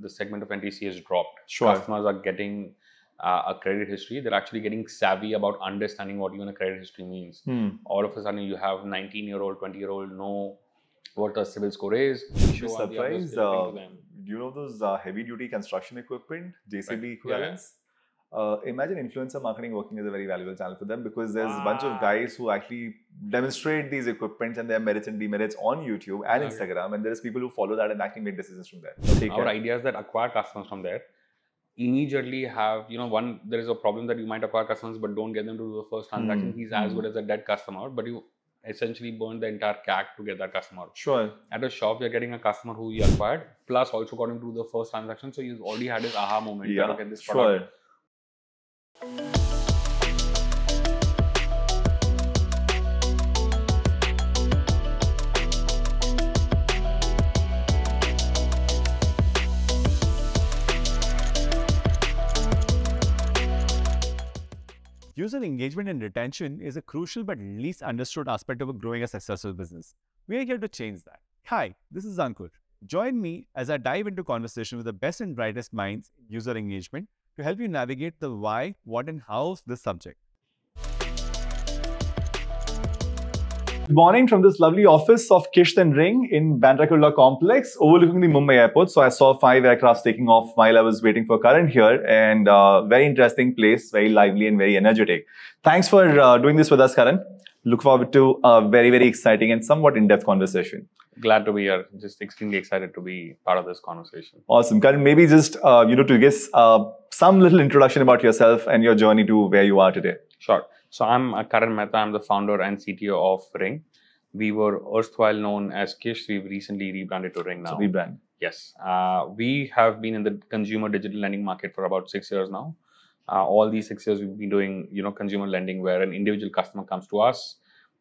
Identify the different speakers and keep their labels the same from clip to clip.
Speaker 1: the segment of NTC has dropped.
Speaker 2: Sure.
Speaker 1: Customers are getting uh, a credit history. They're actually getting savvy about understanding what even a credit history means.
Speaker 2: Hmm.
Speaker 1: All of a sudden, you have 19 year old, 20 year old know what a civil score is.
Speaker 2: You'd be
Speaker 1: Show are the others
Speaker 2: surprised.
Speaker 1: delivering
Speaker 2: uh,
Speaker 1: to them.
Speaker 2: do you know those uh, heavy duty construction equipment, JCB
Speaker 1: Right.
Speaker 2: equivalents? Uh, imagine influencer marketing working as a very valuable channel for them because there's a bunch of
Speaker 1: Ah.
Speaker 2: guys who actually demonstrate these equipments and their merits and demerits on YouTube and
Speaker 1: Okay.
Speaker 2: Instagram, and there's people who follow that and actually make decisions from there. Take
Speaker 1: our
Speaker 2: care.
Speaker 1: ideas that acquire customers from there immediately have you know one there is a problem that you might acquire customers but don't get them to do the first transaction
Speaker 2: Hmm.
Speaker 1: he's as
Speaker 2: Hmm.
Speaker 1: good as a dead customer but you essentially burn the entire CAC to get that customer
Speaker 2: Sure.
Speaker 1: at a shop you're getting a customer who you acquired plus also got him to do the first transaction so he's already had his aha moment that,
Speaker 2: Yeah.
Speaker 1: okay, this product
Speaker 2: Sure.
Speaker 3: User engagement and retention is a crucial but least understood aspect of growing a successful business. We are here to change that. Hi, this is Ankur. Join me as I dive into conversation with the best and brightest minds in user engagement to help you navigate the why, what, and how of this subject.
Speaker 2: Good morning from this lovely office of Kish and Ring in Bandra Kurla complex overlooking the Mumbai airport. So I saw five aircrafts taking off while I was waiting for current here and uh, very interesting place, very lively and very energetic. Thanks for uh, doing this with us, Karan. Look forward to a very, very exciting and somewhat in-depth conversation.
Speaker 1: glad to be here just extremely excited to be part of this conversation
Speaker 2: Awesome. Karan, maybe just, uh, you know, to give uh, some little introduction about yourself and your journey to where you are today.
Speaker 1: Sure. So I'm uh, Karan Mehta. I'm the founder and CTO of Ring. We were erstwhile known as Kish. We've recently rebranded to Ring now.
Speaker 2: So rebrand.
Speaker 1: yes. Uh, we have been in the consumer digital lending market for about six years now. Uh, all these six years, we've been doing you know consumer lending where an individual customer comes to us.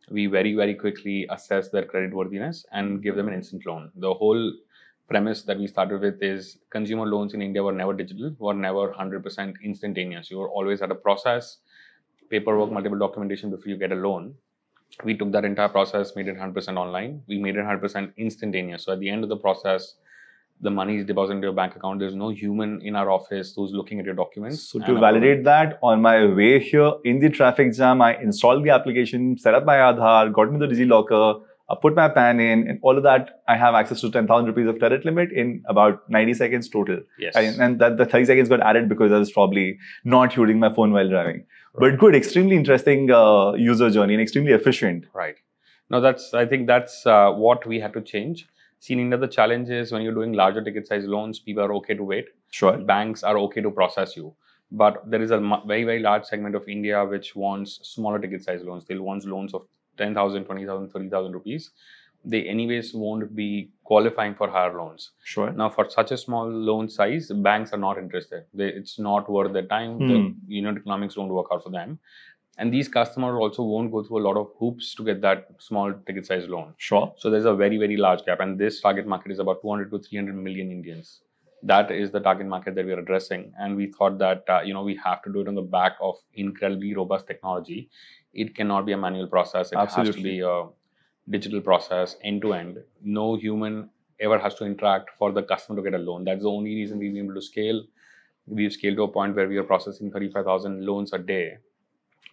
Speaker 1: We very very quickly assess their credit worthiness and give them an instant loan. The whole premise that we started with is consumer loans in India were never digital, were never 100% instantaneous. You were always at a process, paperwork, multiple documentation before you get a loan. We took that entire process, made it 100% online. We made it 100% instantaneous. So at the end of the process, the money is deposited into your bank account. There's no human in our office who's looking at your documents.
Speaker 2: So
Speaker 1: And
Speaker 2: to
Speaker 1: our-
Speaker 2: validate that, on my way here in the traffic jam, I installed the application, set up my Aadhaar, got into the DigiLocker, I put my PAN in, and all of that, I have access to 10,000 rupees of credit limit in about 90 seconds total.
Speaker 1: yes.
Speaker 2: And, and that the 30 seconds got added because I was probably not holding my phone while driving. But good, extremely interesting uh, user journey and extremely efficient.
Speaker 1: Right. No, that's I think that's uh, what we had to change. See, in India, the challenge is when you're doing larger ticket size loans, people are okay to wait.
Speaker 2: Sure.
Speaker 1: Banks are okay to process you. But there is a mu- very, very large segment of India which wants smaller ticket size loans. They'll want loans of 10,000, 20,000, 30,000 rupees. They, anyways, won't be qualifying for higher loans.
Speaker 2: Sure.
Speaker 1: Now, for such a small loan size, banks are not interested. They, it's not worth their time.
Speaker 2: Hmm.
Speaker 1: The unit economics don't work out for them. And these customers also won't go through a lot of hoops to get that small ticket size loan.
Speaker 2: Sure.
Speaker 1: So there's a very, very large gap. And this target market is about 200 to 300 million Indians. That is the target market that we are addressing. And we thought that, uh, you know, we have to do it on the back of incredibly robust technology. It cannot be a manual process. It has to
Speaker 2: Absolutely.
Speaker 1: be a digital process end to end. No human ever has to interact for the customer to get a loan. That's the only reason we've been able to scale. We've scaled to a point where we are processing 35,000 loans a day,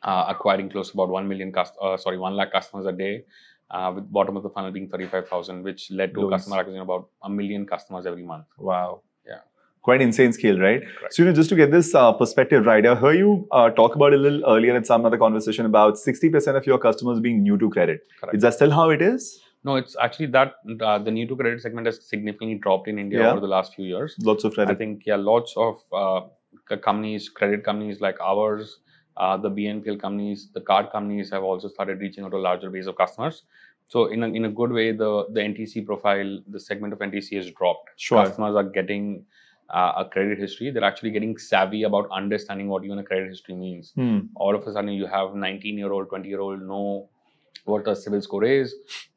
Speaker 1: uh, acquiring close to about 1 million, cust- uh, sorry, 1 lakh customers a day, uh, with bottom of the funnel being 35,000, which led to
Speaker 2: Loans.
Speaker 1: customer acquisition of about a million customers every month.
Speaker 2: Wow.
Speaker 1: Yeah.
Speaker 2: Quite insane scale, right?
Speaker 1: Correct.
Speaker 2: So, you know, just to get this uh, perspective right, I heard you uh, talk about a little earlier in some other conversation about 60% of your customers being new to credit.
Speaker 1: Correct.
Speaker 2: Is that still how it is?
Speaker 1: No, it's actually that uh, the new to credit segment has significantly dropped in India
Speaker 2: Yeah.
Speaker 1: over the last few years.
Speaker 2: Lots of
Speaker 1: I
Speaker 2: credit.
Speaker 1: think yeah, lots of uh, c- companies, credit companies like ours, uh, the BNPL companies, the card companies have also started reaching out to a larger base of customers. So in a, in a good way, the the NTC profile, the segment of NTC has dropped.
Speaker 2: Sure.
Speaker 1: Customers are getting uh, a credit history. They're actually getting savvy about understanding what even a credit history means
Speaker 2: Hmm.
Speaker 1: all of a sudden you have 19 year old 20 year old know what a civil score is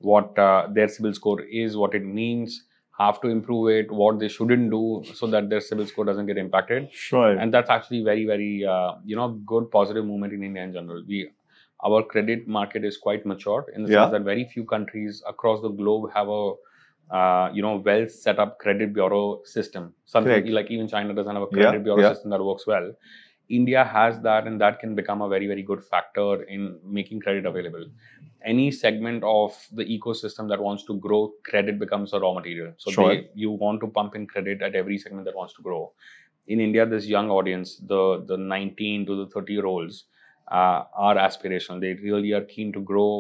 Speaker 1: what uh, their civil score is what it means have to improve it what they shouldn't do so that their civil score doesn't get impacted
Speaker 2: Sure.
Speaker 1: and that's actually very very uh, you know good positive movement in india in general we our credit market is quite mature in the
Speaker 2: Yeah.
Speaker 1: sense that very few countries across the globe have a uh, you know, well set up credit bureau system. Something
Speaker 2: Correct.
Speaker 1: like even China doesn't have a
Speaker 2: Yeah,
Speaker 1: credit bureau
Speaker 2: yeah.
Speaker 1: system that works well. India has that, and that can become a very, very good factor in making credit available. Any segment of the ecosystem that wants to grow, credit becomes a raw material. So
Speaker 2: Sure.
Speaker 1: they, you want to pump in credit at every segment that wants to grow. In India, this young audience, the the 19 to the 30 year olds, uh, are aspirational. They really are keen to grow,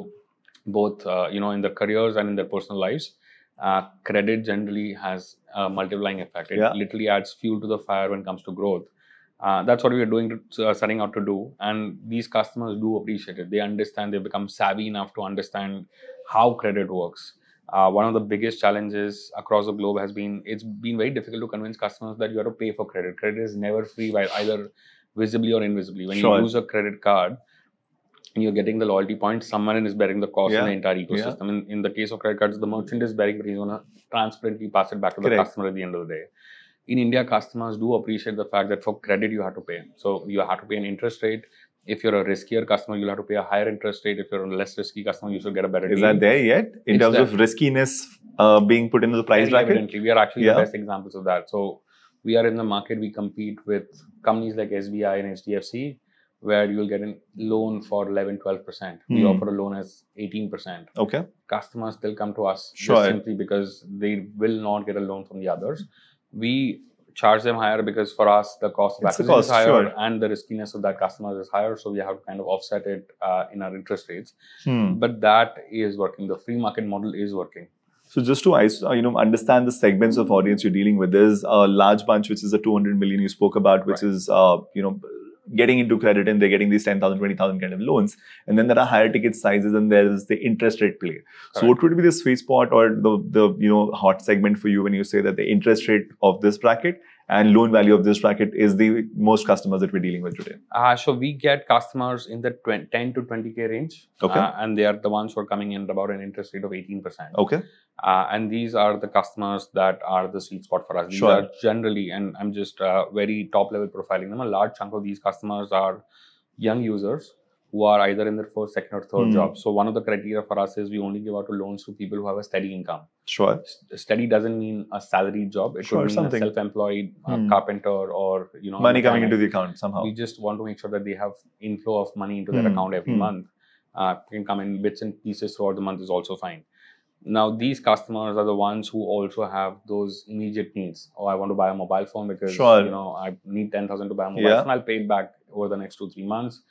Speaker 1: both uh, you know in their careers and in their personal lives. Uh, credit generally has a multiplying effect. It
Speaker 2: Yeah.
Speaker 1: literally adds fuel to the fire when it comes to growth. Uh, that's what we are doing, to, uh, setting out to do, and these customers do appreciate it. They understand. They become savvy enough to understand how credit works. Uh, one of the biggest challenges across the globe has been it's been very difficult to convince customers that you have to pay for credit. Credit is never free, by either visibly or invisibly. When
Speaker 2: Sure.
Speaker 1: you use a credit card, and you're getting the loyalty points. Someone is bearing the cost
Speaker 2: Yeah.
Speaker 1: in the entire ecosystem. In, in the case of credit cards, the merchant is bearing, but he's going to transparently pass it back to the
Speaker 2: Correct.
Speaker 1: customer at the end of the day. In India, customers do appreciate the fact that for credit you have to pay. So you have to pay an interest rate. If you're a riskier customer, you'll have to pay a higher interest rate. If you're a less risky customer, you should get a better
Speaker 2: Is
Speaker 1: deal.
Speaker 2: that there yet in
Speaker 1: It's
Speaker 2: terms
Speaker 1: there.
Speaker 2: of riskiness uh, being put into the price
Speaker 1: Very
Speaker 2: bracket?
Speaker 1: evidently. We are actually
Speaker 2: Yeah.
Speaker 1: the best examples of that. So we are in the market. We compete with companies like SBI and HDFC, where you'll get a loan for 11, 12 percent. We
Speaker 2: Hmm.
Speaker 1: offer a loan as 18 percent.
Speaker 2: Okay.
Speaker 1: Customers still come to us just
Speaker 2: Sure.
Speaker 1: simply because they will not get a loan from the others. We charge them higher because for us the cost of
Speaker 2: It's the
Speaker 1: acquisition is
Speaker 2: cost,
Speaker 1: higher
Speaker 2: sure.
Speaker 1: and the riskiness of that customer is higher. So we have to kind of offset it uh, in our interest rates.
Speaker 2: Hmm.
Speaker 1: But that is working. The free market model is working.
Speaker 2: So just to is- uh, you know understand the segments of audience you're dealing with, there's a large bunch which is the 200 million you spoke about, which is uh, you know getting into credit and they're getting these 10,000, 20,000 kind of loans, and then there are higher ticket sizes and there's the interest rate play. So what would be the sweet spot or the the you know hot segment for you when you say that the interest rate of this bracket and loan value of this bracket is the most customers that we're dealing with today?
Speaker 1: Uh, so we get customers in the 20, 10 to 20k range,
Speaker 2: Okay.
Speaker 1: uh, and they are the ones who are coming in at about an interest rate of 18%.
Speaker 2: Okay,
Speaker 1: Uh, and these are the customers that are the sweet spot for us. These
Speaker 2: Sure.
Speaker 1: are generally, and I'm just uh, very top level profiling them. A large chunk of these customers are young users who are either in their first, second, or third
Speaker 2: Hmm.
Speaker 1: job. So one of the criteria for us is we only give out loans to people who have a steady income
Speaker 2: sure.
Speaker 1: st- steady doesn't mean a salaried job. It
Speaker 2: Sure,
Speaker 1: should mean
Speaker 2: something.
Speaker 1: a self-employed uh,
Speaker 2: Hmm.
Speaker 1: carpenter or you know
Speaker 2: Money coming
Speaker 1: mechanic.
Speaker 2: into the account somehow.
Speaker 1: We just want to make sure that they have inflow of money into their
Speaker 2: Hmm,
Speaker 1: account every
Speaker 2: hmm.
Speaker 1: month. Uh, can come in bits and pieces throughout the month is also fine. Now these customers are the ones who also have those immediate needs. Oh, I want to buy a mobile phone because
Speaker 2: Sure.
Speaker 1: you know I need ten thousand to buy a mobile
Speaker 2: Yeah.
Speaker 1: phone. I'll pay it back over the next two three months.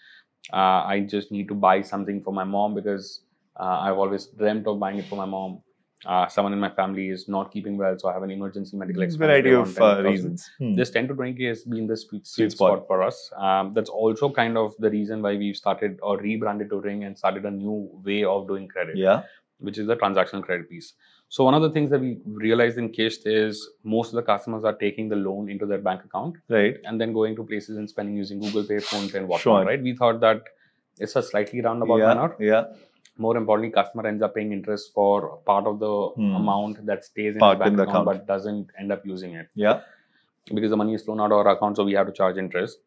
Speaker 1: Uh, I just need to buy something for my mom because uh, I've always dreamt of buying it for my mom. Uh, someone in my family is not keeping well, so I have an emergency medical expense.
Speaker 2: Variety
Speaker 1: They want
Speaker 2: of uh,
Speaker 1: 10,000
Speaker 2: reasons. Hmm.
Speaker 1: this 10 to 20k has been the sweet, sweet
Speaker 2: spot.
Speaker 1: spot. for us um, that's also kind of the reason why we've started or rebranded to ring and started a new way of doing credit
Speaker 2: Hmm. Yeah.
Speaker 1: which is the transactional credit piece so one of the things that we realized in Kesht is most of the customers are taking the loan into their bank account
Speaker 2: Right.
Speaker 1: and then going to places and spending using google pay phone pay and whatnot
Speaker 2: Sure.
Speaker 1: right we thought that it's a slightly roundabout
Speaker 2: yeah.
Speaker 1: manner
Speaker 2: Yeah.
Speaker 1: more importantly customer ends up paying interest for part of the
Speaker 2: Hmm.
Speaker 1: amount that stays in
Speaker 2: Parked
Speaker 1: the bank
Speaker 2: in the
Speaker 1: account
Speaker 2: account.
Speaker 1: but doesn't end up using it
Speaker 2: Yeah.
Speaker 1: because the money is flown out of our account, so we have to charge interest.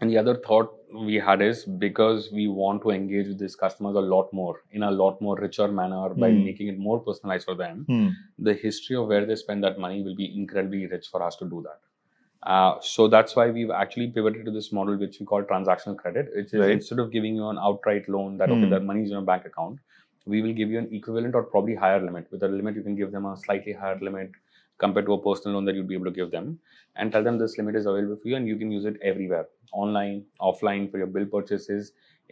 Speaker 1: And the other thought we had is because we want to engage with these customers a lot more in a lot more richer manner by
Speaker 2: Hmm.
Speaker 1: making it more personalized for them.
Speaker 2: Hmm.
Speaker 1: The history of where they spend that money will be incredibly rich for us to do that. Uh, so that's why we've actually pivoted to this model which we call transactional credit. It's
Speaker 2: Right.
Speaker 1: instead of giving you an outright loan that
Speaker 2: Hmm.
Speaker 1: okay, that money is in your bank account, we will give you an equivalent or probably higher limit. With a limit, you can give them a slightly higher limit compared to a personal loan that you'd be able to give them and tell them this limit is available for you and you can use it everywhere online offline for your bill purchases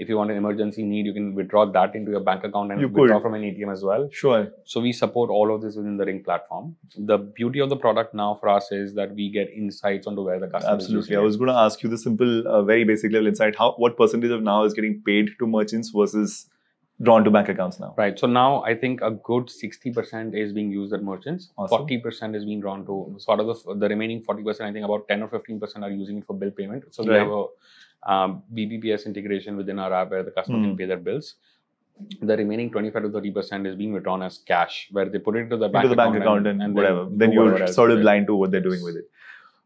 Speaker 1: if you want an emergency need you can withdraw that into your bank account and
Speaker 2: You
Speaker 1: withdraw
Speaker 2: could.
Speaker 1: from an atm as well
Speaker 2: Sure.
Speaker 1: so we support all of this within the ring platform the beauty of the product now for us is that we get insights onto where the customer is
Speaker 2: Absolutely.
Speaker 1: using
Speaker 2: I
Speaker 1: it.
Speaker 2: was going to ask you the simple, uh, very basic level insight. How what percentage of now is getting paid to merchants versus drawn to bank accounts now?
Speaker 1: Right. So now I think a good 60% is being used at merchants.
Speaker 2: Awesome.
Speaker 1: 40% is being drawn to sort of the, the remaining 40%. I think about 10 or 15% are using it for bill payment. So we
Speaker 2: Right.
Speaker 1: have a um, BBPS integration within our app where the customer
Speaker 2: Hmm.
Speaker 1: can pay their bills. The remaining 25 to 30% is being withdrawn as cash, where they put it into the bank
Speaker 2: Into the bank
Speaker 1: account,
Speaker 2: account and, whatever. Then
Speaker 1: do
Speaker 2: you're
Speaker 1: whatever else
Speaker 2: sort of
Speaker 1: with it.
Speaker 2: blind to what they're doing with it.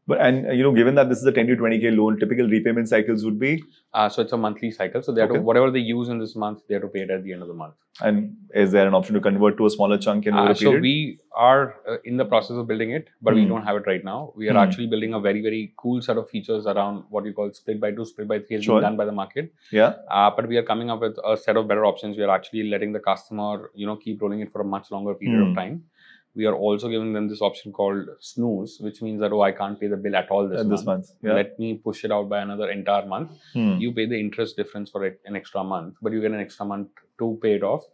Speaker 2: But and uh, you know, given that this is a 10 to 20k loan, typical repayment cycles would be,
Speaker 1: Uh, so it's a monthly cycle. So they have
Speaker 2: Okay.
Speaker 1: to, whatever they use in this month, they have to pay it at the end of the month.
Speaker 2: and is there an option to convert to a smaller chunk in over
Speaker 1: Uh,
Speaker 2: a
Speaker 1: so
Speaker 2: period?
Speaker 1: we are uh, in the process of building it, but we
Speaker 2: Hmm.
Speaker 1: don't have it right now. We are
Speaker 2: Hmm.
Speaker 1: actually building a very very cool set of features around what you call split by two, split by three has
Speaker 2: Sure.
Speaker 1: been done by the market.
Speaker 2: yeah,
Speaker 1: Uh, but we are coming up with a set of better options. We are actually letting the customer you know keep rolling it for a much longer period
Speaker 2: Hmm.
Speaker 1: of time. We are also giving them this option called snooze, which means that oh I can't pay the bill at all this
Speaker 2: uh,
Speaker 1: month.
Speaker 2: this month. Yeah.
Speaker 1: Let me push it out by another entire month.
Speaker 2: Hmm.
Speaker 1: you pay the interest difference for it- an extra month, but you get an extra month to pay it off,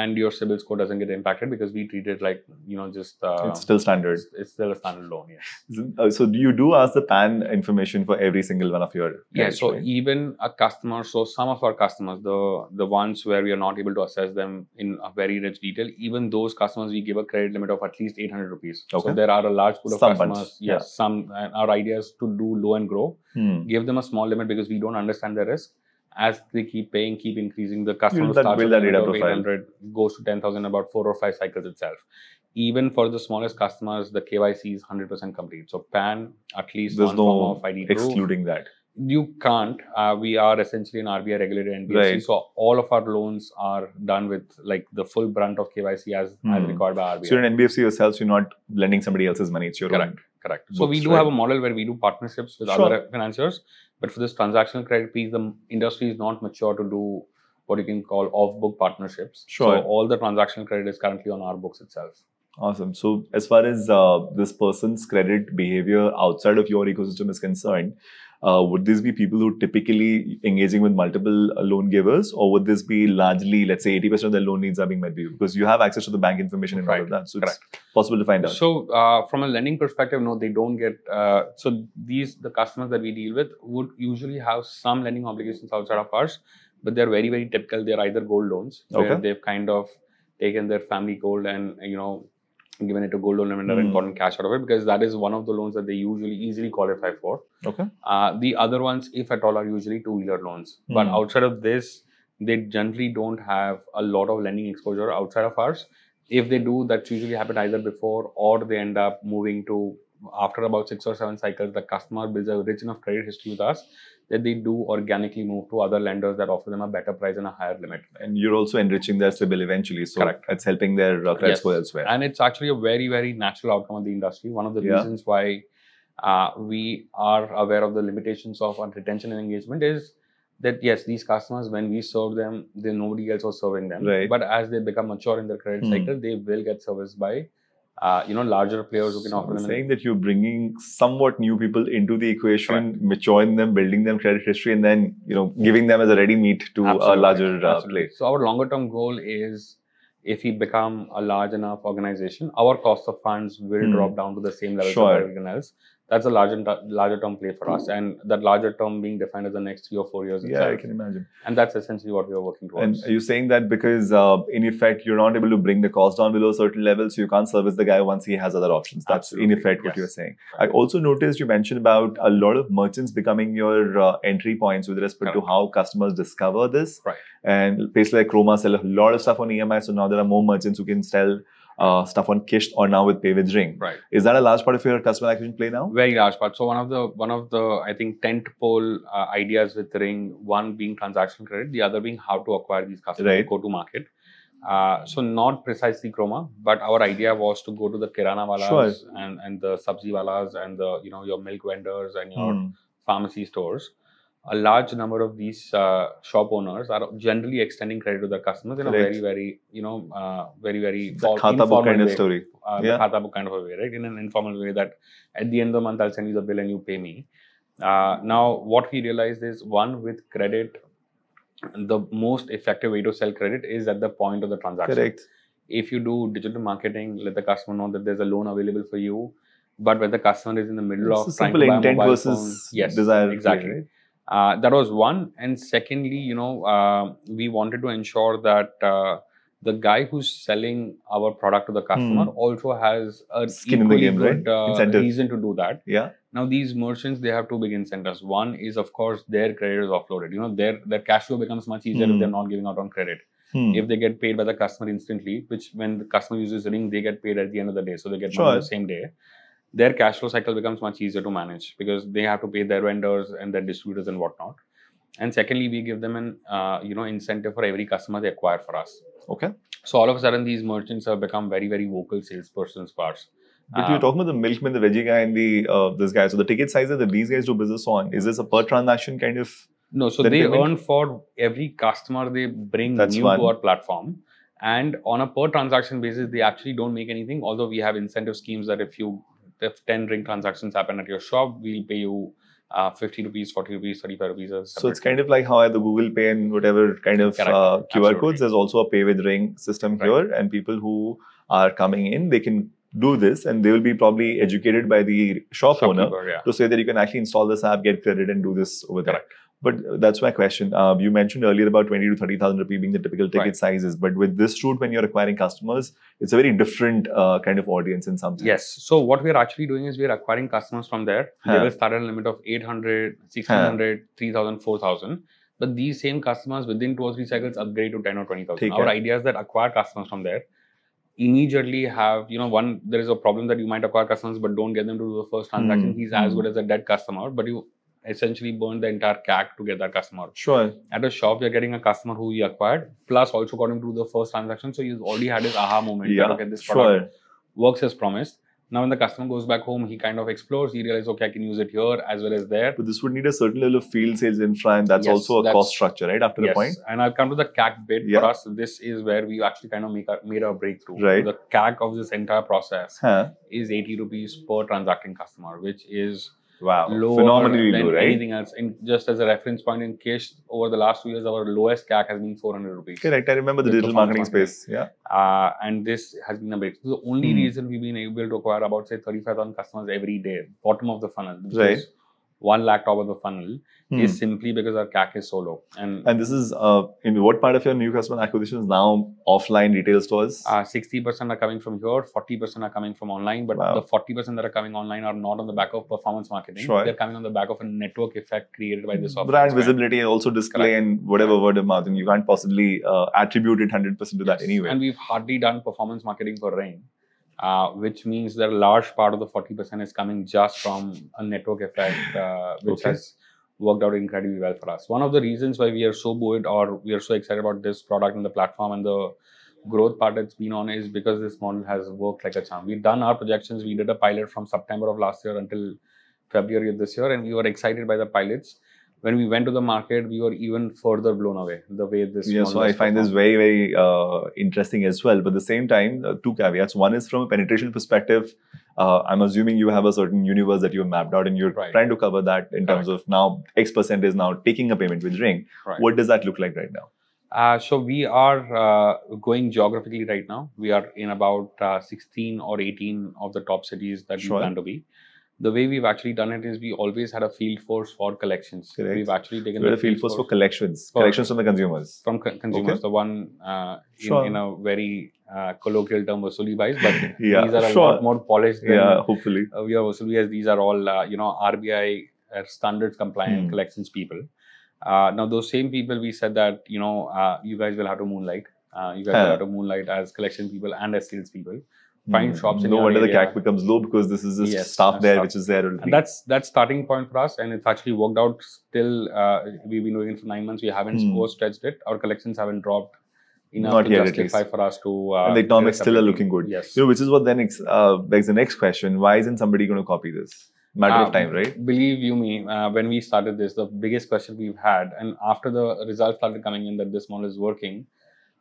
Speaker 1: and your CIBIL score doesn't get impacted because we treat it like you know just uh,
Speaker 2: it's still standard.
Speaker 1: it's, it's still a standard loan. Yes.
Speaker 2: Uh, so do you do ask the PAN information for every single one of your
Speaker 1: Yeah.
Speaker 2: credits,
Speaker 1: So
Speaker 2: right?
Speaker 1: even a customer, so some of our customers, the the ones where we are not able to assess them in a very rich detail, even those customers we give a credit limit of at least eight hundred rupees.
Speaker 2: Okay.
Speaker 1: So there are a large pool of
Speaker 2: Some bunch,
Speaker 1: customers.
Speaker 2: yeah.
Speaker 1: Yes. Some. And our idea is to do low and grow.
Speaker 2: Hmm.
Speaker 1: give them a small limit because we don't understand the risk. As they keep paying, keep increasing, the customer
Speaker 2: You'll that-
Speaker 1: starts
Speaker 2: build
Speaker 1: with
Speaker 2: that data
Speaker 1: limit of
Speaker 2: profile.
Speaker 1: 800, goes to 10,000 about four or five cycles itself. Even for the smallest customers, the KYC is 100% complete. So PAN, at least
Speaker 2: There's
Speaker 1: one
Speaker 2: no
Speaker 1: form of ID proof.
Speaker 2: excluding that.
Speaker 1: You can't. Uh, we are essentially an RBI regulated NBFC,
Speaker 2: Right.
Speaker 1: so all of our loans are done with like the full brunt of KYC as as
Speaker 2: Hmm.
Speaker 1: required by RBI.
Speaker 2: So you're an NBFC yourself, so you're not lending somebody else's money. It's your
Speaker 1: Correct. Correct. So we
Speaker 2: books,
Speaker 1: do
Speaker 2: right?
Speaker 1: have a model where we do partnerships with
Speaker 2: Sure.
Speaker 1: other financiers, but for this transactional credit piece, the m- industry is not mature to do what you can call off-book partnerships.
Speaker 2: Sure.
Speaker 1: So all the transactional credit is currently on our books itself.
Speaker 2: own. Awesome. So as far as uh, this person's credit behavior outside of your ecosystem is concerned, uh, would these be people who typically engaging with multiple uh, loan givers, or would this be largely, let's say, 80% of their loan needs are being met by you? Because you have access to the bank information and all of
Speaker 1: Right.
Speaker 2: that, so it's possible to find out.
Speaker 1: So uh, from a lending perspective, no, they don't get. Uh, so these the customers that we deal with would usually have some lending obligations outside of ours, but they're very very typical. They're either gold loans where
Speaker 2: Okay.
Speaker 1: they've kind of taken their family gold and you know given it to gold loan lender
Speaker 2: Hmm.
Speaker 1: and gotten cash out of it because that is one of the loans that they usually easily qualify for.
Speaker 2: Okay.
Speaker 1: Uh, the other ones, if at all, are usually two wheeler loans. But
Speaker 2: Hmm.
Speaker 1: outside of this, they generally don't have a lot of lending exposure outside of ours. If they do, that's usually happened either before or they end up moving to after about six or seven cycles. The customer builds a rich enough credit history with us that they do organically move to other lenders that offer them a better price and a higher limit.
Speaker 2: And you're also enriching their CIBIL eventually, so
Speaker 1: Correct.
Speaker 2: it's helping their uh, credit
Speaker 1: Yes.
Speaker 2: score elsewhere.
Speaker 1: And it's actually a very, very natural outcome of the industry. One of the
Speaker 2: Yeah.
Speaker 1: reasons why uh, we are aware of the limitations of our retention and engagement is that yes, these customers, when we serve them, then nobody else was serving them.
Speaker 2: Right.
Speaker 1: But as they become mature in their credit
Speaker 2: Hmm.
Speaker 1: cycle, they will get serviced by uh, you know larger players who can
Speaker 2: So
Speaker 1: offer them. an-
Speaker 2: saying that you're bringing somewhat new people into the equation, maturing them, building them credit history, and then you know giving them as a ready meat to a
Speaker 1: Absolutely,
Speaker 2: larger uh,
Speaker 1: absolutely.
Speaker 2: play.
Speaker 1: So our longer term goal is if we become a large enough organization, our cost of funds will
Speaker 2: Hmm.
Speaker 1: drop down to the same level
Speaker 2: Sure.
Speaker 1: as everyone else. That's a larger larger term play for us, and that larger term being defined as the next three or four years.
Speaker 2: Yeah,
Speaker 1: itself.
Speaker 2: I can imagine.
Speaker 1: and that's essentially what we are working
Speaker 2: And
Speaker 1: towards.
Speaker 2: you're saying that because uh, in effect you're not able to bring the cost down below a certain level, so you can't service the guy once he has other options. That's in
Speaker 1: Absolutely,
Speaker 2: effect what
Speaker 1: yes.
Speaker 2: you're saying. I
Speaker 1: Right.
Speaker 2: also noticed you mentioned about a lot of merchants becoming your uh, entry points with respect to
Speaker 1: Correct.
Speaker 2: how customers discover this.
Speaker 1: Right.
Speaker 2: And places like Chroma sell a lot of stuff on EMI, so now there are more merchants who can sell uh, stuff on Kish or now with Pay with Ring.
Speaker 1: right.
Speaker 2: Is that a large part of your customer acquisition play now?
Speaker 1: Very large part. So one of the one of the I think tent pole uh, ideas with Ring, one being transaction credit, the other being how to acquire these customers,
Speaker 2: Right.
Speaker 1: go to market. Uh, so not precisely Chroma, but our idea was to go to the Kirana walas
Speaker 2: Sure.
Speaker 1: and, and the sabzi walas and the you know your milk vendors and your
Speaker 2: Hmm.
Speaker 1: pharmacy stores. A large number of these uh, shop owners are generally extending credit to their customers in
Speaker 2: Correct.
Speaker 1: a very very you know uh, very very
Speaker 2: The
Speaker 1: for-
Speaker 2: Khata book
Speaker 1: informal
Speaker 2: kind of
Speaker 1: way
Speaker 2: story.
Speaker 1: uh,
Speaker 2: Yeah.
Speaker 1: the khata book kind of a way, right? In an informal way that at the end of the month I'll send you the bill and you pay me. Uh, now, what we realized is one with credit, the most effective way to sell credit is at the point of the transaction.
Speaker 2: Correct.
Speaker 1: If you do digital marketing, let the customer know that there's a loan available for you. But when the customer is in the middle
Speaker 2: It's
Speaker 1: of
Speaker 2: a
Speaker 1: trying
Speaker 2: simple
Speaker 1: to buy a
Speaker 2: intent
Speaker 1: mobile
Speaker 2: versus
Speaker 1: phone- yes,
Speaker 2: desire. play,
Speaker 1: exactly.
Speaker 2: right?
Speaker 1: Uh, that was one. And secondly, you know, uh, we wanted to ensure that uh, the guy who's selling our product to the customer
Speaker 2: Hmm.
Speaker 1: also has a
Speaker 2: Skin in the
Speaker 1: equally
Speaker 2: game, right?
Speaker 1: good, uh,
Speaker 2: Incentive.
Speaker 1: reason to do that.
Speaker 2: Yeah.
Speaker 1: Now these merchants, they have two big incentives. One is, of course, their credit is offloaded. You know, their their cash flow becomes much easier
Speaker 2: Hmm.
Speaker 1: if they're not giving out on credit.
Speaker 2: Hmm.
Speaker 1: If they get paid by the customer instantly, which when the customer uses Ring, they get paid at the end of the day, so they get money
Speaker 2: Sure.
Speaker 1: on the same day. their cash flow cycle becomes much easier to manage because they have to pay their vendors and their distributors and whatnot. And secondly, we give them an uh, you know incentive for every customer they acquire for us.
Speaker 2: Okay.
Speaker 1: So all of a sudden, these merchants have become very very vocal salespersons for us.
Speaker 2: But you're
Speaker 1: Um,
Speaker 2: talking about the milkman, the veggie guy, and the uh, this guy. So the ticket sizes that these guys do business on is this a per transaction kind of?
Speaker 1: No, so
Speaker 2: Then
Speaker 1: they
Speaker 2: they win.
Speaker 1: earn for every customer they bring
Speaker 2: That's
Speaker 1: new
Speaker 2: one.
Speaker 1: to our platform. And on a per transaction basis, they actually don't make anything. Although we have incentive schemes that if you if 10 ring transactions happen at your shop, we'll pay you uh, 50 rupees, 40 rupees, 35 rupees. as
Speaker 2: So it's
Speaker 1: separate.
Speaker 2: kind of like how at the Google Pay and whatever kind of
Speaker 1: Correct.
Speaker 2: uh, QR
Speaker 1: Absolutely.
Speaker 2: codes. There's also a pay with ring system
Speaker 1: Right.
Speaker 2: here, and people who are coming in, they can do this, and they will be probably educated by the shop owner
Speaker 1: Shopkeeper, yeah.
Speaker 2: to say that you can actually install this app, get credit, and do this over there.
Speaker 1: Correct.
Speaker 2: But that's my question. Um, you mentioned earlier about twenty to thirty thousand rupee being the typical ticket
Speaker 1: Right.
Speaker 2: sizes, but with this route, when you're acquiring customers, it's a very different uh, kind of audience in some sense.
Speaker 1: Yes. So what we're actually doing is we're acquiring customers from there. They
Speaker 2: Huh.
Speaker 1: will start at a limit of 800, 1600, 3000, 4000. But these same customers within two or three cycles upgrade to 10 or 20,000.
Speaker 2: Take
Speaker 1: Our
Speaker 2: care.
Speaker 1: idea is that acquire customers from there. Immediately have, you know, one, there is a problem that you might acquire customers but don't get them to do the first transaction.
Speaker 2: Hmm.
Speaker 1: He's as
Speaker 2: Hmm.
Speaker 1: good as a dead customer, but you essentially burn the entire CAC to get that customer.
Speaker 2: Sure.
Speaker 1: At a shop, you're getting a customer who you acquired, plus also got him to do the first transaction. So he's already had his aha moment. that,
Speaker 2: Yeah.
Speaker 1: okay, this product
Speaker 2: Sure.
Speaker 1: works as promised. Now, when the customer goes back home, he kind of explores. He realizes, okay, I can use it here as well as there.
Speaker 2: But this would need a certain level of field sales infra, and that's
Speaker 1: Yes,
Speaker 2: also a
Speaker 1: that's-
Speaker 2: cost structure, right? After the point.
Speaker 1: And I'll come to the CAC bit
Speaker 2: Yeah.
Speaker 1: for us. This is where we actually kind of make our, made our breakthrough.
Speaker 2: Right.
Speaker 1: The CAC of this entire process
Speaker 2: Huh.
Speaker 1: is 80 rupees per transacting customer, which is
Speaker 2: Wow.
Speaker 1: lower
Speaker 2: Phenomenally
Speaker 1: than
Speaker 2: low, right?
Speaker 1: anything else. And just as a reference point, in case over the last two years, our lowest CAC has been 400 rupees.
Speaker 2: Correct. I remember the
Speaker 1: The
Speaker 2: digital
Speaker 1: performance
Speaker 2: marketing
Speaker 1: marketing.
Speaker 2: space. Yeah.
Speaker 1: Uh, and this has been a breakthrough. The only
Speaker 2: Hmm.
Speaker 1: reason we've been able to acquire about say 35,000 customers every day, bottom of the funnel, which
Speaker 2: Right.
Speaker 1: is one lakh top of the funnel,
Speaker 2: Hmm.
Speaker 1: is simply because our CAC is so low. And
Speaker 2: And this is uh, in what part of your new customer acquisition is now offline retail stores?
Speaker 1: uh, 60% are coming from here, 40% are coming from online. But
Speaker 2: Wow.
Speaker 1: the 40% that are coming online are not on the back of performance marketing.
Speaker 2: Sure. Hmm.
Speaker 1: They're coming on the back of a network effect created by this
Speaker 2: Mm. Brand
Speaker 1: offline spend.
Speaker 2: visibility and also display and whatever word of mouth, and you can't possibly uh, attribute it hundred percent to that
Speaker 1: Yes.
Speaker 2: anyway.
Speaker 1: And we've hardly done performance marketing for Rain, uh, which means that a large part of the 40% is coming just from a network effect, uh, which
Speaker 2: Okay.
Speaker 1: has worked out incredibly well for us. One of the reasons why we are so buoyed or we are so excited about this product and the platform and the growth part it's been on is because this model has worked like a charm. We've done our projections. We did a pilot from September of last year until February of this year, and we were excited by the pilots. When we went to the market, we were even further blown away the way this.
Speaker 2: Yeah,
Speaker 1: model
Speaker 2: so I
Speaker 1: has
Speaker 2: find this
Speaker 1: performed.
Speaker 2: very, very uh, interesting as well. But at the same time, uh, two caveats. One is from a penetration perspective, uh, I'm assuming you have a certain universe that you've mapped out and you're
Speaker 1: Right.
Speaker 2: trying to cover that in terms of now X percent is now taking a payment with Ring.
Speaker 1: Right.
Speaker 2: What does that look like right now?
Speaker 1: Uh, so we are uh, going geographically right now. We are in about uh, 16 or 18 of the top cities that
Speaker 2: Sure.
Speaker 1: we plan to be. The way we've actually done it is we always had a field force for collections.
Speaker 2: Correct.
Speaker 1: We've actually taken
Speaker 2: We're the field force for collections,
Speaker 1: For-
Speaker 2: collections from the consumers.
Speaker 1: from co- consumers.
Speaker 2: Okay.
Speaker 1: The one uh, in,
Speaker 2: Sure.
Speaker 1: in a very uh, colloquial term, Vasuli buys, but
Speaker 2: Yeah,
Speaker 1: these are a
Speaker 2: sure.
Speaker 1: lot more polished than
Speaker 2: Yeah, hopefully.
Speaker 1: uh, we are also we as these are all uh, you know RBI uh, standards compliant
Speaker 2: Hmm.
Speaker 1: collections people. Uh, now those same people we said that you know uh, you guys will have to moonlight. Uh, you guys
Speaker 2: Huh.
Speaker 1: will have to moonlight as collection people and as sales people. Find
Speaker 2: Hmm.
Speaker 1: shops in
Speaker 2: No
Speaker 1: your
Speaker 2: wonder the
Speaker 1: area.
Speaker 2: CAC becomes low because this is just
Speaker 1: Yes,
Speaker 2: staff
Speaker 1: that's
Speaker 2: there,
Speaker 1: staff.
Speaker 2: which is there already.
Speaker 1: And that's that's starting point for us, and it's actually worked out. Still, uh, we've been doing it for nine months. We haven't
Speaker 2: Hmm.
Speaker 1: overstretched it. Our collections haven't dropped enough
Speaker 2: Not
Speaker 1: to
Speaker 2: yet, at
Speaker 1: justify
Speaker 2: least.
Speaker 1: for us to. Uh,
Speaker 2: And the economics
Speaker 1: get a
Speaker 2: still are
Speaker 1: separate
Speaker 2: looking
Speaker 1: team.
Speaker 2: good.
Speaker 1: Yes.
Speaker 2: You know, which is what then ex- uh, begs the next question. Why isn't somebody going to copy this? Matter
Speaker 1: Uh,
Speaker 2: of time, right?
Speaker 1: Believe you me, uh, when we started this, the biggest question we've had, and after the results started coming in that this model is working,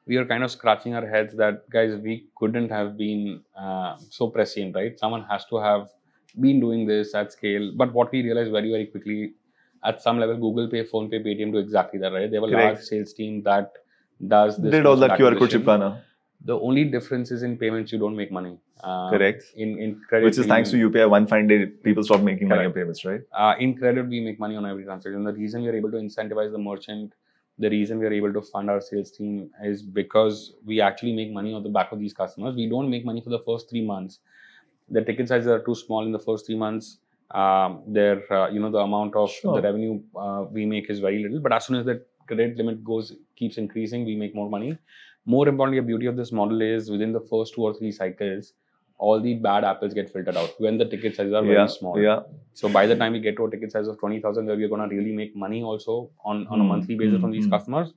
Speaker 1: we were kind of scratching our heads that guys, we couldn't have been uh, so prescient, right? Someone has to have been doing this at scale. But what we realized very, very quickly, at some level, Google Pay, Phone Pay, Paytm do exactly that, right? They have a
Speaker 2: Correct.
Speaker 1: large sales team that does this.
Speaker 2: Did all that
Speaker 1: merchant
Speaker 2: QR code
Speaker 1: acquisition.
Speaker 2: chipkana,
Speaker 1: The only difference is in payments, you don't make money. Uh,
Speaker 2: correct?
Speaker 1: In in credit,
Speaker 2: Which is thanks
Speaker 1: union-
Speaker 2: to UPI, one fine day people stop making money on
Speaker 1: Correct.
Speaker 2: payments, right?
Speaker 1: uh, in credit we make money on every transaction the reason we are able to incentivize the merchant the reason we are able to fund our sales team is because we actually make money on the back of these customers we don't make money for the first three months the ticket sizes are too small in the first three months um, their uh, you know the amount of
Speaker 2: Sure.
Speaker 1: the revenue uh, we make is very little but as soon as the credit limit goes keeps increasing we make more money more importantly the beauty of this model is within the first two or three cycles all the bad apples get filtered out when the ticket sizes are
Speaker 2: Yeah,
Speaker 1: very small.
Speaker 2: yeah.
Speaker 1: So by the time we get to a ticket size of 20,000, where we're going to really make money also on, on a
Speaker 2: Hmm,
Speaker 1: monthly basis
Speaker 2: hmm,
Speaker 1: from these
Speaker 2: hmm.
Speaker 1: customers,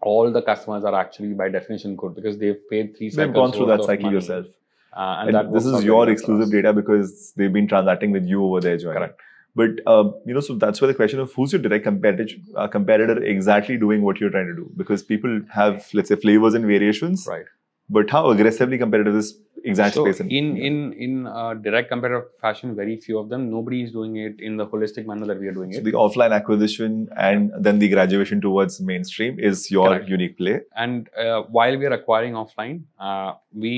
Speaker 1: all the customers are actually by definition good because they've paid three cycles.
Speaker 2: They've gone through
Speaker 1: worth
Speaker 2: that
Speaker 1: of
Speaker 2: cycle
Speaker 1: money.
Speaker 2: yourself.
Speaker 1: Uh, and
Speaker 2: And,
Speaker 1: that
Speaker 2: this
Speaker 1: works out
Speaker 2: is
Speaker 1: very
Speaker 2: your
Speaker 1: well for
Speaker 2: exclusive
Speaker 1: us.
Speaker 2: data because they've been transacting with you over there, Joy.
Speaker 1: Correct.
Speaker 2: But uh, you know, so that's where the question of who's your direct competitor, uh, competitor exactly doing what you're trying to do, because people have, let's say, flavors and variations.
Speaker 1: Right.
Speaker 2: But how aggressively competitive is exact
Speaker 1: so
Speaker 2: space?
Speaker 1: in in in uh, direct competitive fashion, very few of them. Nobody is doing it in the holistic manner that we are doing
Speaker 2: so
Speaker 1: it.
Speaker 2: the offline acquisition and then the graduation towards mainstream is your
Speaker 1: Correct.
Speaker 2: unique play.
Speaker 1: and uh, while we are acquiring offline, uh, we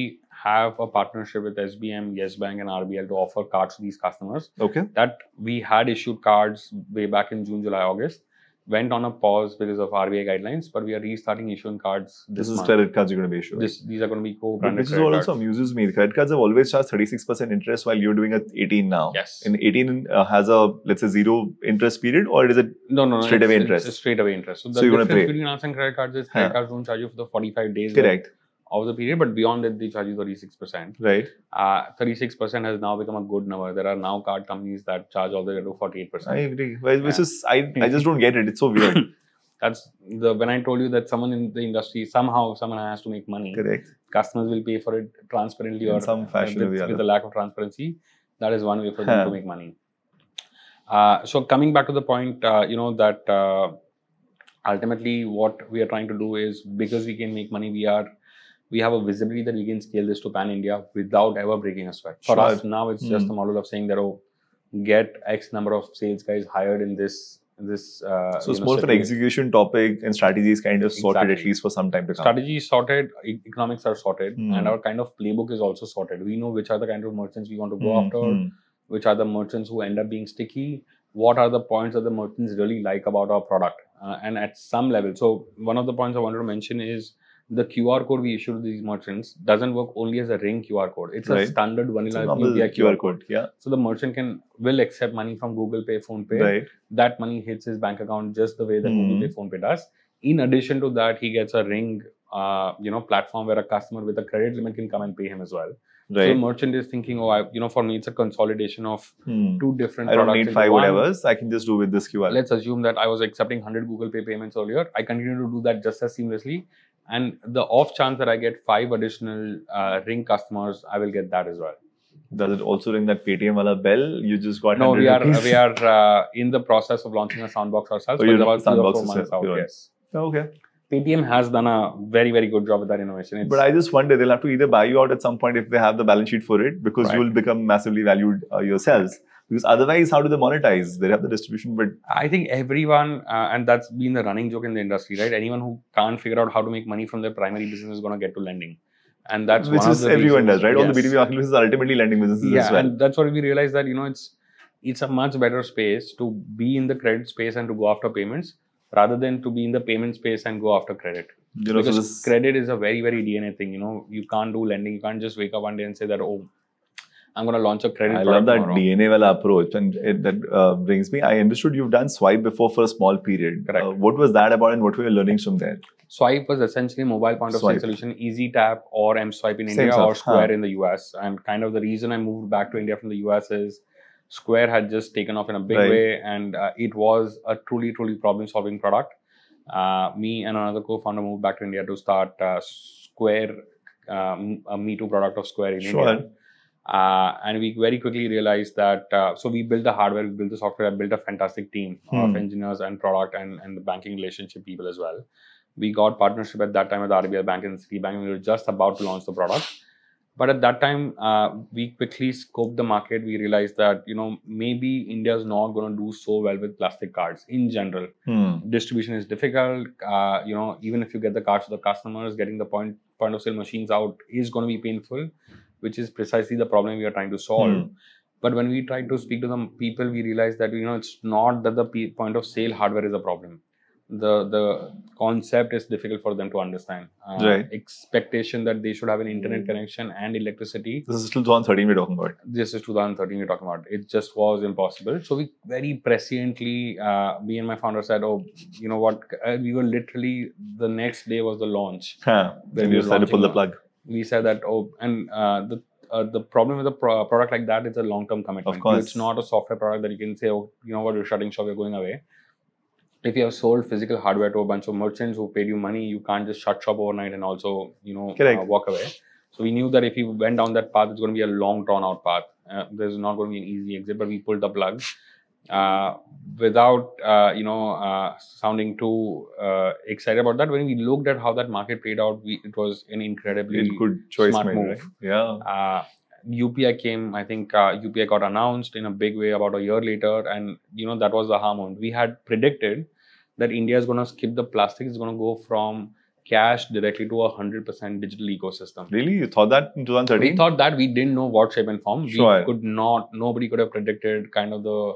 Speaker 1: have a partnership with SBM, Yes Bank, and RBL to offer cards to these customers.
Speaker 2: Okay.
Speaker 1: That we had issued cards way back in June, July, August. Went on a pause because of RBI guidelines, but we are restarting issuing cards
Speaker 2: This,
Speaker 1: this,
Speaker 2: is
Speaker 1: month.
Speaker 2: credit cards you're going to be issuing.
Speaker 1: This, these are going to be
Speaker 2: But
Speaker 1: co-branded
Speaker 2: which is
Speaker 1: credit
Speaker 2: what
Speaker 1: cards.
Speaker 2: also amuses me. Credit cards have always charged 36% interest while you're doing a 18 now.
Speaker 1: Yes.
Speaker 2: And 18 uh, has a, let's say, zero interest period, or is it
Speaker 1: no, no, no.
Speaker 2: straight
Speaker 1: it's-
Speaker 2: away
Speaker 1: it's
Speaker 2: interest.
Speaker 1: a straight away interest. So the
Speaker 2: So you're gonna
Speaker 1: difference
Speaker 2: pay.
Speaker 1: between us and credit cards is credit
Speaker 2: Yeah.
Speaker 1: cards don't charge you for the 45 days
Speaker 2: correct?
Speaker 1: of the period, but beyond that, they charge you 36%.
Speaker 2: Right.
Speaker 1: uh, 36% has now become a good number. There are now card companies that charge all the way to 48%.
Speaker 2: I agree. Well, Which
Speaker 1: Yeah.
Speaker 2: is, I, I just don't get it. It's so weird.
Speaker 1: That's the when I told you that someone in the industry somehow someone has to make money.
Speaker 2: correct.
Speaker 1: Customers will pay for it transparently
Speaker 2: In
Speaker 1: or uh,
Speaker 2: some fashion or
Speaker 1: with,
Speaker 2: the
Speaker 1: with
Speaker 2: other.
Speaker 1: the lack of transparency. That is one way for them
Speaker 2: Huh.
Speaker 1: to make money. Uh, so coming back to the point, uh, you know that uh, ultimately what we are trying to do is because we can make money, we are we have a visibility that we can scale this to pan India without ever breaking a sweat. For
Speaker 2: Sure.
Speaker 1: us now, it's just
Speaker 2: Hmm.
Speaker 1: the model of saying that oh, get X number of sales guys hired in this in this. Uh,
Speaker 2: So
Speaker 1: you
Speaker 2: it's
Speaker 1: know,
Speaker 2: more of an
Speaker 1: segment.
Speaker 2: execution topic and strategies kind of sorted at
Speaker 1: Exactly.
Speaker 2: least for some time to come.
Speaker 1: Strategy is sorted, e- economics are sorted,
Speaker 2: Hmm.
Speaker 1: and our kind of playbook is also sorted. We know which are the kind of merchants we want to go
Speaker 2: Hmm,
Speaker 1: after,
Speaker 2: hmm.
Speaker 1: which are the merchants who end up being sticky, what are the points that the merchants really like about our product, uh, and at some level. So, one of the points I wanted to mention is the QR code we issue to these merchants doesn't work only as a ring QR code, it's
Speaker 2: Right.
Speaker 1: a standard
Speaker 2: It's
Speaker 1: vanilla
Speaker 2: a normal
Speaker 1: UPI
Speaker 2: QR
Speaker 1: QR code.
Speaker 2: code. Yeah.
Speaker 1: So, the merchant can will accept money from Google Pay, Phone Pay,
Speaker 2: Right.
Speaker 1: that money hits his bank account just the way that
Speaker 2: Mhm.
Speaker 1: Google Pay PhonePe does. In addition to that, he gets a ring, uh, you know, platform where a customer with a credit limit can come and pay him as well. So
Speaker 2: Right.
Speaker 1: the merchant is thinking, oh, I, you know, for me, it's a consolidation of
Speaker 2: Hmm.
Speaker 1: two different.
Speaker 2: I don't
Speaker 1: products
Speaker 2: need
Speaker 1: into
Speaker 2: five
Speaker 1: one.
Speaker 2: whatevers. I can just do with this QR.
Speaker 1: Let's assume that I was accepting 100 Google Pay payments earlier. I continue to do that just as seamlessly, and the off chance that I get five additional uh, ring customers, I will get that as well.
Speaker 2: Does it also ring that Paytm wala bell? You just got
Speaker 1: No,
Speaker 2: 100
Speaker 1: we are
Speaker 2: rupees.
Speaker 1: we are uh, in the process of launching a soundbox ourselves.
Speaker 2: Oh,
Speaker 1: but
Speaker 2: you're
Speaker 1: it's about three or
Speaker 2: soundbox
Speaker 1: four months
Speaker 2: yourself,
Speaker 1: out.
Speaker 2: you're right.
Speaker 1: Yes.
Speaker 2: Okay.
Speaker 1: Paytm has done a very, very good job with that innovation. It's,
Speaker 2: But I just wonder they'll have to either buy you out at some point if they have the balance sheet for it, because
Speaker 1: Right.
Speaker 2: you will become massively valued uh, yourselves. Because otherwise, how do they monetize? They have the distribution, but
Speaker 1: I think everyone, uh, and that's been the running joke in the industry, right? Anyone who can't figure out how to make money from their primary business is going to get to lending. And that's
Speaker 2: which
Speaker 1: one
Speaker 2: is
Speaker 1: of the
Speaker 2: everyone
Speaker 1: reasons-
Speaker 2: does, right? All the
Speaker 1: Yes.
Speaker 2: B2B marketplaces are ultimately lending businesses
Speaker 1: Yeah,
Speaker 2: as well.
Speaker 1: and that's why we realized that, you know, it's it's a much better space to be in the credit space and to go after payments rather than to be in the payment space and go after credit.
Speaker 2: you know, so
Speaker 1: because
Speaker 2: this,
Speaker 1: credit is a very very DNA thing. You know, you can't do lending. You can't just wake up one day and say that oh, I'm going to launch a credit.
Speaker 2: I
Speaker 1: product
Speaker 2: love that
Speaker 1: tomorrow."
Speaker 2: DNA wala approach, and it, that uh, brings me. I understood you've done swipe before for a small period.
Speaker 1: Correct.
Speaker 2: Uh, what was that about, and what were your learnings from there?
Speaker 1: Swipe was essentially a mobile point of
Speaker 2: Swipe.
Speaker 1: sale solution, Easy Tap or M Swipe in
Speaker 2: Same
Speaker 1: India
Speaker 2: stuff,
Speaker 1: or Square
Speaker 2: huh.
Speaker 1: in the US. And kind of the reason I moved back to India from the US is Square had just taken off in a big
Speaker 2: Right.
Speaker 1: way, and uh, it was a truly truly problem solving product. Uh, me and another co-founder moved back to India to start uh, Square, um, a Me Too product of Square in
Speaker 2: Sure.
Speaker 1: India. Uh, and we very quickly realized that uh, so we built the hardware, we built the software, I built a fantastic team
Speaker 2: Hmm.
Speaker 1: of engineers and product and, and the banking relationship people as well. We got partnership at that time with RBI Bank and Citibank. and We were just about to launch the product, but at that time uh, we quickly scoped the market. We realized that you know maybe India is not going to do so well with plastic cards in general
Speaker 2: Hmm.
Speaker 1: distribution is difficult. Uh, you know, even if you get the cards to the customers, getting the point point of sale machines out is going to be painful, which is precisely the problem we are trying to solve.
Speaker 2: Hmm.
Speaker 1: But when we tried to speak to the people, we realized that you know it's not that the p- point of sale hardware is a problem. The the concept is difficult for them to understand. Uh,
Speaker 2: Right.
Speaker 1: Expectation that they should have an internet connection and electricity
Speaker 2: This is still John 13 we're talking about.
Speaker 1: this is 2013 we're talking about it just was impossible so we very presciently uh, me and my founder said oh you know what uh, we were literally the next day was the launch
Speaker 2: Huh. Then
Speaker 1: we
Speaker 2: you
Speaker 1: were
Speaker 2: decided to pull the
Speaker 1: launching
Speaker 2: plug.
Speaker 1: we said that oh and uh, the uh, the problem with a pro- product like that is a long-term commitment.
Speaker 2: Of course.
Speaker 1: It's not a software product that you can say, oh, you know what, you're shutting shop, you're going away. If you have sold physical hardware to a bunch of merchants who paid you money, you can't just shut shop overnight and also, you know,
Speaker 2: Correct.
Speaker 1: uh, walk away. So we knew that if we went down that path, it's going to be a long, drawn-out path. Uh, there's not going to be an easy exit, but we pulled the plug uh, without, uh, you know, uh, sounding too uh, excited about that. When we looked at how that market played out, we, it was an incredibly
Speaker 2: It good choice
Speaker 1: smart
Speaker 2: made,
Speaker 1: move.
Speaker 2: right? Yeah.
Speaker 1: uh, UPI came. I think uh, UPI got announced in a big way about a year later, and you know that was the harm. moment. We had predicted that India is going to skip the plastic. It's going to go from cash directly to a hundred percent digital ecosystem.
Speaker 2: Really? You thought that in 2013?
Speaker 1: We thought that we didn't know what shape and form.
Speaker 2: Sure.
Speaker 1: We could not. Nobody could have predicted kind of the.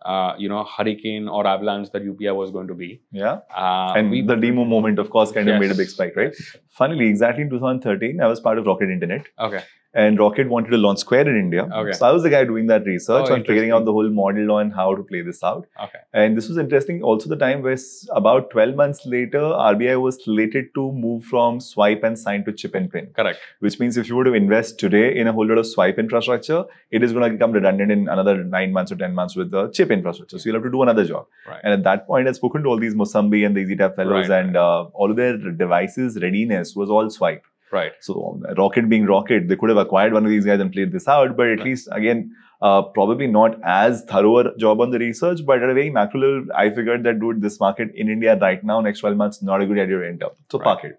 Speaker 1: Uh, you know, hurricane or avalanche that UPI was going to be.
Speaker 2: yeah.
Speaker 1: Uh,
Speaker 2: and
Speaker 1: we-
Speaker 2: the demo moment, of course, kind of made a
Speaker 1: Yes.
Speaker 2: big spike, right? Funnily, exactly in 2013, I was part of Rocket Internet.
Speaker 1: Okay.
Speaker 2: and Rocket wanted to launch Square in India.
Speaker 1: Okay.
Speaker 2: So I was the guy doing that research
Speaker 1: Oh,
Speaker 2: on figuring out
Speaker 1: interesting.
Speaker 2: the whole model on how to play this out.
Speaker 1: Okay.
Speaker 2: And this was interesting. Also, the time where s- about 12 months later, RBI was slated to move from swipe and sign to chip and pin,
Speaker 1: Correct.
Speaker 2: which means if you were to invest today in a whole lot of swipe infrastructure, it is going to become redundant in another nine months or 10 months with the chip infrastructure. So you'll have to do another job.
Speaker 1: Right.
Speaker 2: And at that point, I'd spoken to all these Mosambi and the EasyTap fellows,
Speaker 1: Right,
Speaker 2: and uh, all of their devices readiness was all swipe.
Speaker 1: Right.
Speaker 2: So um, Rocket being Rocket, they could have acquired one of these guys and played this out. But at
Speaker 1: Right.
Speaker 2: least again, uh, probably not as thorough a job on the research. But at a very macro level, I figured that dude, this market in India right now, next 12 months, not a good idea to enter. So
Speaker 1: Right.
Speaker 2: park it.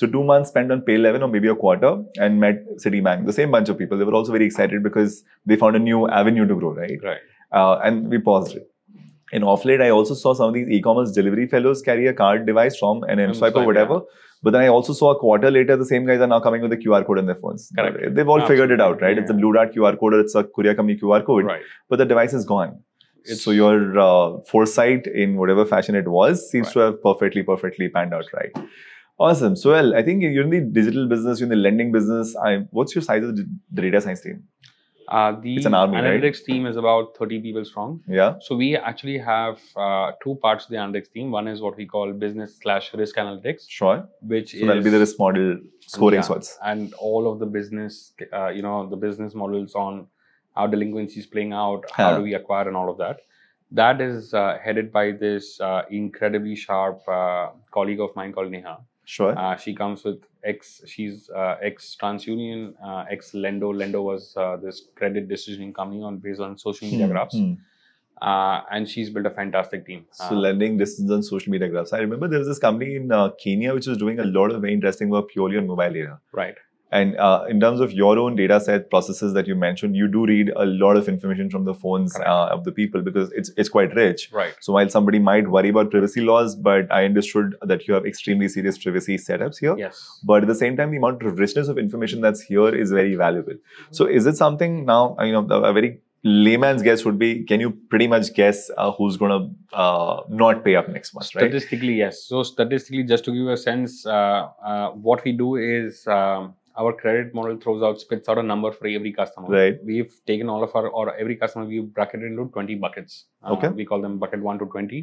Speaker 2: So two months spent on Pay 11 or maybe a quarter and met Citibank, the same bunch of people. They were also very excited because they found a new avenue to grow, right?
Speaker 1: Right.
Speaker 2: Uh, and we paused it. And off late, I also saw some of these e-commerce delivery fellows carry a card device from an M Swipe
Speaker 1: M-Swipe,
Speaker 2: or
Speaker 1: yeah.
Speaker 2: whatever. But then I also saw a quarter later, the same guys are now coming with a QR code on their phones.
Speaker 1: Correct.
Speaker 2: They've all figured it out,
Speaker 1: Absolutely,
Speaker 2: right? It's a
Speaker 1: yeah.
Speaker 2: Blue Dart QR code or it's a Courier Company QR code,
Speaker 1: Right.
Speaker 2: but the device is gone.
Speaker 1: It's-
Speaker 2: so your uh, foresight in whatever fashion it was seems to have perfectly, perfectly panned out, right? Awesome. So, well, I think you're in the digital business, you're in the lending business. I, what's your size of the the data science team?
Speaker 1: Uh, the
Speaker 2: It's an army, right?
Speaker 1: analytics team is about 30 people strong.
Speaker 2: Yeah.
Speaker 1: So we actually have uh, two parts of the analytics team. One is what we call business slash risk analytics,
Speaker 2: Sure.
Speaker 1: which
Speaker 2: So
Speaker 1: is
Speaker 2: that'll be the risk model scoring
Speaker 1: Yeah.
Speaker 2: sorts.
Speaker 1: and all of the business, uh, you know, the business models on how delinquency is playing out,
Speaker 2: Huh.
Speaker 1: how do we acquire, and all of that. That is uh, headed by this uh, incredibly sharp uh, colleague of mine called Neha.
Speaker 2: Sure.
Speaker 1: Uh, she comes with ex. She's uh, ex TransUnion, uh, ex Lendo. Lendo was uh, this credit decisioning company on based on social media
Speaker 2: Hmm,
Speaker 1: graphs,
Speaker 2: hmm.
Speaker 1: uh, and she's built a fantastic team.
Speaker 2: So
Speaker 1: Uh,
Speaker 2: lending distance on social media graphs. I remember there was this company in uh, Kenya which was doing a lot of very interesting work purely on mobile data.
Speaker 1: right.
Speaker 2: And uh, in terms of your own data set processes that you mentioned, you do read a lot of information from the phones
Speaker 1: Correct.
Speaker 2: uh, of the people because it's it's quite rich.
Speaker 1: Right.
Speaker 2: So while somebody might worry about privacy laws, but I understood that you have extremely serious privacy setups here.
Speaker 1: Yes.
Speaker 2: But at the same time, the amount of richness of information that's here is very valuable. So is it something now? uh, You know, a very layman's guess would be: Can you pretty much guess uh, who's going to uh, not pay up next month, right?
Speaker 1: Statistically, yes. So statistically, just to give you a sense, uh, uh, what we do is um, our credit model throws out, spits out a number for every customer.
Speaker 2: Right.
Speaker 1: We've taken all of our or every customer we've bracketed into 20 buckets. Uh,
Speaker 2: Okay.
Speaker 1: We call them bucket one to 20.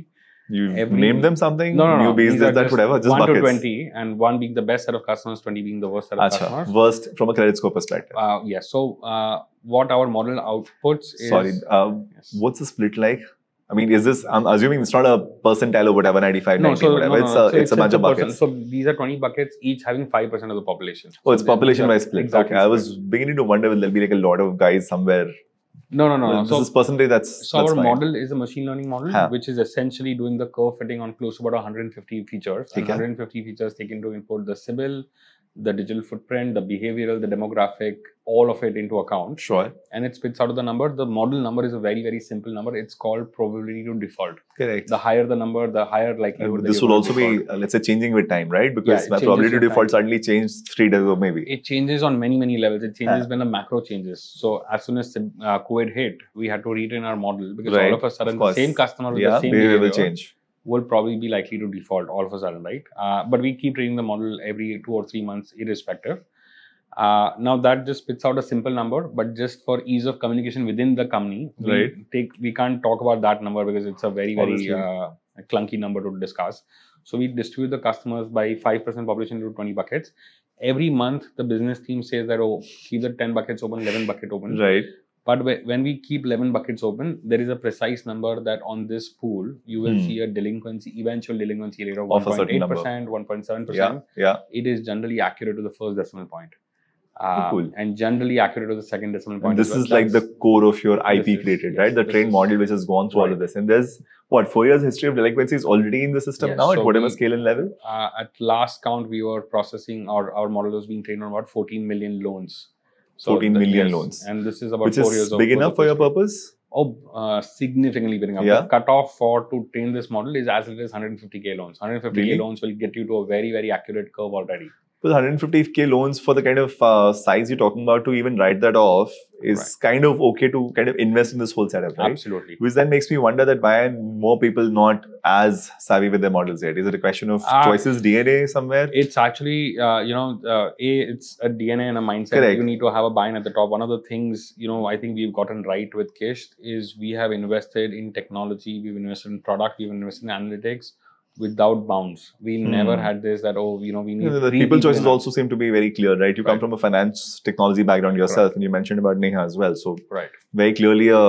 Speaker 2: You
Speaker 1: Every-
Speaker 2: name them something,
Speaker 1: No, no, no.
Speaker 2: newbies,
Speaker 1: These
Speaker 2: this,
Speaker 1: are
Speaker 2: that, whatever, just
Speaker 1: one
Speaker 2: buckets.
Speaker 1: to 20, and one being the best set of customers, 20 being the worst set of
Speaker 2: Acha,
Speaker 1: customers.
Speaker 2: worst from a credit score perspective.
Speaker 1: Uh, yes. So uh, what our model outputs is
Speaker 2: Sorry, uh,
Speaker 1: Yes.
Speaker 2: what's the split like? I mean, is this? I'm assuming it's not a percentile or whatever, 95, 90, whatever. it's, a,
Speaker 1: so
Speaker 2: it's, a bunch of
Speaker 1: percent-
Speaker 2: buckets.
Speaker 1: So these are 20 buckets, each having 5% of the population.
Speaker 2: Oh, it's
Speaker 1: So then these
Speaker 2: population
Speaker 1: are-
Speaker 2: by split.
Speaker 1: Exactly.
Speaker 2: okay, I was beginning to wonder will there be like a lot of guys somewhere.
Speaker 1: No, no, no. no.
Speaker 2: this
Speaker 1: so
Speaker 2: is percentage. That's
Speaker 1: so
Speaker 2: that's
Speaker 1: our
Speaker 2: fine.
Speaker 1: model is a machine learning model,
Speaker 2: Huh.
Speaker 1: which is essentially doing the curve fitting on close to about 150 features. And
Speaker 2: Okay.
Speaker 1: 150 features take into input the CIBIL, the digital footprint, the behavioral, the demographic, all of it into account,
Speaker 2: Sure.
Speaker 1: and it spits out the number. The model number is a very, very simple number. It's called probability to default.
Speaker 2: Correct.
Speaker 1: The higher the number, the higher likelihood.
Speaker 2: And
Speaker 1: that
Speaker 2: this
Speaker 1: you're
Speaker 2: will
Speaker 1: gonna
Speaker 2: also
Speaker 1: default.
Speaker 2: be, uh, let's say, changing with time, right?
Speaker 1: Yeah,
Speaker 2: Because
Speaker 1: it
Speaker 2: my
Speaker 1: changes
Speaker 2: probability to
Speaker 1: with
Speaker 2: default
Speaker 1: time.
Speaker 2: suddenly changed three days ago, maybe.
Speaker 1: it changes on many many levels it changes when the macro changes so as soon as uh, covid hit we had to retrain our model because
Speaker 2: Right,
Speaker 1: all of a sudden
Speaker 2: of
Speaker 1: the
Speaker 2: course.
Speaker 1: same customer with
Speaker 2: yeah,
Speaker 1: the same
Speaker 2: behavior will
Speaker 1: behavior
Speaker 2: change.
Speaker 1: will probably be likely to default all of a sudden right uh, but we keep training the model every two or three months irrespective uh, now that just spits out a simple number but just for ease of communication within the company
Speaker 2: Right.
Speaker 1: we take we can't talk about that number because it's a very very
Speaker 2: Obviously.
Speaker 1: uh, clunky number to discuss so we distribute the customers by 5% population into 20 buckets every month the business team says that oh keep the 10 buckets open 11 bucket open
Speaker 2: Right.
Speaker 1: but whe- when we keep 11 buckets open there is a precise number that on this pool you will
Speaker 2: Hmm.
Speaker 1: see a delinquency eventual delinquency rate of
Speaker 2: Of a certain
Speaker 1: 1.8%
Speaker 2: number.
Speaker 1: 1.7%
Speaker 2: Yeah. Yeah.
Speaker 1: it is generally accurate to the first decimal point uh,
Speaker 2: cool.
Speaker 1: and generally accurate to the second decimal point
Speaker 2: And this
Speaker 1: as well.
Speaker 2: is like the
Speaker 1: That's-
Speaker 2: core of your IP
Speaker 1: This is-
Speaker 2: created,
Speaker 1: yes,
Speaker 2: right? The
Speaker 1: this
Speaker 2: trained
Speaker 1: is-
Speaker 2: model which has gone through all of this. And there's what, four years history of delinquency is already in the system
Speaker 1: Yes,
Speaker 2: now at
Speaker 1: so
Speaker 2: whatever
Speaker 1: we-
Speaker 2: scale and level?
Speaker 1: uh, at last count we were processing our our model was being trained on about 14 million loans
Speaker 2: 14
Speaker 1: the-
Speaker 2: million loans.
Speaker 1: and this is about
Speaker 2: Which
Speaker 1: four
Speaker 2: is
Speaker 1: years of
Speaker 2: big
Speaker 1: worth
Speaker 2: enough
Speaker 1: of
Speaker 2: for your
Speaker 1: history.
Speaker 2: purpose?
Speaker 1: Oh, uh, significantly bigger. up.
Speaker 2: Yeah.
Speaker 1: The cutoff for to train this model is as it is 150k loans. 150k
Speaker 2: Really?
Speaker 1: loans will get you to a very very accurate curve already.
Speaker 2: Because 150k loans for the kind of uh, size you're talking about to even write that off is
Speaker 1: Right.
Speaker 2: kind of okay to kind of invest in this whole setup, right?
Speaker 1: Absolutely.
Speaker 2: Which then makes me wonder that why are more people not as savvy with their models yet? Is it a question of
Speaker 1: Ah.
Speaker 2: choices DNA somewhere?
Speaker 1: It's actually uh, you know uh, a it's a DNA and a mindset.
Speaker 2: Correct.
Speaker 1: You need to have a buy-in at the top. One of the things you know I think we've gotten right with Kish is we have invested in technology, we've invested in product, we've invested in analytics without bounds. We
Speaker 2: Hmm.
Speaker 1: never had this that oh you know we need
Speaker 2: You know, the
Speaker 1: three
Speaker 2: people
Speaker 1: in
Speaker 2: choices
Speaker 1: our-
Speaker 2: also seem to be very clear, right? You come
Speaker 1: Right.
Speaker 2: from a finance technology background yourself, and you mentioned about Neha as well. So
Speaker 1: right.
Speaker 2: very clearly a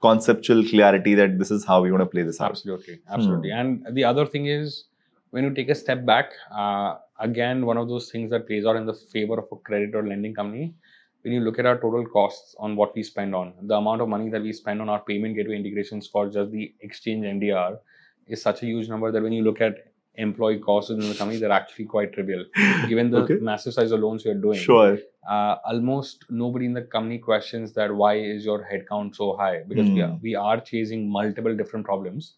Speaker 2: conceptual clarity that this is how we want to play this out.
Speaker 1: Absolutely, absolutely. And the other thing is when you take a step back, uh, again, one of those things that plays out in the favor of a credit or lending company. When you look at our total costs on what we spend on, the amount of money that we spend on our payment gateway integrations called just the exchange MDR is such a huge number that when you look at employee costs within the company, they're actually quite trivial given the
Speaker 2: Okay.
Speaker 1: massive size of loans we are doing
Speaker 2: Sure.
Speaker 1: uh, almost nobody in the company questions that why is your headcount so high because we, are,
Speaker 2: Hmm.
Speaker 1: we are chasing multiple different problems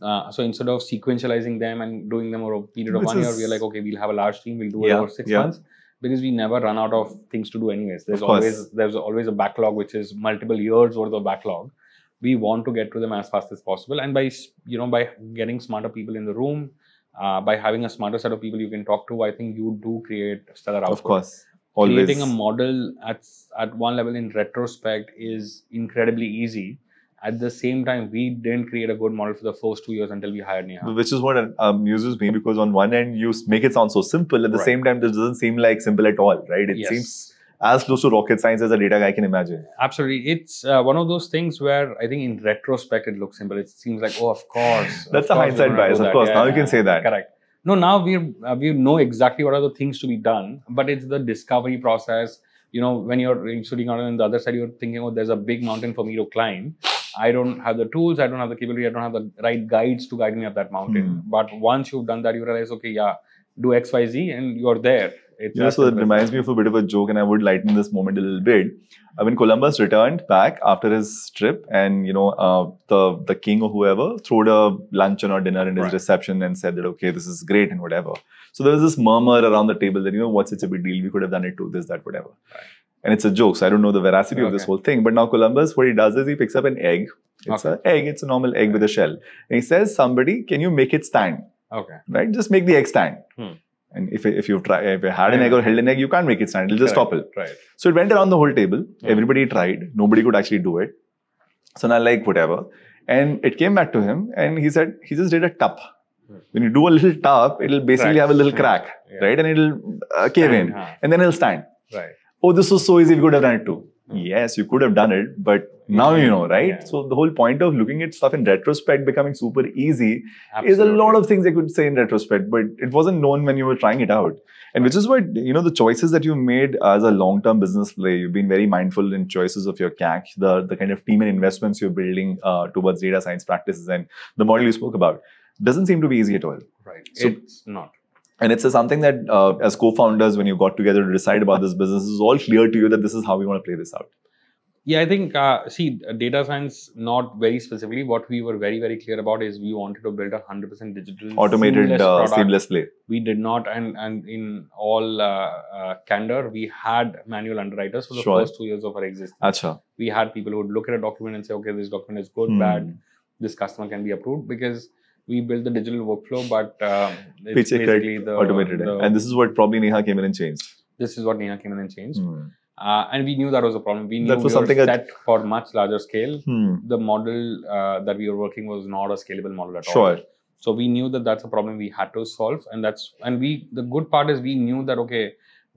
Speaker 1: uh, so instead of sequentializing them and doing them over a period of
Speaker 2: Which
Speaker 1: one year
Speaker 2: is-
Speaker 1: we're like okay we'll have a large team we'll do it
Speaker 2: Yeah,
Speaker 1: over six
Speaker 2: yeah.
Speaker 1: months because we never run out of things to do anyways there's
Speaker 2: Of course.
Speaker 1: always there's always a backlog which is multiple years worth of backlog we want to get to them as fast as possible and by s- you know by getting smarter people in the room uh, by having a smarter set of people you can talk to i think you do create stellar output
Speaker 2: Of course. Always.
Speaker 1: creating a model at at one level in retrospect is incredibly easy. At the same time, we didn't create a good model for the first two years until we hired Neha.
Speaker 2: which is what amuses me because on one end you s- make it sound so simple at the
Speaker 1: Right.
Speaker 2: same time this doesn't seem like simple at all right it
Speaker 1: Yes.
Speaker 2: seems as close to rocket science as a data guy can imagine
Speaker 1: Absolutely, it's uh, one of those things where I think in retrospect it looks simple. It seems like oh, of course.
Speaker 2: that's
Speaker 1: of
Speaker 2: the
Speaker 1: course we're
Speaker 2: hindsight
Speaker 1: gonna
Speaker 2: bias
Speaker 1: do
Speaker 2: of
Speaker 1: that.
Speaker 2: course
Speaker 1: Yeah,
Speaker 2: now you
Speaker 1: yeah,
Speaker 2: can say that
Speaker 1: Correct. No, now we uh, we know exactly what are the things to be done, but it's the discovery process. You know, when you're shooting out on the other side, you're thinking, oh, there's a big mountain for me to climb. I don't have the tools, I don't have the capability, I don't have the right guides to guide me up that mountain.
Speaker 2: Hmm.
Speaker 1: But once you've done that, you realize, okay, yeah, do X, Y, Z, and you're there. It's
Speaker 2: You know,
Speaker 1: as
Speaker 2: so that
Speaker 1: simple as
Speaker 2: reminds me of a bit of a joke, and I would lighten this moment a little bit. Uh, when Columbus returned back after his trip, and you know, uh, the the king or whoever threw a luncheon or dinner in his
Speaker 1: Right.
Speaker 2: reception and said that okay, this is great and whatever. So there was this murmur around the table that you know, what's such a big deal? We could have done it to this, that, whatever.
Speaker 1: Right.
Speaker 2: And it's a joke, so I don't know the veracity of this
Speaker 1: Okay.
Speaker 2: whole thing. But now Columbus, what he does is he picks up an egg. It's
Speaker 1: Okay.
Speaker 2: an egg. It's a normal egg with a shell, and he says, "Somebody, can you make it stand?"
Speaker 1: Okay.
Speaker 2: right? Just make the egg stand.
Speaker 1: Hmm.
Speaker 2: And if, if you've tried, if you had an
Speaker 1: Yeah.
Speaker 2: egg or held an egg, you can't make it stand. It'll just
Speaker 1: Correct.
Speaker 2: topple.
Speaker 1: Right.
Speaker 2: So it went around the whole table.
Speaker 1: Hmm.
Speaker 2: Everybody tried. Nobody could actually do it. So now, like, whatever. And it came back to him, and he said he just did a tup.
Speaker 1: Hmm.
Speaker 2: When you do a little tup, it'll basically
Speaker 1: Crack.
Speaker 2: have a little
Speaker 1: Hmm.
Speaker 2: crack,
Speaker 1: Yeah.
Speaker 2: right? And it'll uh, cave
Speaker 1: Stand,
Speaker 2: in,
Speaker 1: huh.
Speaker 2: and then it'll stand.
Speaker 1: Right.
Speaker 2: Oh, this was so easy. We could have done it too.
Speaker 1: Hmm.
Speaker 2: Yes, you could have done it, but now you know, right?
Speaker 1: Yeah.
Speaker 2: So the whole point of looking at stuff in retrospect becoming super easy is a
Speaker 1: Absolutely.
Speaker 2: lot of things I could say in retrospect, but it wasn't known when you were trying it out. And which is what, you know, the choices that you made as a long term business play, you've been very mindful in choices of your CAC, the, the kind of team and investments you're building uh, towards data science practices and the model you spoke about. Doesn't seem to be easy at all.
Speaker 1: Right.
Speaker 2: So-
Speaker 1: it's not.
Speaker 2: And it's uh, something that, uh, as co founders, when you got together to decide about this business, is all clear to you that this is how we want to play this out.
Speaker 1: Yeah, I think, uh, see, uh, data science, not very specifically, what we were very, very clear about is we wanted to build a 100% digital,
Speaker 2: Automated,
Speaker 1: seamless
Speaker 2: uh,
Speaker 1: product.
Speaker 2: seamless play.
Speaker 1: we did not and and in all uh, uh, candor we had manual underwriters for the
Speaker 2: Sure.
Speaker 1: first two years of our existence
Speaker 2: Acha.
Speaker 1: we had people who would look at a document and say okay this document is good
Speaker 2: Hmm.
Speaker 1: bad this customer can be approved because we built the digital workflow but um, it's
Speaker 2: Paycheck
Speaker 1: basically
Speaker 2: credit,
Speaker 1: the
Speaker 2: automated.
Speaker 1: the-
Speaker 2: and this is what probably Neha came in and changed.
Speaker 1: this is what Neha came in and changed
Speaker 2: Hmm.
Speaker 1: uh, and we knew that was a problem we knew
Speaker 2: That was
Speaker 1: we were
Speaker 2: something that-
Speaker 1: set for much larger scale
Speaker 2: Hmm.
Speaker 1: the model uh, that we were working was not a scalable model at all
Speaker 2: Sure.
Speaker 1: so we knew that that's a problem we had to solve and that's and we the good part is we knew that okay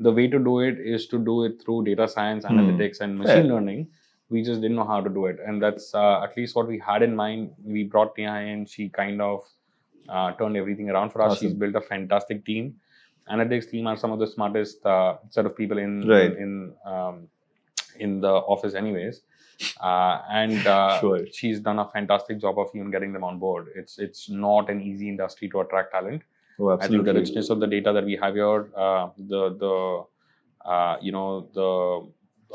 Speaker 1: the way to do it is to do it through data science,
Speaker 2: Hmm.
Speaker 1: analytics, and machine
Speaker 2: Yeah.
Speaker 1: learning. We just didn't know how to do it, and that's uh, at least what we had in mind. We brought Nia in; she kind of uh, turned everything around for us. She's
Speaker 2: Awesome.
Speaker 1: built a fantastic team. Analytics team are some of the smartest uh, set of people in
Speaker 2: Right.
Speaker 1: in um, in the office, anyways. Uh, and uh,
Speaker 2: sure.
Speaker 1: she's done a fantastic job of even getting them on board. It's it's not an easy industry to attract talent. I
Speaker 2: Oh,
Speaker 1: think the
Speaker 2: absolutely.
Speaker 1: richness of the data that we have here, uh, the the uh, you know the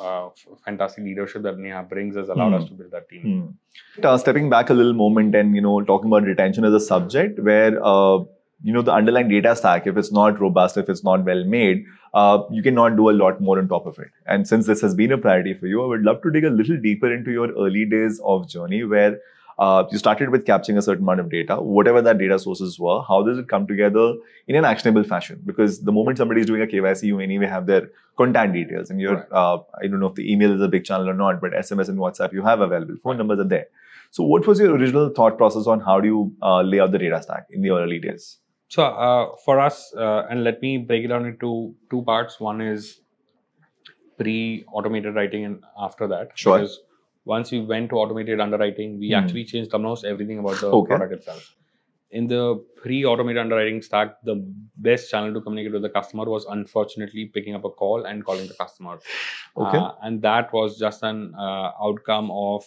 Speaker 1: uh, f- fantastic leadership that Neha brings has allowed
Speaker 2: Hmm.
Speaker 1: us to build that team.
Speaker 2: Hmm. Uh, stepping back a little moment and you know talking about retention as a subject where uh, you know the underlying data stack if it's not robust if it's not well made uh, you cannot do a lot more on top of it and since this has been a priority for you i would love to dig a little deeper into your early days of journey where uh, you started with capturing a certain amount of data whatever that data sources were how does it come together in an actionable fashion because the moment somebody is doing a kyc you anyway have their contact details and your uh, i don't know if the email is a big channel or not but sms and whatsapp you have available phone numbers are there so, what was your original thought process on how do you uh, lay out the data stack in the early days?
Speaker 1: So uh, for us, uh, and let me break it down into two parts. One is pre-automated writing, and after that,
Speaker 2: Sure.
Speaker 1: Because once we went to automated underwriting, we
Speaker 2: Hmm.
Speaker 1: actually changed almost everything about the
Speaker 2: Okay.
Speaker 1: product itself. In the pre-automated underwriting stack, the best channel to communicate with the customer was unfortunately picking up a call and calling the customer.
Speaker 2: Okay.
Speaker 1: Uh, and that was just an uh, outcome of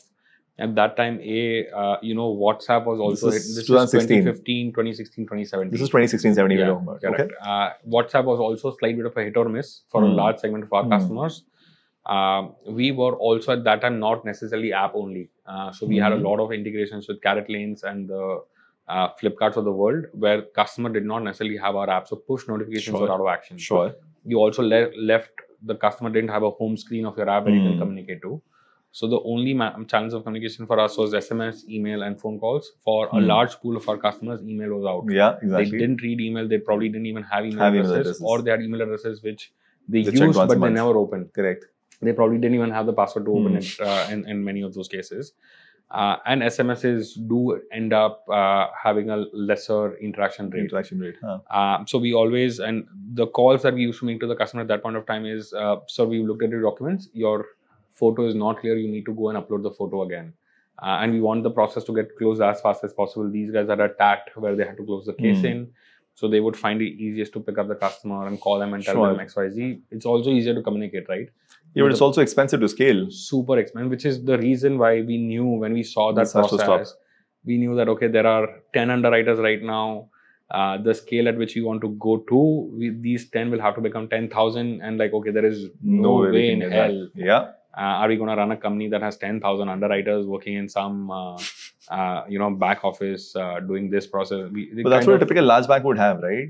Speaker 1: at that time a uh, you know WhatsApp was also
Speaker 2: This is
Speaker 1: hit-
Speaker 2: 2016.
Speaker 1: 2015, 2016, 2017.
Speaker 2: This is 2016 17
Speaker 1: Yeah,
Speaker 2: we're talking about.
Speaker 1: Correct. Uh, WhatsApp was also a slight bit of a hit or miss for a
Speaker 2: Hmm.
Speaker 1: large segment of our
Speaker 2: Hmm.
Speaker 1: customers. Um, we were also at that time not necessarily app only. Uh, so we had a
Speaker 2: Mhm.
Speaker 1: lot of integrations with Carrot Lanes and the uh, Flipkarts of the world where customer did not necessarily have our app. So push notifications
Speaker 2: Sure.
Speaker 1: were out of action.
Speaker 2: Sure.
Speaker 1: You also le- left, the customer didn't have a home screen of your app where you
Speaker 2: Hmm.
Speaker 1: can communicate to. So the only ma- channels of communication for us was SMS, email, and phone calls. For a
Speaker 2: Hmm.
Speaker 1: large pool of our customers, email was out
Speaker 2: Yeah,
Speaker 1: they
Speaker 2: exactly.
Speaker 1: didn't read email they probably didn't even have email,
Speaker 2: Have email
Speaker 1: addresses,
Speaker 2: addresses.
Speaker 1: or they had email addresses which they,
Speaker 2: They
Speaker 1: used
Speaker 2: checked once
Speaker 1: but
Speaker 2: a
Speaker 1: they
Speaker 2: month.
Speaker 1: never opened
Speaker 2: Correct.
Speaker 1: they probably didn't even have the password to open
Speaker 2: Hmm.
Speaker 1: it uh, in, in many of those cases uh, and smss do end up uh, having a lesser interaction rate
Speaker 2: Interaction rate. Huh.
Speaker 1: um, so we always and the calls that we used to make to the customer at that point of time is, uh, sir, we looked at your documents. Your photo is not clear. You need to go and upload the photo again. Uh, and we want the process to get closed as fast as possible. These guys had a tat where they had to close the case
Speaker 2: Hmm.
Speaker 1: in. So they would find it easiest to pick up the customer and call them and tell
Speaker 2: Sure.
Speaker 1: them XYZ. It's also easier to communicate, right?
Speaker 2: Yeah, but it's also expensive to scale.
Speaker 1: super expensive, which is the reason why we knew when we saw that
Speaker 2: This has to stop.
Speaker 1: process, we knew that okay, there are 10 underwriters right now. Uh, the scale at which we want to go to, we, these 10 will have to become 10,000. And like, okay, there is no,
Speaker 2: we
Speaker 1: way
Speaker 2: can
Speaker 1: in
Speaker 2: get that.
Speaker 1: hell
Speaker 2: Yeah.
Speaker 1: uh, are we going to run a company that has 10,000 underwriters working in some, uh, uh, you know, back office uh, doing this process? We, they
Speaker 2: But that's
Speaker 1: kind
Speaker 2: what a
Speaker 1: of-
Speaker 2: typical large bank would have, right?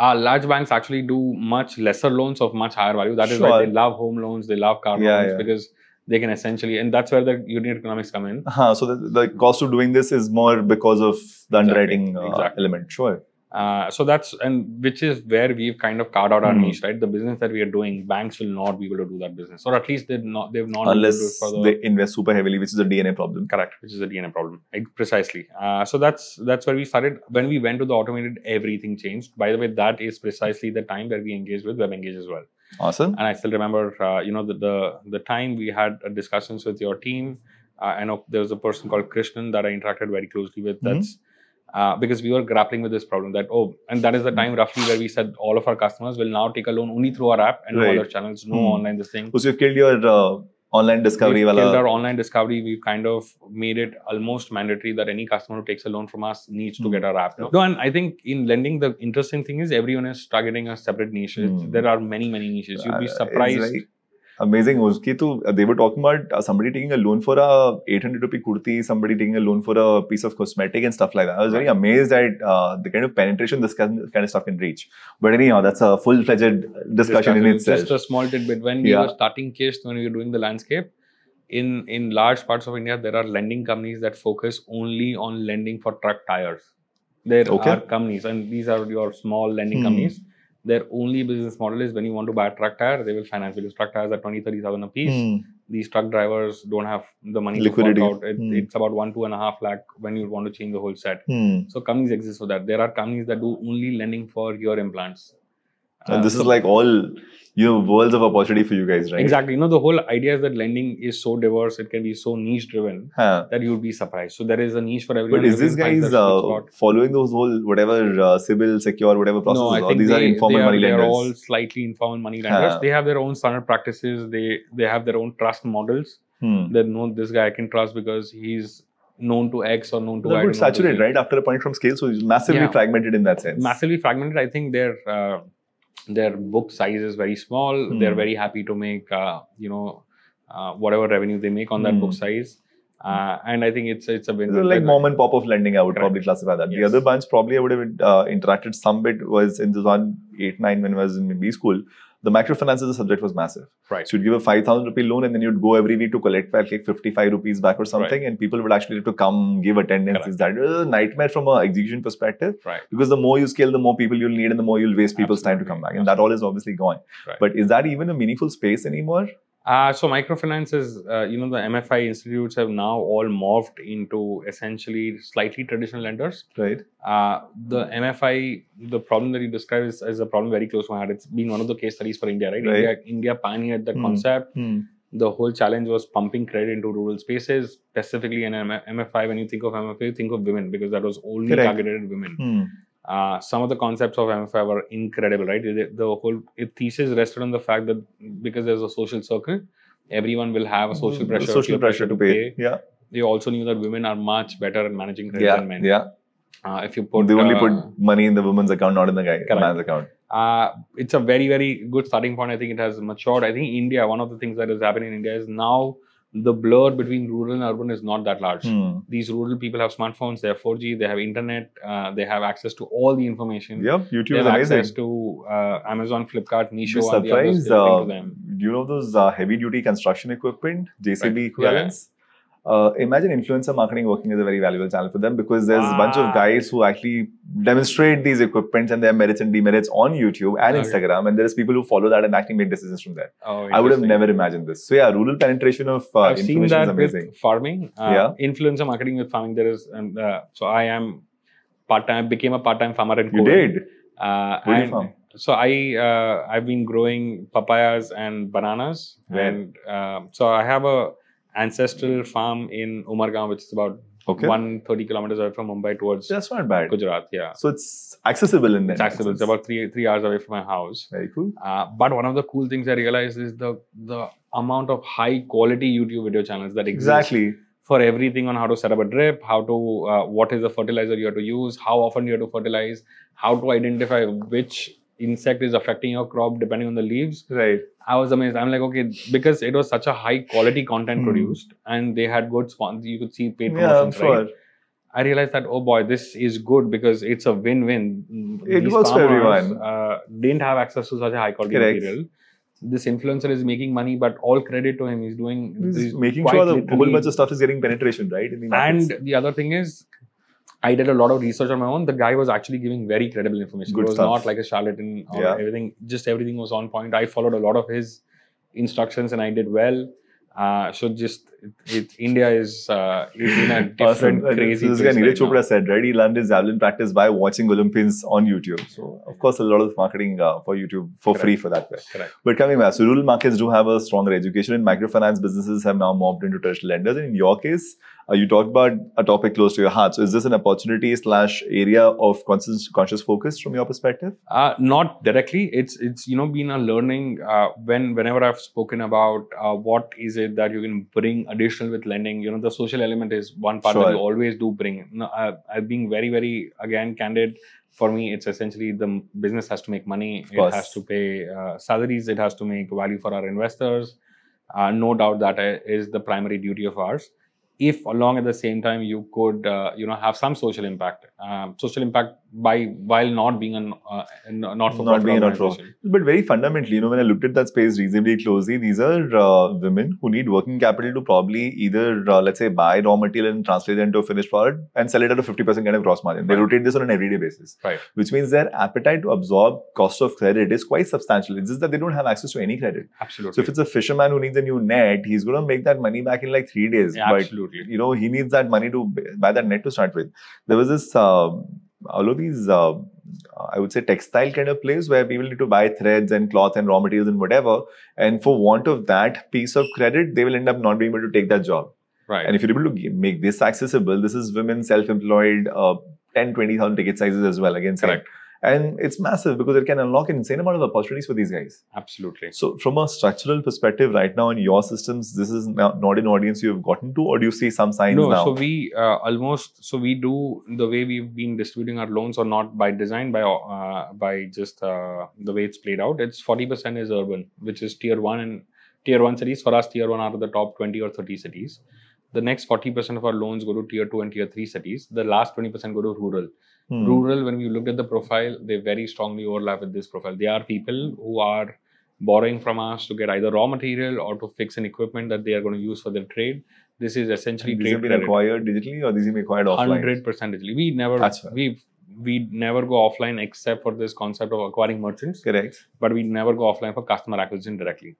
Speaker 1: uh, large banks actually do much lesser loans of much higher value. That is why
Speaker 2: Sure.
Speaker 1: they love home loans, they love car
Speaker 2: Yeah,
Speaker 1: loans
Speaker 2: yeah.
Speaker 1: because they can essentially, and that's where the unit economics come in.
Speaker 2: Uh-huh. So, the, the cost of doing this is more because of the underwriting uh,
Speaker 1: Exactly.
Speaker 2: element. Sure.
Speaker 1: Uh, so that's and which is where we've kind of carved out our
Speaker 2: Mhm.
Speaker 1: niche, right? The business that we are doing, banks will not be able to do that business, or at least they've not they've not been able to do it
Speaker 2: Unless
Speaker 1: for the
Speaker 2: they invest super heavily, which is a DNA problem.
Speaker 1: correct, which is a DNA problem Ex- precisely. Uh, so that's that's where we started. When we went to the automated, everything changed. By the way, that is precisely the time that we engaged with WebEngage as well.
Speaker 2: Awesome.
Speaker 1: and I still remember, uh, you know, the, the the time we had uh, discussions with your team. Uh, I know there was a person called Krishnan that I interacted very closely with.
Speaker 2: Mm-hmm.
Speaker 1: That's uh, because we were grappling with this problem that oh, and that is the time roughly where we said all of our customers will now take a loan only through our app and
Speaker 2: Right.
Speaker 1: no other channels, no
Speaker 2: Hmm.
Speaker 1: online this thing.
Speaker 2: So, you've killed your uh, online discovery.
Speaker 1: We've
Speaker 2: wala-
Speaker 1: killed our online discovery. We've kind of made it almost mandatory that any customer who takes a loan from us needs to
Speaker 2: Hmm.
Speaker 1: get our app. now. No, and I think in lending, the interesting thing is everyone is targeting a separate niche. It's-
Speaker 2: Hmm.
Speaker 1: There are many, many niches. You'd be
Speaker 2: Uh, it's
Speaker 1: surprised.
Speaker 2: like amazing. Uski to, they were talking about uh, somebody taking a loan for a 800 rupee kurti, somebody taking a loan for a piece of cosmetic and stuff like that. I was very amazed at uh, the kind of penetration this kind kind of stuff can reach. But anyhow, that's a full fledged discussion, in itself.
Speaker 1: Just a small tidbit. When we
Speaker 2: Yeah.
Speaker 1: were starting Kish, when we were doing the landscape, in in large parts of India, there are lending companies that focus only on lending for truck tires. There
Speaker 2: Okay.
Speaker 1: are companies, and these are your small lending
Speaker 2: Hmm.
Speaker 1: companies. Their only business model is when you want to buy a truck tire, they will finance because truck tires are 20, 30,000 a piece.
Speaker 2: Hmm.
Speaker 1: These truck drivers don't have the money
Speaker 2: Liquidity.
Speaker 1: to fork out. It,
Speaker 2: Hmm.
Speaker 1: It's about one, two and a half lakh when you want to change the whole set.
Speaker 2: Hmm.
Speaker 1: So companies exist for that. There are companies that do only lending for ear implants.
Speaker 2: and
Speaker 1: Uh,
Speaker 2: this is
Speaker 1: so-
Speaker 2: like all you know worlds of opportunity for you guys, right?
Speaker 1: Exactly. You know, the whole idea is that lending is so diverse, it can be so niche driven
Speaker 2: Huh.
Speaker 1: that you would be surprised. So there is a niche for everyone.
Speaker 2: But is this
Speaker 1: Everyone finds
Speaker 2: guys
Speaker 1: their sweet
Speaker 2: uh,
Speaker 1: spot.
Speaker 2: following those whole whatever uh, civil, secure, whatever processes?
Speaker 1: no, I
Speaker 2: or
Speaker 1: think
Speaker 2: these
Speaker 1: they,
Speaker 2: are informal
Speaker 1: they are,
Speaker 2: money
Speaker 1: they are
Speaker 2: lenders.
Speaker 1: all slightly informal money lenders.
Speaker 2: Huh.
Speaker 1: They have their own standard practices. They they have their own trust models.
Speaker 2: Hmm.
Speaker 1: They know this guy I can trust because he's known to X or known to Y.
Speaker 2: That
Speaker 1: known
Speaker 2: would
Speaker 1: to
Speaker 2: saturate,
Speaker 1: Z.
Speaker 2: right? After a point from scale, so it's massively
Speaker 1: Yeah.
Speaker 2: fragmented in that sense.
Speaker 1: Massively fragmented. I think their uh, their book size is very small. They're
Speaker 2: Hmm.
Speaker 1: very happy to make uh, you know uh, whatever revenue they make on that book
Speaker 2: Hmm.
Speaker 1: size. Uh, and I think it's it's a win.
Speaker 2: These are like mom and pop of lending, I would
Speaker 1: Correct.
Speaker 2: probably classify that. The
Speaker 1: Yes.
Speaker 2: other bunch probably I would have uh, interacted some bit was in this one eight nine when I was in B school. The microfinance as a subject was massive.
Speaker 1: Right.
Speaker 2: So you'd give a five thousand rupee loan and then you'd go every week to collect back like fifty five rupees back or something, and people would actually have to come give attendance.
Speaker 1: Correct.
Speaker 2: Is that It was a nightmare from a execution perspective?
Speaker 1: Right.
Speaker 2: Because the more you scale, the more people you'll need, and the more you'll waste people's time to
Speaker 1: Absolutely.
Speaker 2: come back, and that all is obviously gone.
Speaker 1: Right.
Speaker 2: But is that even a meaningful space anymore?
Speaker 1: Uh, so microfinance is, uh, you know, the MFI institutes have now all morphed into essentially slightly traditional lenders.
Speaker 2: Right.
Speaker 1: Uh, the MFI, the problem that you describe is, is a problem very close to my heart. It's been one of the case studies for India, right?
Speaker 2: Right.
Speaker 1: India, India pioneered the
Speaker 2: Hmm.
Speaker 1: concept.
Speaker 2: Hmm.
Speaker 1: The whole challenge was pumping credit into rural spaces, specifically in M- MFI. When you think of MFI, you think of women because that was only
Speaker 2: Correct.
Speaker 1: targeted at women.
Speaker 2: Hmm.
Speaker 1: Uh, some of the concepts of MFI were incredible, right? The, the whole thesis rested on the fact that because there's a social circle, everyone will have a social pressure,
Speaker 2: Mm-hmm. Mm. social
Speaker 1: peer
Speaker 2: pressure to pay. Yeah.
Speaker 1: They also knew that women are much better at managing credit
Speaker 2: yeah,
Speaker 1: than men.
Speaker 2: yeah.
Speaker 1: Uh, if you put,
Speaker 2: they only
Speaker 1: uh,
Speaker 2: put money in the woman's account, not in the guy
Speaker 1: Correct.
Speaker 2: man's account.
Speaker 1: Uh, it's a very, very good starting point. I think it has matured. I think India, one of the things that has happened in India is now the blur between rural and urban is not that large.
Speaker 2: Hmm.
Speaker 1: These rural people have smartphones, they have 4G, they have internet, uh, they have access to all the information.
Speaker 2: Yeah, YouTube
Speaker 1: they
Speaker 2: is
Speaker 1: have access
Speaker 2: amazing.
Speaker 1: to uh, Amazon, Flipkart,
Speaker 2: You'd
Speaker 1: Meesho,
Speaker 2: be
Speaker 1: and the others
Speaker 2: surprised.
Speaker 1: delivering
Speaker 2: Uh,
Speaker 1: to them.
Speaker 2: you know those uh, heavy-duty construction equipment, JCB
Speaker 1: Right.
Speaker 2: equivalents. Uh, imagine influencer marketing working as a very valuable channel for them because there's a bunch of
Speaker 1: Ah.
Speaker 2: guys who actually demonstrate these equipments and their merits and demerits on YouTube and
Speaker 1: Okay.
Speaker 2: Instagram, and there's people who follow that and actually make decisions from there.
Speaker 1: Oh,
Speaker 2: I would have
Speaker 1: interesting.
Speaker 2: never imagined this. So yeah, rural penetration of uh,
Speaker 1: I've seen
Speaker 2: information is
Speaker 1: that
Speaker 2: amazing.
Speaker 1: with farming. Uh,
Speaker 2: Yeah.
Speaker 1: Influencer marketing with farming. There is, um, uh, so I am part time. Became a part time farmer in
Speaker 2: you
Speaker 1: COVID.
Speaker 2: did.
Speaker 1: Uh,
Speaker 2: What do you
Speaker 1: and-
Speaker 2: farm?
Speaker 1: So I uh, I've been growing papayas and bananas,
Speaker 2: Right.
Speaker 1: and um so I have a ancestral farm in Umargaon, which is about
Speaker 2: Okay,
Speaker 1: 130 kilometers away from Mumbai towards
Speaker 2: that's not bad.
Speaker 1: Gujarat. Yeah,
Speaker 2: So it's accessible in there.
Speaker 1: it's accessible. It's about three three hours away from my house.
Speaker 2: very cool.
Speaker 1: Uh, but one of the cool things I realized is the the amount of high quality YouTube video channels that exist
Speaker 2: Exactly.
Speaker 1: for everything on how to set up a drip, how to uh, what is the fertilizer you have to use, how often you have to fertilize, how to identify which insect is affecting your crop depending on the leaves.
Speaker 2: Right.
Speaker 1: I was amazed. I'm like, okay, because it was such a high quality content
Speaker 2: Hmm.
Speaker 1: produced and they had good sponsors. You could see paid
Speaker 2: Yeah, I'm
Speaker 1: promotions,
Speaker 2: sure.
Speaker 1: right? I realized that oh boy, this is good because it's a win-win.
Speaker 2: It works for everyone.
Speaker 1: Uh, didn't have access to such a high quality
Speaker 2: Correct.
Speaker 1: material. This influencer is making money, but all credit to him. He's doing
Speaker 2: This is
Speaker 1: he's
Speaker 2: making
Speaker 1: quite
Speaker 2: sure the whole
Speaker 1: literally-
Speaker 2: bunch of stuff is getting penetration, right? In the
Speaker 1: And
Speaker 2: markets.
Speaker 1: the other thing is, I did a lot of research on my own. The guy was actually giving very credible information.
Speaker 2: Good
Speaker 1: it was
Speaker 2: stuff.
Speaker 1: not like a charlatan or
Speaker 2: Yeah.
Speaker 1: everything. Just everything was on point. I followed a lot of his instructions and I did well. Uh, so just it, it, India is uh, is in a different
Speaker 2: Awesome. And
Speaker 1: crazy.
Speaker 2: so this guy
Speaker 1: place right
Speaker 2: Neeraj
Speaker 1: now.
Speaker 2: Chopra said, right? He learned his javelin practice by watching Olympians on YouTube. So, of course, a lot of marketing uh, for YouTube for
Speaker 1: Correct.
Speaker 2: free for that way.
Speaker 1: Correct.
Speaker 2: But coming back, so rural markets do have a stronger education, and microfinance businesses have now morphed into traditional lenders. And in your case, uh, you talked about a topic close to your heart. So, is this an opportunity slash area of conscious conscious focus from your perspective?
Speaker 1: Uh, not directly. It's it's you know been a learning uh, when whenever I've spoken about uh, what is it that you can bring additional with lending. You know the social element is one part that
Speaker 2: Sure.
Speaker 1: you always do bring. No, I, I'm being very very again candid. For me, it's essentially the m- business has to make money. It
Speaker 2: course.
Speaker 1: has to pay uh, salaries. It has to make value for our investors. Uh, no doubt that i- is the primary duty of ours if along at the same time you could uh, you know have some social impact um, social impact by while not being a uh, not for
Speaker 2: Not being a not-for-profit.
Speaker 1: organization
Speaker 2: But very fundamentally, you know, when I looked at that space reasonably closely, these are uh, women who need working capital to probably either, uh, let's say, buy raw material and translate it into a finished product and sell it at a 50% kind of gross margin. They
Speaker 1: Right.
Speaker 2: rotate this on an everyday basis,
Speaker 1: Right.
Speaker 2: which means their appetite to absorb cost of credit is quite substantial. It's just that they don't have access to any credit.
Speaker 1: absolutely
Speaker 2: So if it's a fisherman who needs a new net, he's going to make that money back in like three days.
Speaker 1: Yeah,
Speaker 2: but
Speaker 1: absolutely
Speaker 2: you know he needs that money to buy that net to start with there was this um, all of these, uh, I would say, textile kind of place where people need to buy threads and cloth and raw materials and whatever. And for want of that piece of credit, they will end up not being able to take that job.
Speaker 1: Right.
Speaker 2: And if you're able to g- make this accessible, this is women self-employed, uh, 10, 20,000 ticket sizes as well. Again, same.
Speaker 1: Correct.
Speaker 2: And it's massive because it can unlock an insane amount of opportunities for these guys.
Speaker 1: Absolutely.
Speaker 2: So, from a structural perspective, right now in your systems, this is no- not an audience you have gotten to, or do you see some signs
Speaker 1: No,
Speaker 2: now?
Speaker 1: so we uh, almost so we do the way we've been distributing our loans or not by design by uh, by just uh, the way it's played out. It's forty percent is urban, which is tier one and tier one cities. For us, tier one are the top twenty or thirty cities. The next forty percent of our loans go to tier two and tier three cities. The last twenty percent go to rural.
Speaker 2: Hmm.
Speaker 1: rural when we looked at the profile they very strongly overlap with this profile they are people who are borrowing from us to get either raw material or to fix an equipment that they are going to use for their trade this is essentially
Speaker 2: These have
Speaker 1: trade
Speaker 2: been
Speaker 1: credit.
Speaker 2: acquired digitally, or these have been acquired offline?
Speaker 1: 100 percentagely we never
Speaker 2: That's right.
Speaker 1: we we never go offline except for this concept of acquiring merchants
Speaker 2: Correct.
Speaker 1: but we never go offline for customer acquisition directly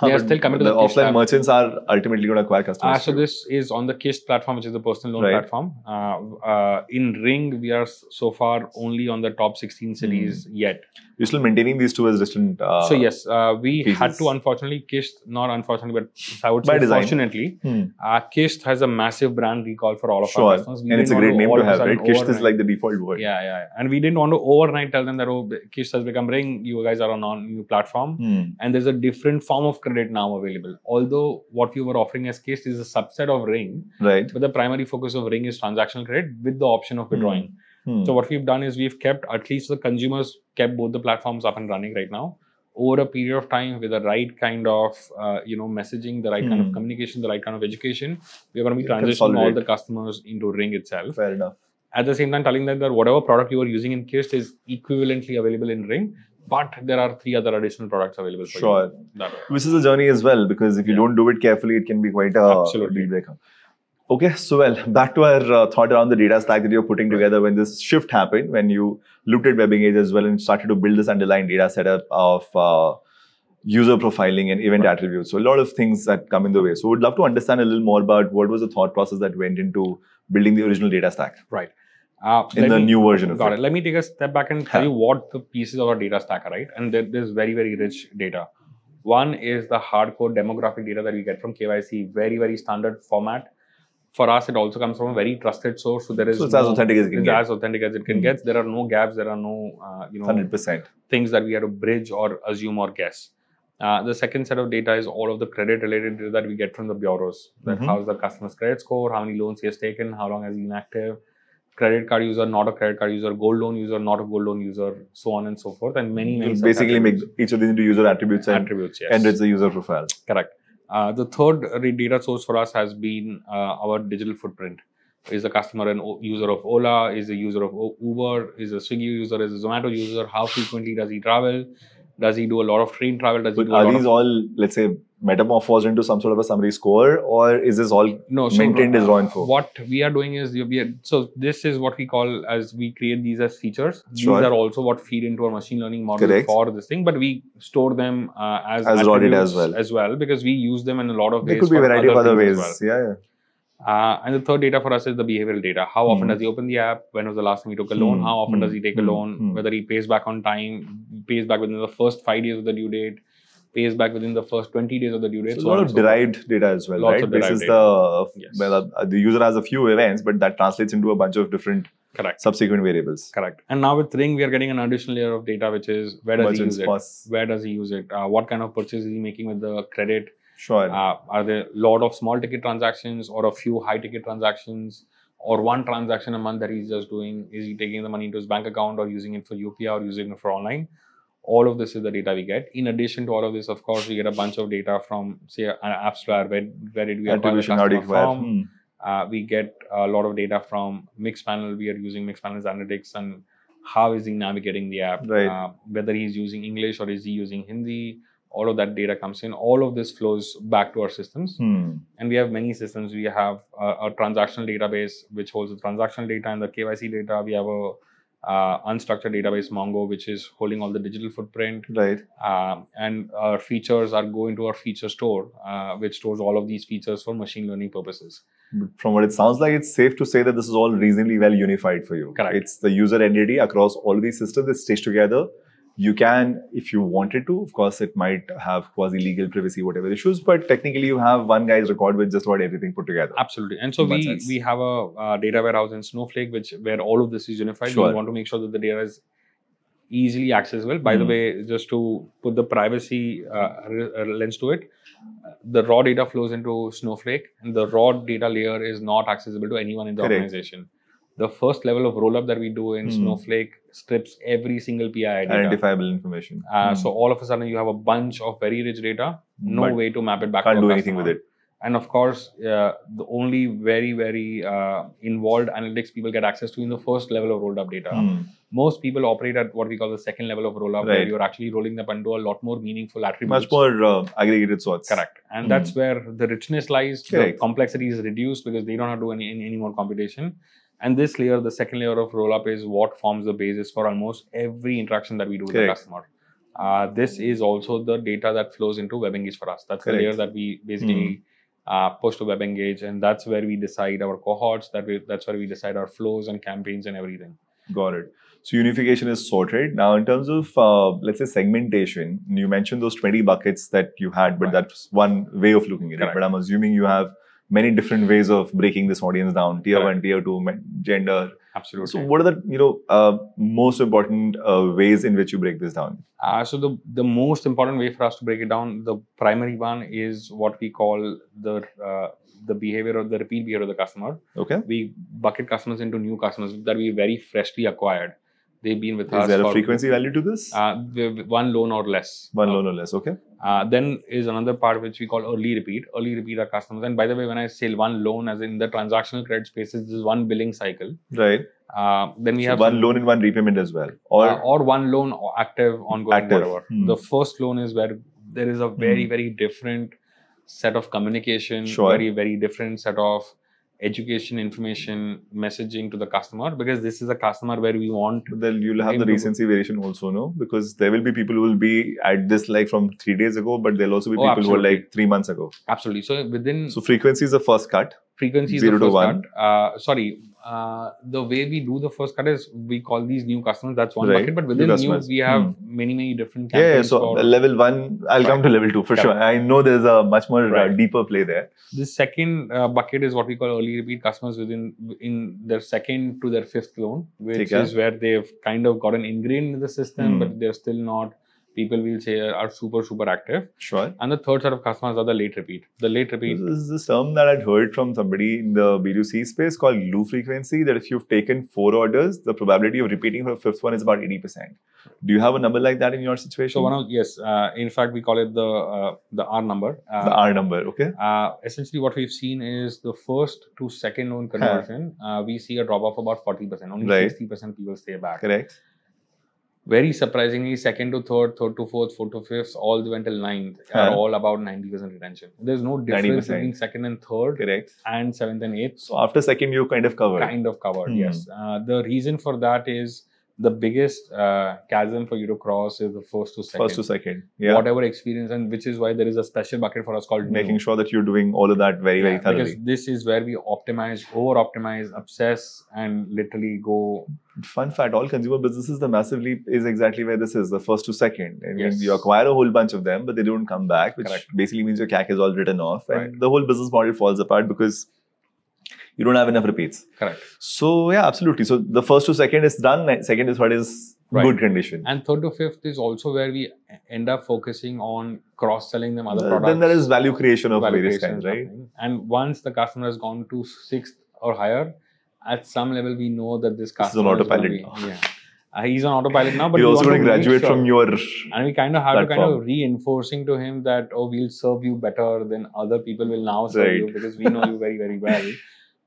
Speaker 2: Huh,
Speaker 1: are
Speaker 2: but
Speaker 1: still coming to
Speaker 2: the
Speaker 1: the pitch
Speaker 2: offline
Speaker 1: tab.
Speaker 2: merchants are ultimately going to acquire customers.
Speaker 1: Ah, so
Speaker 2: too.
Speaker 1: this is on the Kist platform, which is the personal loan
Speaker 2: Right.
Speaker 1: platform. Uh, uh, in Ring, we are s- so far only on the top 16 cities
Speaker 2: Hmm.
Speaker 1: yet.
Speaker 2: You're still maintaining these two as distant. Uh,
Speaker 1: so yes, uh, we had
Speaker 2: pieces.
Speaker 1: to unfortunately Kist, not unfortunately, but I would
Speaker 2: By
Speaker 1: say
Speaker 2: design.
Speaker 1: fortunately,
Speaker 2: Hmm.
Speaker 1: uh, Kist has a massive brand recall for all of
Speaker 2: Sure.
Speaker 1: our customers. We
Speaker 2: And it's a
Speaker 1: didn't
Speaker 2: great
Speaker 1: want
Speaker 2: name
Speaker 1: all
Speaker 2: to
Speaker 1: of a
Speaker 2: have,
Speaker 1: sudden
Speaker 2: right? Kist is
Speaker 1: overnight-
Speaker 2: like the default word.
Speaker 1: yeah, yeah, yeah. and we didn't want to overnight tell them that oh, Kist has become Ring. You guys are on a new platform,
Speaker 2: Hmm.
Speaker 1: and there's a different form of credit now available. Although what we were offering as Kist is a subset of Ring,
Speaker 2: Right.
Speaker 1: but the primary focus of Ring is transactional credit with the option of withdrawing.
Speaker 2: Hmm.
Speaker 1: So what we've done is we've kept at least the consumers kept both the platforms up and running right now over a period of time with the right kind of uh, you know messaging, the right kind of
Speaker 2: Hmm.
Speaker 1: communication, the right kind of education. We're going to be
Speaker 2: Yeah,
Speaker 1: transitioning all the
Speaker 2: consolidate.
Speaker 1: customers into Ring itself.
Speaker 2: Fair enough.
Speaker 1: At the same time, telling them that whatever product you are using in Kist is equivalently available in Ring, but there are three other additional products available for you.
Speaker 2: Sure.
Speaker 1: That way.
Speaker 2: Which is a journey as well, because if you
Speaker 1: Yeah.
Speaker 2: don't do it carefully, it can be quite a
Speaker 1: Absolutely.
Speaker 2: deal breaker. Okay, so well, back to our uh, thought around the data stack that you're putting together when this shift happened, when you looked at WebEngage as well and started to build this underlying data setup of uh, user profiling and event attributes. So a lot of things that come in the way. So would love to understand a little more about what was the thought process that went into building the original data stack
Speaker 1: Uh,
Speaker 2: in
Speaker 1: let
Speaker 2: the
Speaker 1: me-
Speaker 2: new version of
Speaker 1: Got
Speaker 2: it.
Speaker 1: it. Let me take a step back and tell
Speaker 2: Huh.
Speaker 1: you what the pieces of our data stack are, right? And there, there's very, very rich data. One is the hardcore demographic data that we get from KYC, very, very standard format. For us, it also comes from a very trusted source. So there is
Speaker 2: So it's as
Speaker 1: no-
Speaker 2: authentic as it can
Speaker 1: it's
Speaker 2: get.
Speaker 1: as authentic as it can
Speaker 2: Hmm.
Speaker 1: get. There are no gaps. There are no uh, you know
Speaker 2: 100%.
Speaker 1: things that we had to bridge or assume or guess. Uh, the second set of data is all of the credit related data that we get from the bureaus. That
Speaker 2: Mhm.
Speaker 1: how's the customer's credit score, how many loans he has taken, how long has he been active, credit card user, not a credit card user, gold loan user, not a gold loan user, so on and so forth, and many, many
Speaker 2: You
Speaker 1: such
Speaker 2: basically make
Speaker 1: attributes.
Speaker 2: each of these into user attributes and,
Speaker 1: attributes. Yes.
Speaker 2: and it's the user profile.
Speaker 1: Correct. Uh, the third re- data source for us has been uh, our digital footprint. Is the customer an o- user of Ola? Is a user of o- Uber? Is a Swiggy user? Is a Zomato user? How frequently does he travel? Does he do a lot of train travel? Does he
Speaker 2: But
Speaker 1: do a lot
Speaker 2: are
Speaker 1: of
Speaker 2: these all, let's say, metamorphosed into some sort of a summary score, or is this all
Speaker 1: no
Speaker 2: maintained
Speaker 1: uh,
Speaker 2: as raw info?
Speaker 1: What we are doing is we are, so this is what we call as we create these as features.
Speaker 2: Sure.
Speaker 1: These are also what feed into our machine learning model
Speaker 2: Correct.
Speaker 1: for this thing, but we store them uh, as
Speaker 2: As raw data as
Speaker 1: attributes
Speaker 2: well.
Speaker 1: as well because we use them in a lot of
Speaker 2: there
Speaker 1: ways.
Speaker 2: could be a
Speaker 1: for
Speaker 2: variety of other
Speaker 1: things
Speaker 2: ways.
Speaker 1: as well.
Speaker 2: Yeah, yeah.
Speaker 1: Uh, and the third data for us is the behavioral data. How often
Speaker 2: Hmm.
Speaker 1: does he open the app? When was the last time he took a loan?
Speaker 2: Hmm,
Speaker 1: How often
Speaker 2: hmm,
Speaker 1: does he take a
Speaker 2: hmm,
Speaker 1: loan?
Speaker 2: hmm.
Speaker 1: Whether he pays back on time, pays back within the first five days of the due date, pays back within the first 20 days of the due date.
Speaker 2: So a
Speaker 1: so on
Speaker 2: lot
Speaker 1: and
Speaker 2: of
Speaker 1: so forth.
Speaker 2: derived data as well,
Speaker 1: Lots
Speaker 2: right?
Speaker 1: of
Speaker 2: This
Speaker 1: derived
Speaker 2: is the
Speaker 1: Yes.
Speaker 2: well, uh, the user has a few events, but that translates into a bunch of different
Speaker 1: Correct.
Speaker 2: subsequent variables.
Speaker 1: Correct. And now with Ring, we are getting an additional layer of data, which is where does he
Speaker 2: Merchant
Speaker 1: use it?
Speaker 2: spots.
Speaker 1: Where does he use it? Uh, what kind of purchase is he making with the credit?
Speaker 2: Sure.
Speaker 1: Uh, are there a lot of small ticket transactions or a few high ticket transactions or one transaction a month that he's just doing? Is he taking the money into his bank account or using it for UPI or using it for online? All of this is the data we get. In addition to all of this, of course, we get a bunch of data from, say, an app store. Where, where did we acquire the
Speaker 2: Attribution, how do you
Speaker 1: customer
Speaker 2: acquire?
Speaker 1: from?
Speaker 2: Hmm.
Speaker 1: Uh, we get a lot of data from Mixpanel. We are using Mixpanel's analytics and how is he navigating the app,
Speaker 2: Right.
Speaker 1: uh, whether he's using English or is he using Hindi. All of that data comes in. All of this flows back to our systems,
Speaker 2: Hmm.
Speaker 1: and we have many systems. We have a, a transactional database which holds the transactional data and the KYC data. We have a uh, unstructured database Mongo, which is holding all the digital footprint.
Speaker 2: Right.
Speaker 1: Um, and our features are go into our feature store, uh, which stores all of these features for machine learning purposes.
Speaker 2: But from what it sounds like, it's safe to say that this is all reasonably well unified for you.
Speaker 1: Correct.
Speaker 2: It's the user entity across all these systems that's stitched together. You can, if you wanted to, of course, it might have quasi legal privacy, whatever issues, but technically you have one guy's record with just about everything put together.
Speaker 1: Absolutely. And so
Speaker 2: That's
Speaker 1: we,
Speaker 2: nice.
Speaker 1: we have a uh, data warehouse in Snowflake, which where all of this is unified.
Speaker 2: Sure.
Speaker 1: We want to make sure that the data is easily accessible. By the
Speaker 2: Hmm.
Speaker 1: way, just to put the privacy uh, re- uh, lens to it, uh, the raw data flows into Snowflake, and the raw data layer is not accessible to anyone in the
Speaker 2: Correct.
Speaker 1: organization. The first level of roll up that we do in
Speaker 2: Hmm.
Speaker 1: Snowflake strips every single PII data.
Speaker 2: Identifiable information.
Speaker 1: Uh,
Speaker 2: Hmm.
Speaker 1: So all of a sudden, you have a bunch of very rich data, no
Speaker 2: But
Speaker 1: way to map it back.
Speaker 2: can't
Speaker 1: to a
Speaker 2: do anything
Speaker 1: customer.
Speaker 2: with it.
Speaker 1: And of course, uh, the only very very uh, involved analytics people get access to in the first level of rolled up data.
Speaker 2: Hmm.
Speaker 1: Most people operate at what we call the second level of roll up, where
Speaker 2: Right.
Speaker 1: you're actually rolling up into a lot more meaningful attributes.
Speaker 2: Much more uh, aggregated sorts.
Speaker 1: correct, and
Speaker 2: Hmm.
Speaker 1: that's where the richness lies.
Speaker 2: Correct.
Speaker 1: The complexity is reduced because they don't have to do any, any, any more computation. And this layer, the second layer of roll up, is what forms the basis for almost every interaction that we do with
Speaker 2: Correct. Hmm.
Speaker 1: the customer. Uh, this is also the data that flows into WebEngage for us. That's
Speaker 2: Correct. Hmm.
Speaker 1: the layer that we basically uh, push to WebEngage, and that's where we decide our cohorts. That we, that's where we decide our flows and campaigns and everything.
Speaker 2: Got it. So unification is sorted. Now, in terms of uh, let's say segmentation, you mentioned those 20 buckets that you had, but
Speaker 1: Right.
Speaker 2: that's one way of looking at it.
Speaker 1: Correct.
Speaker 2: But I'm assuming you have many different ways of breaking this audience down: tier
Speaker 1: Correct.
Speaker 2: one, tier two, men- gender.
Speaker 1: Absolutely.
Speaker 2: So, what are the you know uh, most important uh, ways in which you break this down?
Speaker 1: Uh, so the the most important way for us to break it down, the primary one is what we call the uh, the behavior or the repeat behavior of the customer.
Speaker 2: Okay,
Speaker 1: We bucket customers into new customers that we very freshly acquired. They've been with us.
Speaker 2: is there a
Speaker 1: for-
Speaker 2: frequency value to this?
Speaker 1: Uh, the- one loan or less.
Speaker 2: one
Speaker 1: Uh,
Speaker 2: loan or less. Okay,
Speaker 1: Uh, then is another part which we call early repeat. Early repeat are customers. And by the way, when I say one loan, as in the transactional credit spaces, this is one billing cycle.
Speaker 2: right.
Speaker 1: Uh, then we
Speaker 2: So
Speaker 1: have
Speaker 2: one loan and one repayment as well, or
Speaker 1: uh, or one loan or active ongoing
Speaker 2: Active.
Speaker 1: whatever
Speaker 2: Hmm.
Speaker 1: the first loan is where there is a very
Speaker 2: Hmm.
Speaker 1: very different set of communication
Speaker 2: Sure.
Speaker 1: very very different set of education information messaging to the customer because this is a customer where we want
Speaker 2: But then you'll have the
Speaker 1: Into-
Speaker 2: recency variation also, no? Because there will be people who will be at this like from three days ago, but there'll also be
Speaker 1: Oh,
Speaker 2: people who are
Speaker 1: absolutely. Hmm.
Speaker 2: like three months ago.
Speaker 1: absolutely so within
Speaker 2: So frequency is the first cut.
Speaker 1: frequency is
Speaker 2: zero
Speaker 1: the
Speaker 2: to
Speaker 1: first
Speaker 2: one.
Speaker 1: cut uh, sorry uh, the way we do the first cut is we call these new customers that's one
Speaker 2: Right.
Speaker 1: bucket but
Speaker 2: New
Speaker 1: within new
Speaker 2: customers.
Speaker 1: we have
Speaker 2: Hmm.
Speaker 1: many many different
Speaker 2: Yeah,
Speaker 1: campaigns
Speaker 2: yeah, so
Speaker 1: for-
Speaker 2: level one, I'll come to level two for
Speaker 1: Correct.
Speaker 2: sure. I know there's a much more uh,
Speaker 1: Right.
Speaker 2: deeper play there.
Speaker 1: the second uh, bucket is what we call early repeat customers within in their second to their fifth loan which
Speaker 2: Okay.
Speaker 1: is where they've kind of gotten ingrained in the system
Speaker 2: Hmm.
Speaker 1: but they're still not people will say uh, are super super active
Speaker 2: Sure.
Speaker 1: and the third set of customers are the late repeat the late repeat
Speaker 2: This is this term that I'd heard from somebody in the B2C space called glue frequency that if you've taken four orders, the probability of repeating for the fifth one is about 80%. Do you have a number like that in your situation?
Speaker 1: so one of yes uh, in fact we call it the uh, the r number uh,
Speaker 2: the R number, okay?
Speaker 1: uh, essentially, what we've seen is the first to second loan conversion, uh, we see a drop of about 40%. Only
Speaker 2: Right.
Speaker 1: 60% people stay back.
Speaker 2: Correct.
Speaker 1: very surprisingly, second to third, third to fourth, fourth to fifth, all the way until ninth are
Speaker 2: Huh.
Speaker 1: all about 90% retention. There's no difference
Speaker 2: 90%.
Speaker 1: between second and third
Speaker 2: Correct.
Speaker 1: and seventh and eighth.
Speaker 2: So after second, you kind of covered.
Speaker 1: kind of covered,
Speaker 2: Hmm.
Speaker 1: yes. Uh, the reason for that is the biggest uh, chasm for you to cross is the first to second.
Speaker 2: First to second. Yeah.
Speaker 1: Whatever experience, and which is why there is a special bucket for us called new.
Speaker 2: making sure that you're doing all of that very, very
Speaker 1: Yeah,
Speaker 2: thoroughly.
Speaker 1: because this is where we optimize, over optimize, obsess, and literally go
Speaker 2: Fun fact: all consumer businesses, the massive leap is exactly where this is, the first to second. I mean,
Speaker 1: Yes.
Speaker 2: you acquire a whole bunch of them, but they don't come back, which
Speaker 1: Correct.
Speaker 2: basically means your CAC is all written off, and
Speaker 1: Right.
Speaker 2: the whole business model falls apart because you don't have enough repeats.
Speaker 1: correct.
Speaker 2: So yeah, absolutely. So the first to second is done. and Second to third is
Speaker 1: Right.
Speaker 2: good condition.
Speaker 1: And third to fifth is also where we e-, end up focusing on cross selling them other
Speaker 2: Uh,
Speaker 1: products.
Speaker 2: then there is value creation of
Speaker 1: value
Speaker 2: various
Speaker 1: creation
Speaker 2: kinds,
Speaker 1: is
Speaker 2: right?
Speaker 1: happening. And once the customer has gone to sixth or higher, at some level we know that this
Speaker 2: This is on
Speaker 1: customer is gonna
Speaker 2: autopilot
Speaker 1: be-
Speaker 2: now.
Speaker 1: Yeah, Uh, he's on autopilot now, but
Speaker 2: You're
Speaker 1: we
Speaker 2: also
Speaker 1: want
Speaker 2: going to
Speaker 1: make
Speaker 2: graduate
Speaker 1: sure-
Speaker 2: from your
Speaker 1: And we kind of have to kind
Speaker 2: platform.
Speaker 1: of reinforcing to him that oh, we'll serve you better than other people will now serve
Speaker 2: Right.
Speaker 1: you because we know you very very well.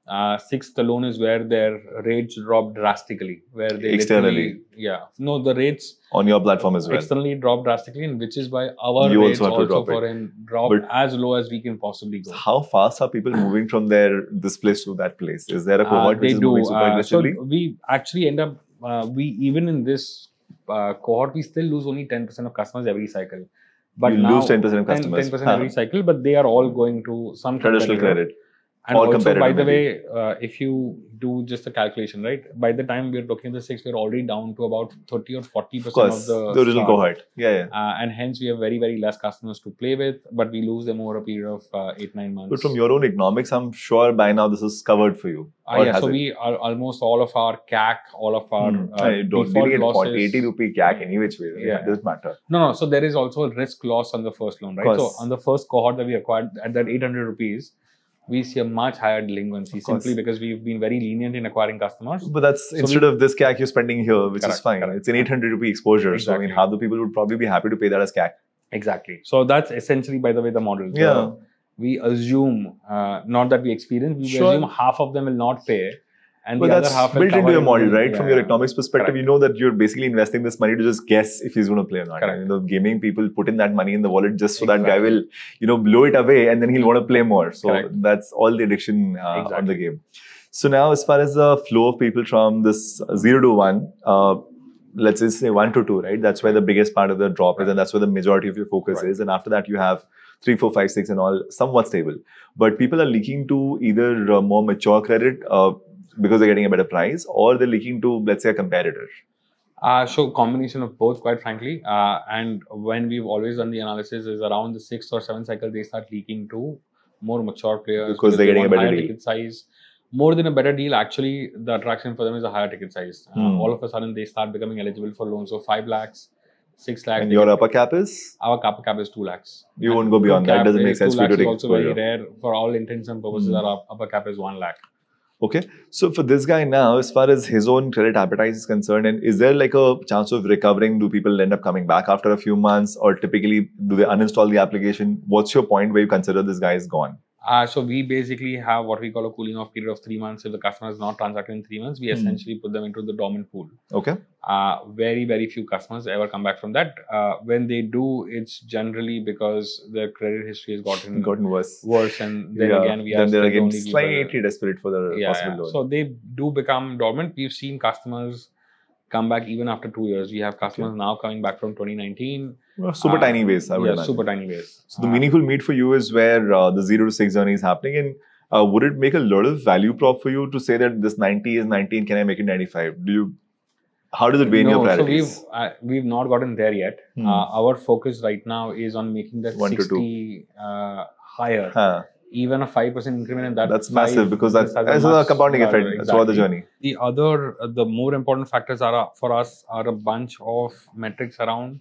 Speaker 1: Uh, sixth alone is where their rates drop drastically, where they
Speaker 2: Externally.
Speaker 1: literally- yeah, no, the rates
Speaker 2: on your platform as well.
Speaker 1: externally dropped drastically, and which is why our
Speaker 2: You also
Speaker 1: rates
Speaker 2: have to
Speaker 1: also,
Speaker 2: drop it.
Speaker 1: for him dropped
Speaker 2: But-
Speaker 1: as low as we can possibly go.
Speaker 2: How fast are people moving from their this place to that place? Is there a
Speaker 1: Uh,
Speaker 2: cohort which
Speaker 1: they
Speaker 2: is
Speaker 1: do.
Speaker 2: moving super
Speaker 1: uh, so
Speaker 2: aggressively?
Speaker 1: we actually end up uh, we even in this uh, cohort, we still lose only 10% of customers every cycle. But
Speaker 2: you
Speaker 1: now,
Speaker 2: lose 10% of
Speaker 1: 10,
Speaker 2: customers.
Speaker 1: 10%
Speaker 2: Huh.
Speaker 1: every cycle, but they are all going to some
Speaker 2: Traditional
Speaker 1: competitor.
Speaker 2: credit.
Speaker 1: And
Speaker 2: All
Speaker 1: also, by
Speaker 2: competitor
Speaker 1: the way, uh, if you do just the calculation, right? By the time we're talking the six, we're already down to about 30 or 40
Speaker 2: Of
Speaker 1: percent
Speaker 2: course.
Speaker 1: of the,
Speaker 2: The, original
Speaker 1: staff.
Speaker 2: cohort. Yeah, yeah.
Speaker 1: Uh, and hence, we have very, very less customers to play with, but we lose them over a period of uh, eight, nine months.
Speaker 2: But from your own economics, I'm sure by now this is covered for you.
Speaker 1: uh,
Speaker 2: Or
Speaker 1: yeah,
Speaker 2: has
Speaker 1: so
Speaker 2: Oh, it?
Speaker 1: we are almost all of our CAC, all of our
Speaker 2: Hmm.
Speaker 1: uh,
Speaker 2: I don't
Speaker 1: default
Speaker 2: really get 40,
Speaker 1: losses.
Speaker 2: 80 rupee CAC any which way.
Speaker 1: Yeah.
Speaker 2: It doesn't matter.
Speaker 1: No, no. So there is also a risk loss on the first loan, right?
Speaker 2: Course.
Speaker 1: So on the first cohort that we acquired at that 800 rupees, we see a much higher delinquency
Speaker 2: Of course. Hmm.
Speaker 1: simply because we've been very lenient in acquiring customers.
Speaker 2: But that's
Speaker 1: So
Speaker 2: instead of this CAC you're spending here, which is
Speaker 1: Correct,
Speaker 2: fine.
Speaker 1: correct.
Speaker 2: It's an 800 rupee exposure. So I mean,
Speaker 1: Exactly.
Speaker 2: half the people would probably be happy to pay that as CAC.
Speaker 1: Exactly. So that's essentially, by the way, the model. The-
Speaker 2: Yeah.
Speaker 1: we assume, uh, not that we experience, we
Speaker 2: Sure.
Speaker 1: assume half of them will not pay, and
Speaker 2: But
Speaker 1: the
Speaker 2: that's
Speaker 1: other half will
Speaker 2: built into
Speaker 1: cover
Speaker 2: your
Speaker 1: it.
Speaker 2: model, right? From your
Speaker 1: Yeah.
Speaker 2: economics perspective,
Speaker 1: Correct.
Speaker 2: you know that you're basically investing this money to just guess if he's going to play or not.
Speaker 1: Correct.
Speaker 2: You know, gaming people put in that money in the wallet just so that guy
Speaker 1: Exactly.
Speaker 2: will, you know, blow it away and then he'll want to play more. So
Speaker 1: Correct.
Speaker 2: that's all the addiction uh, on the
Speaker 1: Exactly.
Speaker 2: game. So now, as far as the flow of people from this zero to one, uh, let's just say one to two, right? That's where the biggest part of the drop is, and that's where the majority of your focus
Speaker 1: Right.
Speaker 2: is. And after that, you have three, four, five, six, and all somewhat stable. But people are leaking to either uh, more mature credit uh, because they're getting a better price, or they're leaking to let's say a competitor.
Speaker 1: Uh, so combination of both, quite frankly. Uh, and when we've always done the analysis, is around the sixth or seventh cycle they start leaking to more mature players
Speaker 2: Because they're
Speaker 1: they
Speaker 2: getting a
Speaker 1: want
Speaker 2: better
Speaker 1: higher
Speaker 2: deal.
Speaker 1: ticket size. More than a better deal, actually, the attraction for them is a higher ticket size. Uh,
Speaker 2: Hmm.
Speaker 1: All of a sudden, they start becoming eligible for loans. So five lakhs, six lakhs.
Speaker 2: And
Speaker 1: they
Speaker 2: your
Speaker 1: get-
Speaker 2: upper cap is
Speaker 1: Our cap cap is two lakhs.
Speaker 2: you
Speaker 1: And
Speaker 2: won't go
Speaker 1: two
Speaker 2: beyond that.
Speaker 1: cap
Speaker 2: Doesn't
Speaker 1: is-
Speaker 2: make sense
Speaker 1: two
Speaker 2: for you to
Speaker 1: lakhs
Speaker 2: take
Speaker 1: is also very
Speaker 2: exposure.
Speaker 1: rare for all intents and purposes.
Speaker 2: Hmm.
Speaker 1: Our up- upper cap is one lakh.
Speaker 2: Okay. So for this guy now, as far as his own credit appetite is concerned, and is there like a chance of recovering? Do people end up coming back after a few months, or typically do they uninstall the application? What's your point where you consider this guy is gone?
Speaker 1: Uh, so we basically have what we call a cooling off period of three months. If the customer is not transacting in three months, we
Speaker 2: Hmm.
Speaker 1: essentially put them into the dormant pool.
Speaker 2: Okay.
Speaker 1: Uh, very, very few customers ever come back from that. Uh, when they do, it's generally because their credit history has gotten
Speaker 2: Gotten worse.
Speaker 1: Mm. worse, and then
Speaker 2: Yeah.
Speaker 1: again we are
Speaker 2: then
Speaker 1: still
Speaker 2: they're
Speaker 1: the
Speaker 2: again
Speaker 1: only people that-
Speaker 2: slightly desperate for the
Speaker 1: Yeah,
Speaker 2: possible
Speaker 1: yeah.
Speaker 2: loan.
Speaker 1: So they do become dormant. We've seen customers come back even after two years. We have customers now coming back from 2019.
Speaker 2: Well, super
Speaker 1: uh,
Speaker 2: tiny ways, I would
Speaker 1: yeah,
Speaker 2: imagine.
Speaker 1: super tiny ways.
Speaker 2: So the meaningful meet for you is where uh, the zero to six journey is happening, and uh, would it make a lot of value prop for you to say that this ninety is nineteen? Can I make it ninety-five? Do you? How does it weigh in your
Speaker 1: so
Speaker 2: priorities?
Speaker 1: we've uh, we've not gotten there yet.
Speaker 2: Hmm.
Speaker 1: Uh, our focus right now is on making that
Speaker 2: One to two.
Speaker 1: 60 uh, higher.
Speaker 2: Huh.
Speaker 1: Even a 5% increment in that.
Speaker 2: That's
Speaker 1: five,
Speaker 2: massive because that's,
Speaker 1: has
Speaker 2: that's a
Speaker 1: much
Speaker 2: compounding effect
Speaker 1: larger-
Speaker 2: throughout the
Speaker 1: exactly.
Speaker 2: journey.
Speaker 1: The other, uh, the more important factors are uh, for us are a bunch of metrics around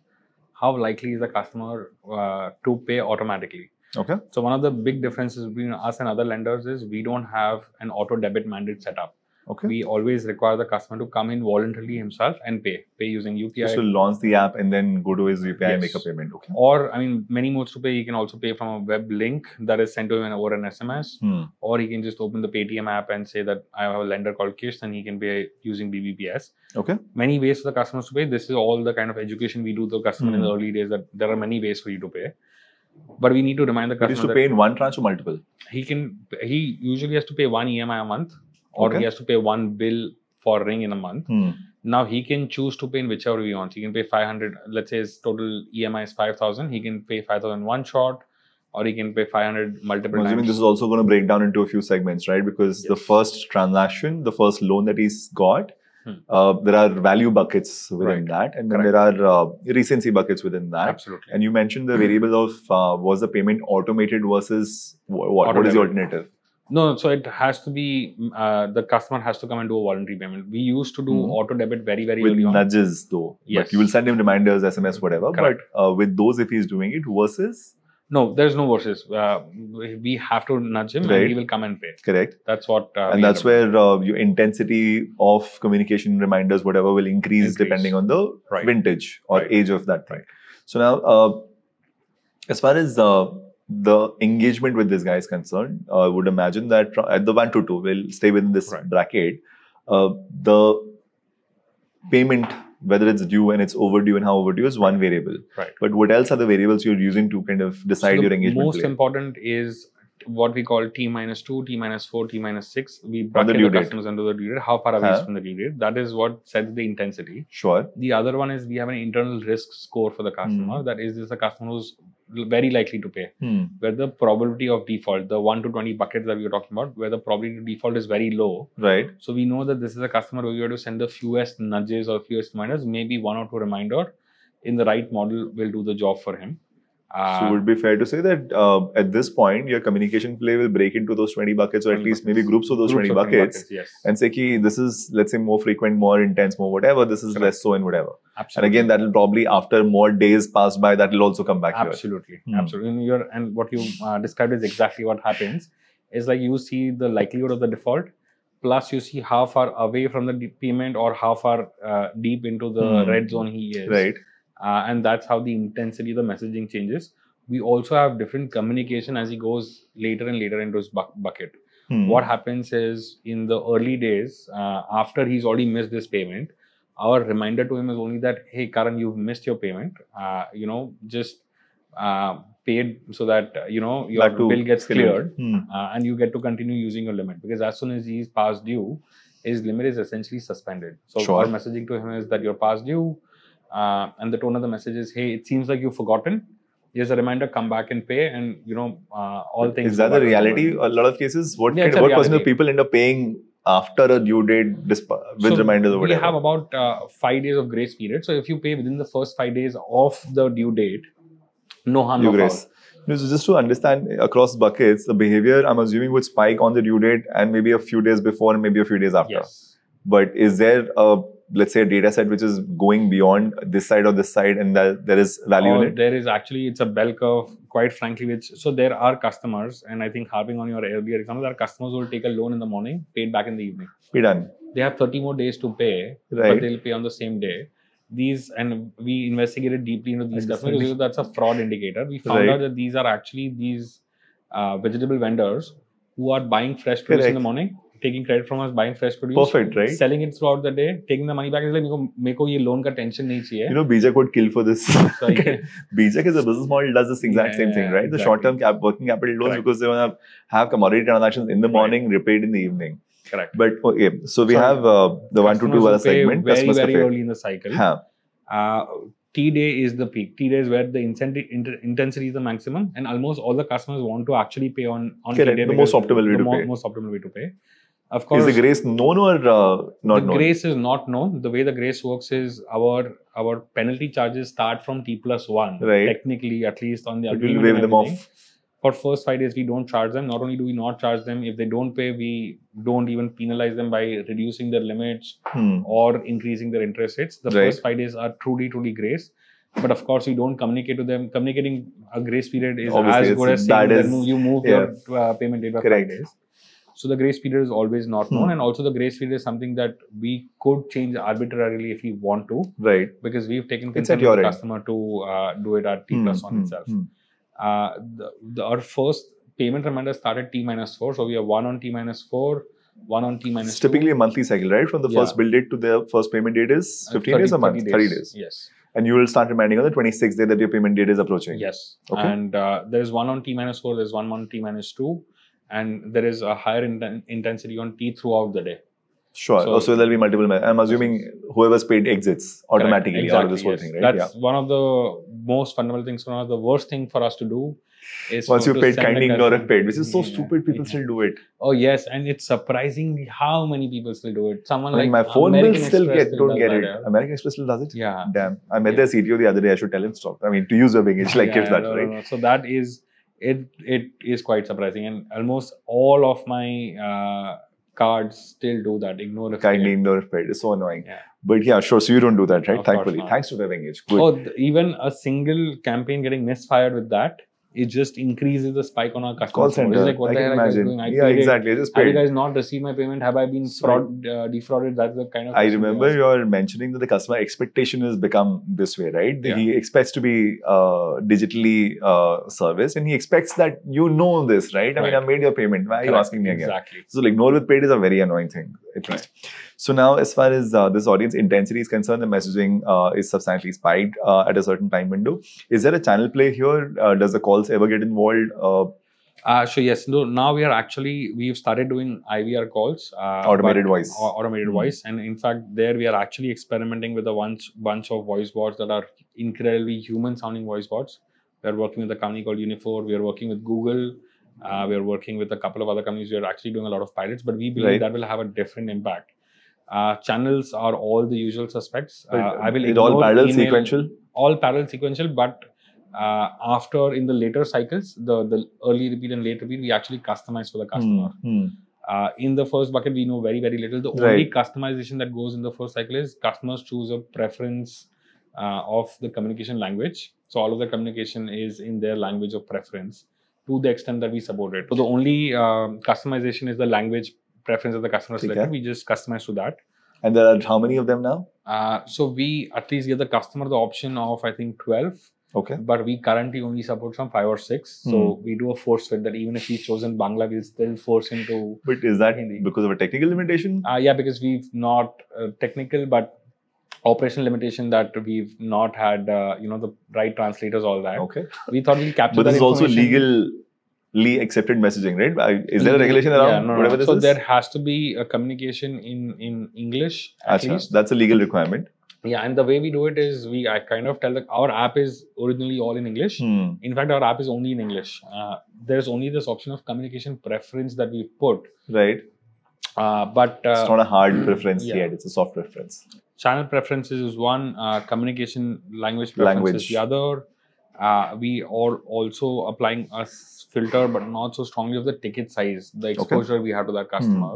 Speaker 1: how likely is the customer uh, to pay automatically.
Speaker 2: Okay.
Speaker 1: So one of the big differences between us and other lenders is we don't have an auto debit mandate set up.
Speaker 2: Okay.
Speaker 1: We always require the customer to come in voluntarily himself and pay, pay using UPI,
Speaker 2: Just to launch the app and then go to his UPI and make a
Speaker 1: Yes.
Speaker 2: payment. Okay.
Speaker 1: or I mean, many modes to pay. He can also pay from a web link that is sent to him over an SMS,
Speaker 2: Hmm.
Speaker 1: or he can just open the Paytm app and say that I have a lender called Kish, and he can pay using BBPS.
Speaker 2: Okay.
Speaker 1: Many ways for the customers to pay. This is all the kind of education we do to the customer
Speaker 2: Hmm.
Speaker 1: in the early days that there are many ways for you to pay. But we need to remind the
Speaker 2: But is
Speaker 1: customer
Speaker 2: to
Speaker 1: that
Speaker 2: pay in one tranche or multiple?
Speaker 1: he can he usually has to pay one EMI a month, or
Speaker 2: Okay.
Speaker 1: he has to pay one bill for ring in a month.
Speaker 2: Hmm.
Speaker 1: Now he can choose to pay in whichever he wants. He can pay 500, let's say his total EMI is 5,000. He can pay 5,000 one shot or he can pay 500 multiple
Speaker 2: I'm assuming
Speaker 1: times.
Speaker 2: this is also going to break down into a few segments, right? Because the
Speaker 1: Yes.
Speaker 2: first transaction, the first loan that he's got,
Speaker 1: Hmm.
Speaker 2: uh, there are value buckets within that, and then
Speaker 1: Correct.
Speaker 2: there are uh, recency buckets within that.
Speaker 1: Absolutely.
Speaker 2: And you mentioned the variable of uh, was the payment automated versus wha- what? What is the alternative?
Speaker 1: No, so it has to be mm, uh, the customer has to come and do a voluntary payment. We used to do
Speaker 2: Mhm.
Speaker 1: auto debit very, very
Speaker 2: With
Speaker 1: early on.
Speaker 2: nudges, though, but
Speaker 1: Yes.
Speaker 2: you will send him reminders, SMS, whatever.
Speaker 1: Correct.
Speaker 2: But uh, with those, if he's doing it versus
Speaker 1: No, there's no versus. Uh, we we have to nudge him
Speaker 2: Right.
Speaker 1: and he will come and pay.
Speaker 2: correct,
Speaker 1: That's what. Uh, we
Speaker 2: and that's
Speaker 1: end up-
Speaker 2: where uh, your intensity of communication reminders, whatever, will increase,
Speaker 1: Increase.
Speaker 2: depending on the
Speaker 1: Right.
Speaker 2: vintage or
Speaker 1: Right.
Speaker 2: age of that thing.
Speaker 1: Right.
Speaker 2: So now, uh, as far as uh, the engagement with this guy is concerned, I would imagine that tr- at the one to two, we'll stay within this
Speaker 1: Right.
Speaker 2: bracket. Uh, the payment, whether it's due and it's overdue and how overdue, is one variable.
Speaker 1: Right.
Speaker 2: But what else are the variables you're using to kind of
Speaker 1: So
Speaker 2: decide
Speaker 1: the
Speaker 2: your engagement?
Speaker 1: Most
Speaker 2: play?
Speaker 1: important is what we call T minus two, T minus four, T minus six. We bracket
Speaker 2: due
Speaker 1: the,
Speaker 2: date.
Speaker 1: customers under the due date. How far are
Speaker 2: Huh.
Speaker 1: we from the due date? That is what sets the intensity.
Speaker 2: Sure.
Speaker 1: The other one is we have an internal risk score for the customer. That is, this a customer who's very likely to pay,
Speaker 2: Hmm.
Speaker 1: where the probability of default, the one to twenty buckets that we were talking about, where the probability of default is very low.
Speaker 2: Right.
Speaker 1: So we know that this is a customer where we have to send the fewest nudges or fewest reminders, maybe one or two reminder in the right model will do the job for him. Uh,
Speaker 2: so would it be fair to say that uh, at this point your communication play will break into those 20 buckets or at
Speaker 1: 20
Speaker 2: least
Speaker 1: buckets.
Speaker 2: maybe groups of those
Speaker 1: groups
Speaker 2: 20
Speaker 1: of
Speaker 2: buckets,
Speaker 1: Yes.
Speaker 2: and say ki, this is let's say more frequent, more intense, more whatever, this is
Speaker 1: Correct.
Speaker 2: less so and whatever. And
Speaker 1: absolutely.
Speaker 2: again that will probably after more days pass by that will also come back here.
Speaker 1: absolutely.
Speaker 2: Hmm.
Speaker 1: Absolutely. And, you're, and what you uh, described is exactly what happens. Is like you see the likelihood of the default, plus you see how far away from the de- payment or how far uh, deep into the
Speaker 2: Hmm.
Speaker 1: red zone he is.
Speaker 2: Right.
Speaker 1: uh, and that's how the intensity of the messaging changes. We also have different communication as he goes later and later into his buck bucket.
Speaker 2: Hmm.
Speaker 1: What happens is in the early days, uh, after he's already missed this payment, our reminder to him is only that, hey, Karan, you've missed your payment. Uh, you know, just uh, paid so that uh, you know your
Speaker 2: Back to
Speaker 1: bill gets
Speaker 2: schedule.
Speaker 1: cleared
Speaker 2: Hmm.
Speaker 1: uh, and you get to continue using your limit because as soon as he's past due, his limit is essentially suspended. So
Speaker 2: Sure.
Speaker 1: our messaging to him is that you're past due, uh, and the tone of the message is, "Hey, it seems like you've forgotten. Here's a reminder: come back and pay." And you know, uh, all things.
Speaker 2: Is
Speaker 1: go
Speaker 2: that the
Speaker 1: back to
Speaker 2: reality?
Speaker 1: normal.
Speaker 2: A lot of cases, what
Speaker 1: Yeah,
Speaker 2: kind,
Speaker 1: it's a
Speaker 2: what percentage of
Speaker 1: reality.
Speaker 2: people end up paying after a due date disp- with
Speaker 1: So
Speaker 2: reminders or
Speaker 1: we
Speaker 2: whatever?
Speaker 1: have about uh, five days of grace period. So if you pay within the first five days of the due date, no harm,
Speaker 2: due
Speaker 1: no
Speaker 2: grace.
Speaker 1: foul.
Speaker 2: No, so just to understand uh, across buckets, the behavior I'm assuming would spike on the due date and maybe a few days before and maybe a few days after.
Speaker 1: Yes.
Speaker 2: But is there a let's say a data set which is going beyond this side or this side and that there is value
Speaker 1: Or
Speaker 2: in it?
Speaker 1: there is actually it's a bell curve quite frankly which so there are customers and i think harping on your earlier example there are customers who will take a loan in the morning paid back in the evening
Speaker 2: Be done.
Speaker 1: they have 30 more days to pay but
Speaker 2: Right.
Speaker 1: they'll pay on the same day these and we investigated deeply into these
Speaker 2: Understand.
Speaker 1: customers because that's a fraud indicator we found
Speaker 2: Right.
Speaker 1: out that these are actually these uh, vegetable vendors who are buying fresh produce in
Speaker 2: Correct.
Speaker 1: the morning taking credit from us buying fresh produce
Speaker 2: Perfect, right?
Speaker 1: selling it throughout the day taking the money back is like "मेरे को- मेरे को ये loan का tension नहीं चाहिए
Speaker 2: You know, Bijak would kill for this.
Speaker 1: so I can-
Speaker 2: Bijak as a business model does this exact
Speaker 1: Yeah,
Speaker 2: same thing,
Speaker 1: yeah,
Speaker 2: right? The
Speaker 1: exactly.
Speaker 2: short-term cap- working capital loans
Speaker 1: Correct.
Speaker 2: because they want to have commodity transactions in the
Speaker 1: Right.
Speaker 2: morning, repaid in the evening.
Speaker 1: correct
Speaker 2: But okay, so we
Speaker 1: So,
Speaker 2: have uh, the one to two
Speaker 1: Customers
Speaker 2: wala
Speaker 1: who pay
Speaker 2: segment,
Speaker 1: very
Speaker 2: customers
Speaker 1: very
Speaker 2: cafe.
Speaker 1: early in the cycle
Speaker 2: Huh.
Speaker 1: uh, T day is the peak. T day is where the incentive inter, intensity is the maximum, and almost all the customers want to actually pay on on
Speaker 2: Correct.
Speaker 1: T day.
Speaker 2: The most
Speaker 1: because
Speaker 2: optimal way
Speaker 1: the
Speaker 2: to
Speaker 1: mo-
Speaker 2: pay.
Speaker 1: Most optimal way to pay. Of
Speaker 2: Is
Speaker 1: course,
Speaker 2: the grace known or uh,
Speaker 1: the
Speaker 2: not known?
Speaker 1: grace is not known. The way the grace works is our our penalty charges start from T plus one.
Speaker 2: Right.
Speaker 1: Technically, at least on the
Speaker 2: It
Speaker 1: agreement
Speaker 2: will
Speaker 1: and
Speaker 2: waive them
Speaker 1: everything.
Speaker 2: off.
Speaker 1: For first five days, we don't charge them. Not only do we not charge them, if they don't pay, we don't even penalize them by reducing their limits
Speaker 2: Hmm.
Speaker 1: or increasing their interest rates. The
Speaker 2: Right.
Speaker 1: first five days are truly, truly grace. But of course, you don't communicate to them. Communicating a grace period is
Speaker 2: Obviously,
Speaker 1: as good
Speaker 2: it's-
Speaker 1: as saying
Speaker 2: that
Speaker 1: that
Speaker 2: is-
Speaker 1: mo- you move your uh, payment date by five
Speaker 2: Correct.
Speaker 1: days. So the grace period is always not known,
Speaker 2: Hmm.
Speaker 1: and also the grace period is something that we could change arbitrarily if we want to,
Speaker 2: Right.
Speaker 1: because we've taken
Speaker 2: It's at
Speaker 1: consent
Speaker 2: your
Speaker 1: of the
Speaker 2: end.
Speaker 1: customer to uh, do it at T
Speaker 2: Hmm,
Speaker 1: plus one
Speaker 2: hmm,
Speaker 1: itself.
Speaker 2: hmm.
Speaker 1: Uh, the, the, our first payment reminder started T minus four, so we have one on T minus four, one on T minus
Speaker 2: It's typically a monthly cycle, right? From the
Speaker 1: Yeah. Uh,
Speaker 2: first bill date to the first payment date is 15 days a month, 30 days.
Speaker 1: Yes.
Speaker 2: And you will start reminding on the 26th day that your payment date is approaching.
Speaker 1: Yes.
Speaker 2: Okay.
Speaker 1: And uh, there is one on T minus four, there's one on T minus two, and there is a higher inten- intensity on T throughout the day.
Speaker 2: Sure. So,
Speaker 1: So-
Speaker 2: so there'll be multiple. me- I'm assuming whoever's paid exits automatically
Speaker 1: Correct.
Speaker 2: out of this whole
Speaker 1: Exactly,
Speaker 2: thing,
Speaker 1: yes.
Speaker 2: right?
Speaker 1: That's one of the most fundamental things. One of the worst thing for us to do is
Speaker 2: Once
Speaker 1: for-
Speaker 2: you
Speaker 1: to
Speaker 2: paid,
Speaker 1: send
Speaker 2: kindly
Speaker 1: a
Speaker 2: ignore if
Speaker 1: customer-
Speaker 2: paid, which is so
Speaker 1: Yeah,
Speaker 2: stupid. People
Speaker 1: yeah.
Speaker 2: still do it.
Speaker 1: Oh yes, and it's surprising how many people still do it. Someone
Speaker 2: I mean,
Speaker 1: like
Speaker 2: my phone
Speaker 1: American
Speaker 2: bills still
Speaker 1: Express
Speaker 2: get don't
Speaker 1: does
Speaker 2: get
Speaker 1: that,
Speaker 2: it.
Speaker 1: yeah.
Speaker 2: American Express still does it.
Speaker 1: Yeah.
Speaker 2: Damn. I met their CTO the other day. I should tell him stop. I mean, to use your English like
Speaker 1: Yeah,
Speaker 2: kids,
Speaker 1: yeah,
Speaker 2: that
Speaker 1: no, no,
Speaker 2: right?
Speaker 1: no. So that is it. It is quite surprising, and almost all of my uh, cards still do that. Ignore if
Speaker 2: Kindly
Speaker 1: they-
Speaker 2: ignore if paid. It's so annoying.
Speaker 1: Yeah.
Speaker 2: But yeah, sure. So you don't do that, right?
Speaker 1: Of course
Speaker 2: Thankfully,
Speaker 1: not.
Speaker 2: thanks to their Engage. Good.
Speaker 1: Oh, th- even a single campaign getting misfired with that, it just increases the spike on our customer.
Speaker 2: Call
Speaker 1: support. It's
Speaker 2: center.
Speaker 1: like what
Speaker 2: I
Speaker 1: the
Speaker 2: can
Speaker 1: hell are you guys
Speaker 2: imagine.
Speaker 1: doing? I
Speaker 2: yeah,
Speaker 1: paid it.
Speaker 2: exactly. I just
Speaker 1: Have you
Speaker 2: paid.
Speaker 1: guys not received my payment? Have I been
Speaker 2: Sorry.
Speaker 1: fraud uh, defrauded? That's the kind of.
Speaker 2: I
Speaker 1: question we
Speaker 2: remember
Speaker 1: ask.
Speaker 2: you're mentioning that the customer expectation has become this way, right? That
Speaker 1: Yeah.
Speaker 2: He expects to be uh, digitally uh, serviced and he expects that you know this, right? I mean,
Speaker 1: Right.
Speaker 2: I made your payment. Why are you
Speaker 1: Correct.
Speaker 2: asking me again?
Speaker 1: Exactly.
Speaker 2: So, like, ignore with paid is a very annoying thing, at least. So, now as far as uh, this audience intensity is concerned, the messaging uh, is substantially spiked uh, at a certain time window. Is there a channel play here? Uh, does the calls ever get involved? Uh,
Speaker 1: Uh, so yes, no, now we are actually we've started doing IVR calls, uh,
Speaker 2: Automated
Speaker 1: but-
Speaker 2: voice.
Speaker 1: au- automated
Speaker 2: Mm.
Speaker 1: voice, and in fact, there we are actually experimenting with a bunch bunch of voice bots that are incredibly human sounding voice bots. We are working with a company called Unifor. We are working with Google. Uh, we are working with a couple of other companies. We are actually doing a lot of pilots, but we believe
Speaker 2: Right.
Speaker 1: that will have a different impact. Uh, channels are all the usual suspects. Uh, I will
Speaker 2: it all
Speaker 1: ignore
Speaker 2: parallel
Speaker 1: email-
Speaker 2: sequential.
Speaker 1: all parallel sequential, but uh, after in the later cycles, the, the early repeat and late repeat, we actually customize for the customer.
Speaker 2: Hmm, hmm.
Speaker 1: Uh, in the first bucket, we know very, very little. The only customization that goes in the first cycle is customers choose a preference uh, of the communication language. So all of the communication is in their language of preference to the extent that we support it. So the only um, customization is the language preference that the customer
Speaker 2: Okay.
Speaker 1: selected. We just customize to that.
Speaker 2: And there are how many of them now?
Speaker 1: Uh, so we at least give the customer the option of I think 12
Speaker 2: Okay.
Speaker 1: but we currently only support from five or six. So
Speaker 2: Hmm.
Speaker 1: we do a force fit that even if he's chosen Bangla, we'll still force him to.
Speaker 2: But is that
Speaker 1: Hindi.
Speaker 2: because of a technical limitation?
Speaker 1: Uh, yeah, because we've not uh, technical, but operational limitation that we've not had, uh, you know, the right translators, all that.
Speaker 2: Ah, Okay.
Speaker 1: We thought we'll capture
Speaker 2: But
Speaker 1: that
Speaker 2: this is also
Speaker 1: information.
Speaker 2: legally accepted messaging, right? I- Is there a regulation around
Speaker 1: Yeah, no, no,
Speaker 2: whatever this
Speaker 1: so
Speaker 2: is?
Speaker 1: there has to be a communication in, in English at
Speaker 2: Acha,
Speaker 1: least.
Speaker 2: that's a legal requirement.
Speaker 1: Yeah, and the way we do it is we I kind of tell that our app is originally all in English.
Speaker 2: Hmm.
Speaker 1: In fact, our app is only in English. Uh, there's only this option of communication preference that we've put.
Speaker 2: Right.
Speaker 1: Uh, but
Speaker 2: It's
Speaker 1: uh,
Speaker 2: not a hard preference
Speaker 1: yeah.
Speaker 2: yet. It's a soft preference.
Speaker 1: channel preferences is one, uh, communication language preferences
Speaker 2: Language.
Speaker 1: is the other. Uh, we are also applying a s- filter, but not so strongly of the ticket size, the exposure we have to that customer.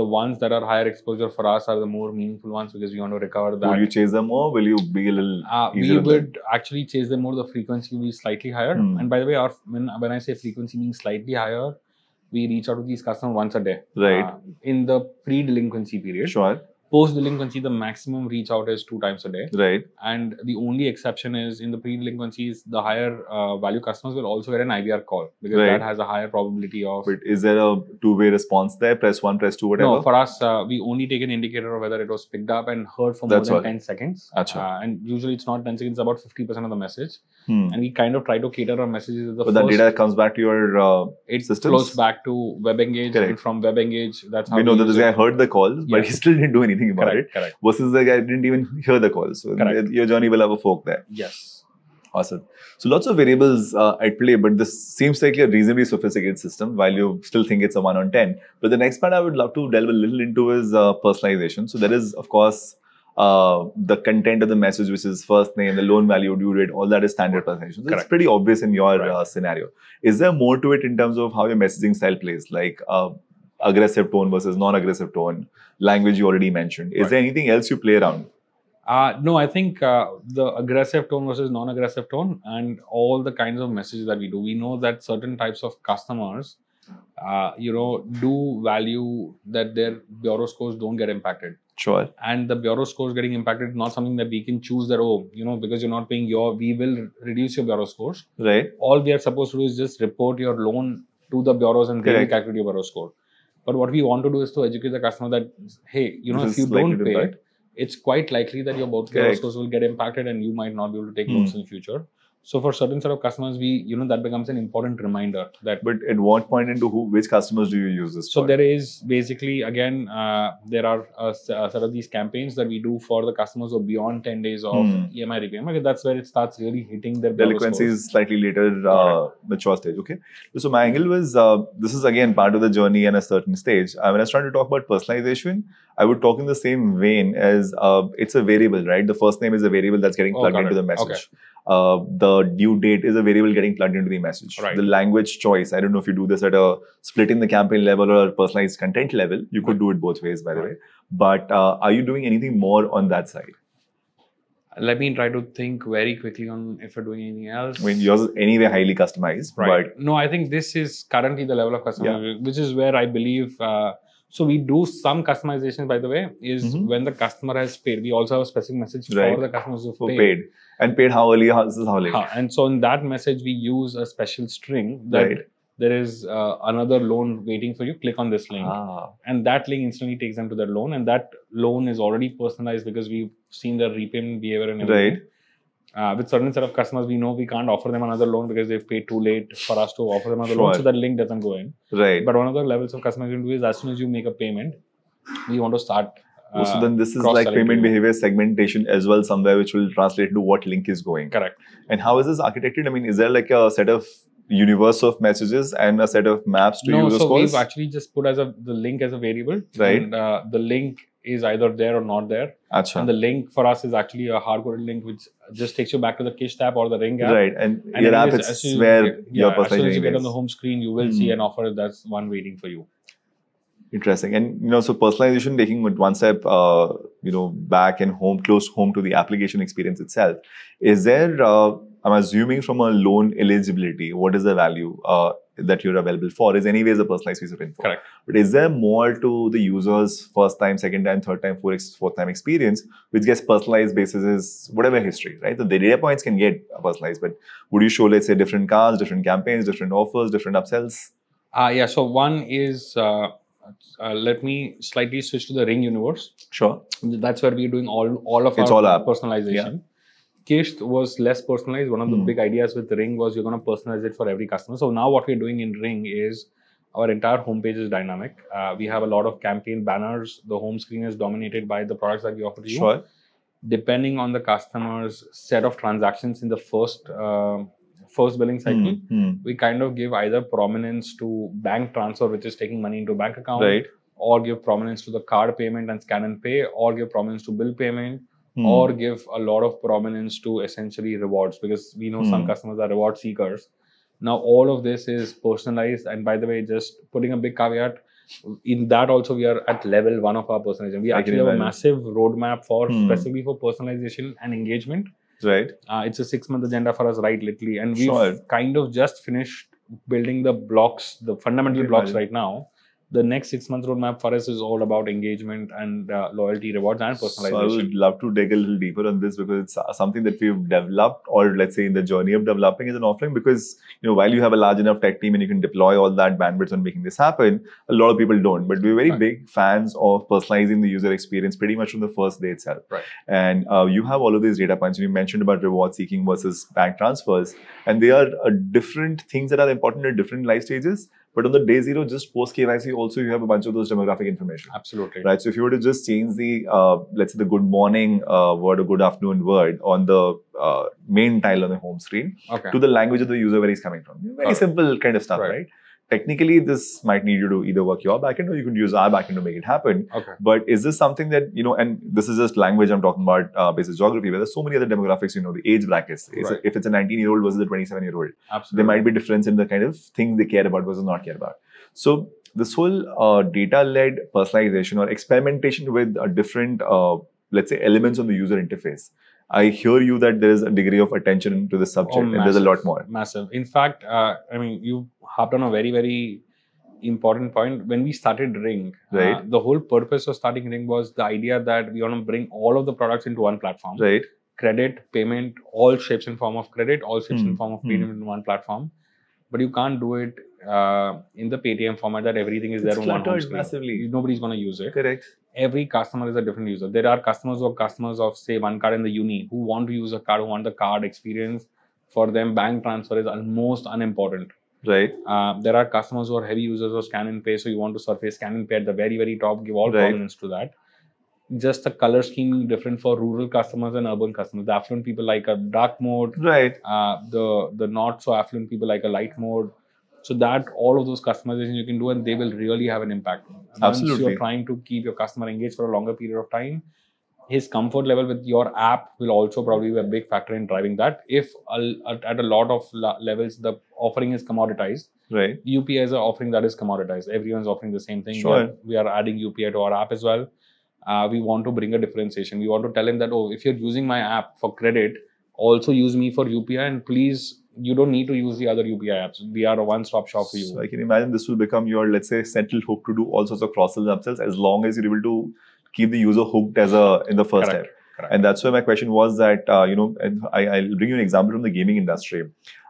Speaker 1: The ones that are higher exposure for us are the more meaningful ones because we want to recover
Speaker 2: Will
Speaker 1: that.
Speaker 2: you chase them more? Will you be a little
Speaker 1: uh, we
Speaker 2: easier on
Speaker 1: would actually chase them more. The frequency will be slightly higher.
Speaker 2: Hmm.
Speaker 1: And by the way, our when, when I say frequency means slightly higher, we reach out to these customers once a day.
Speaker 2: right?
Speaker 1: uh, in the pre-delinquency period.
Speaker 2: sure.
Speaker 1: Post delinquency, the maximum reach out is two times a day,
Speaker 2: Right.
Speaker 1: and the only exception is in the pre delinquencies, the higher uh, value customers will also get an IVR call because
Speaker 2: Right.
Speaker 1: that has a higher probability of.
Speaker 2: But is there a two-way response there? Press one, press two, whatever.
Speaker 1: No, for us, uh, we only take an indicator of whether it was picked up and heard for
Speaker 2: That's
Speaker 1: more
Speaker 2: all.
Speaker 1: than 10 seconds.
Speaker 2: Acha.
Speaker 1: Uh, and usually it's not 10 seconds, it's about 50% of the message.
Speaker 2: Hmm.
Speaker 1: And we kind of try to cater our messages. to The
Speaker 2: But that
Speaker 1: first-
Speaker 2: data comes back to your. Uh,
Speaker 1: it
Speaker 2: systems?
Speaker 1: flows back to WebEngage.
Speaker 2: Correct.
Speaker 1: And from WebEngage, that's how
Speaker 2: we know that
Speaker 1: use
Speaker 2: this
Speaker 1: it.
Speaker 2: guy heard the call, but
Speaker 1: Yeah.
Speaker 2: he still didn't do anything about
Speaker 1: Correct, correct.
Speaker 2: it. Versus the guy didn't even hear the call. So
Speaker 1: Correct.
Speaker 2: your journey will have a fork there.
Speaker 1: Yes.
Speaker 2: Awesome. So lots of variables uh, at play, but this seems like a reasonably sophisticated system. While you still think it's a one on ten, but the next part I would love to delve a little into is uh, personalization. So there is, of course, uh, the content of the message, which is first name, the loan value, due date, all that is standard personalization. So it's
Speaker 1: Correct.
Speaker 2: pretty obvious in your
Speaker 1: Right.
Speaker 2: uh, scenario. Is there more to it in terms of how your messaging style plays, like uh, aggressive tone versus non-aggressive tone, language you already mentioned? Is
Speaker 1: Right.
Speaker 2: there anything else you play around?
Speaker 1: Uh, no, I think uh, the aggressive tone versus non aggressive tone and all the kinds of messages that we do. We know that certain types of customers, uh, you know, do value that their bureau scores don't get impacted.
Speaker 2: Sure.
Speaker 1: And the bureau scores getting impacted is not something that we can choose that, oh, you know, because you're not paying your, we will reduce your bureau scores.
Speaker 2: Right.
Speaker 1: All we are supposed to do is just report your loan to the bureaus and they will
Speaker 2: Correct.
Speaker 1: calculate your bureau score. But what we want to do is to educate the customer that, hey, you know,
Speaker 2: This
Speaker 1: if
Speaker 2: is
Speaker 1: you
Speaker 2: likely
Speaker 1: don't
Speaker 2: to
Speaker 1: pay,
Speaker 2: impact.
Speaker 1: it's quite likely that your both
Speaker 2: Correct. Hmm.
Speaker 1: credit scores will get impacted and you might not be able to take loans in future. So for certain set of customers, we you know that becomes an important reminder that.
Speaker 2: But at what point into who, which customers do you use this
Speaker 1: So
Speaker 2: for?
Speaker 1: there is basically again uh, there are a, s- a set of these campaigns that we do for the customers who are beyond ten days of
Speaker 2: Hmm.
Speaker 1: EMI repayment. because That's where it starts really hitting their bureau
Speaker 2: delinquency
Speaker 1: scores.
Speaker 2: is slightly later uh, mature stage okay so my angle was uh, this is again part of the journey and a certain stage uh, when i was trying to talk about personalization i would talk in the same vein as uh, it's a variable right the first name is a variable that's getting
Speaker 1: Oh,
Speaker 2: plugged
Speaker 1: got
Speaker 2: into
Speaker 1: it.
Speaker 2: the message uh, the due date is a variable getting plugged into the message
Speaker 1: Right.
Speaker 2: the language choice i don't know if you do this at a splitting the campaign level or personalized content level you could do it both ways by the
Speaker 1: Right.
Speaker 2: way but uh, are you doing anything more on that side
Speaker 1: Let me try to think very quickly on if we're doing anything else.
Speaker 2: i mean yours is anyway highly customized
Speaker 1: right
Speaker 2: but
Speaker 1: no i think this is currently the level of customer which is where i believe uh, so we do some customization by the way is
Speaker 2: Mhm.
Speaker 1: when the customer has paid we also have a specific message
Speaker 2: Right.
Speaker 1: for the customers who
Speaker 2: for
Speaker 1: paid,
Speaker 2: paid and paid how early how, this is how late
Speaker 1: Huh. and so in that message we use a special string that
Speaker 2: right
Speaker 1: there is uh, another loan waiting for you click on this link
Speaker 2: ah
Speaker 1: and that link instantly takes them to their loan and that loan is already personalized because we've seen their repayment behavior and everything
Speaker 2: right
Speaker 1: Uh, with certain set of customers, we know we can't offer them another loan because they've paid too late for us to offer them another loan, so
Speaker 2: Sure.
Speaker 1: that link doesn't go in.
Speaker 2: Right.
Speaker 1: But one of the levels of customers we do is as soon as you make a payment, we want to start.
Speaker 2: Oh, so then this is like
Speaker 1: uh, cross-selling to
Speaker 2: payment
Speaker 1: you.
Speaker 2: behavior segmentation as well somewhere which will translate to what link is going.
Speaker 1: Correct.
Speaker 2: And how is this architected? I mean, is there like a set of universe of messages and a set of maps to
Speaker 1: no,
Speaker 2: use
Speaker 1: so
Speaker 2: calls?
Speaker 1: we've actually just put as a the link as a variable,
Speaker 2: Right.
Speaker 1: And uh, the link is either there or not there,
Speaker 2: Acha.
Speaker 1: and the link for us is actually a hardcoded link which just takes you back to the Kish tab or the Ring app.
Speaker 2: Right. And,
Speaker 1: And
Speaker 2: your app
Speaker 1: anyways,
Speaker 2: it's
Speaker 1: as soon as you
Speaker 2: where
Speaker 1: get-
Speaker 2: your
Speaker 1: yeah, as soon
Speaker 2: personalization
Speaker 1: as you get
Speaker 2: is. Hmm.
Speaker 1: on the home screen, you will see an offer that's one waiting for you.
Speaker 2: Interesting. And you know, so personalization taking it one step uh, you know, back and home close home to the application experience itself. Is there uh, I'm assuming from a loan eligibility, what is the value uh, that you're available for? Is anyways a personalized piece of info.
Speaker 1: Correct.
Speaker 2: But is there more to the user's first time, second time, third time, fourth, fourth time experience, which gets personalized basis is whatever history, right? So the data points can get personalized, but would you show, let's say, different cars, different campaigns, different offers, different upsells?
Speaker 1: Uh, yeah, so one is uh, uh, let me slightly switch to the Ring universe.
Speaker 2: Sure.
Speaker 1: That's where we're doing all all of
Speaker 2: It's
Speaker 1: our
Speaker 2: all app.
Speaker 1: personalization. Kish was less personalized. One of the
Speaker 2: Hmm.
Speaker 1: big ideas with Ring was you're going to personalize it for every customer. So now what we're doing in Ring is our entire homepage is dynamic. Uh, we have a lot of campaign banners. The home screen is dominated by the products that we offer to you.
Speaker 2: Sure.
Speaker 1: Depending on the customer's set of transactions in the first uh, first billing cycle,
Speaker 2: Mm, mm,
Speaker 1: we kind of give either prominence to bank transfer, which is taking money into bank account,
Speaker 2: Right.
Speaker 1: or give prominence to the card payment and scan and pay, or give prominence to bill payment,
Speaker 2: Mm,
Speaker 1: or give a lot of prominence to essentially rewards because we know some
Speaker 2: Hmm.
Speaker 1: customers are reward seekers. Now, all of this is personalized, and by the way, just putting a big caveat in that also we are at level one of our personalization. We
Speaker 2: I can
Speaker 1: actually have a
Speaker 2: imagine.
Speaker 1: massive roadmap for
Speaker 2: Hmm.
Speaker 1: specifically for personalization and engagement
Speaker 2: right
Speaker 1: uh, it's a six month agenda for us right literally and we've
Speaker 2: Sure.
Speaker 1: kind of just finished building the blocks the fundamental
Speaker 2: Okay,
Speaker 1: blocks
Speaker 2: fine.
Speaker 1: right now the next six month roadmap for us is all about engagement and uh, loyalty rewards and
Speaker 2: So I
Speaker 1: personalization
Speaker 2: would love to dig a little deeper on this because it's uh, something that we've developed, or let's say in the journey of developing as an offering. Because you know, while you have a large enough tech team and you can deploy all that bandwidth on making this happen, a lot of people don't. But we're very
Speaker 1: Right.
Speaker 2: big fans of personalizing the user experience pretty much from the first day itself.
Speaker 1: Right.
Speaker 2: And uh, you have all of these data points. You mentioned about reward seeking versus bank transfers, and they are uh, different things that are important at different life stages. But on the day zero, just post KYC, also you have a bunch of those demographic information
Speaker 1: absolutely
Speaker 2: right? So if you were to just change the, uh, let's say, the good morning uh, word or good afternoon word on the uh, main tile on the home screen
Speaker 1: okay
Speaker 2: to the language of the user where he's coming from. Very
Speaker 1: Correct.
Speaker 2: simple kind of stuff, right.
Speaker 1: Right.
Speaker 2: Technically, this might need you to either work your backend or you could use our backend to make it happen.
Speaker 1: okay
Speaker 2: But is this something that, you know, and this is just language I'm talking about, uh, basis geography, where there's so many other demographics, you know, the age brackets. It's a-
Speaker 1: Right.
Speaker 2: if it's a 19 year old versus a 27 year old
Speaker 1: absolutely
Speaker 2: there might be difference in the kind of things they care about versus not care about. So this whole uh, data-led personalization or experimentation with uh, different, uh, let's say, elements of the user interface. I hear you that there is a degree of attention to the subject,
Speaker 1: Oh,
Speaker 2: and there's a lot more.
Speaker 1: massive in fact uh, i mean you harped on a very very important point when we started ring uh,
Speaker 2: Right.
Speaker 1: the whole purpose of starting ring was the idea that we want to bring all of the products into one platform
Speaker 2: Right?
Speaker 1: credit payment all shapes and form of credit all shapes
Speaker 2: Hmm.
Speaker 1: and form of
Speaker 2: Hmm.
Speaker 1: payment in one platform but you can't do it uh, in the paytm format that everything is there on one home screen
Speaker 2: massively.
Speaker 1: You- nobody's going to use it
Speaker 2: Correct.
Speaker 1: every customer is a different user there are customers who are customers of say one card in the uni who want to use a card who want the card experience for them bank transfer is almost unimportant
Speaker 2: Right.
Speaker 1: uh, there are customers who are heavy users of scan and pay, so you want to surface scan and pay at the very, very top, give all
Speaker 2: Right.
Speaker 1: prominence to that. Just the color scheme different for rural customers and urban customers. The affluent people like a dark mode,
Speaker 2: Right.
Speaker 1: uh, the the not so affluent people like a light mode. So that all of those customizations you can do, and they will really have an impact. Once
Speaker 2: Absolutely.
Speaker 1: you're trying to keep your customer engaged for a longer period of time, his comfort level with your app will also probably be a big factor in driving that. If a, at, at a lot of la- levels the offering is commoditized,
Speaker 2: Right.
Speaker 1: UPI is an offering that is commoditized. Everyone's offering the same thing. We
Speaker 2: Sure.
Speaker 1: are- We are adding UPI to our app as well. Uh, we want to bring a differentiation. We want to tell him that, oh, if you're using my app for credit, also use me for UPI and please, you don't need to use the other UPI apps. We are a one stop shop for you.
Speaker 2: So I can imagine this will become your, let's say, central hook to do all sorts of cross-sells and upsells as long as you're able to keep the user hooked as a in the first step.
Speaker 1: Correct. Correct.
Speaker 2: And that's why my question was that, uh, you know, and I, I'll bring you an example from the gaming industry.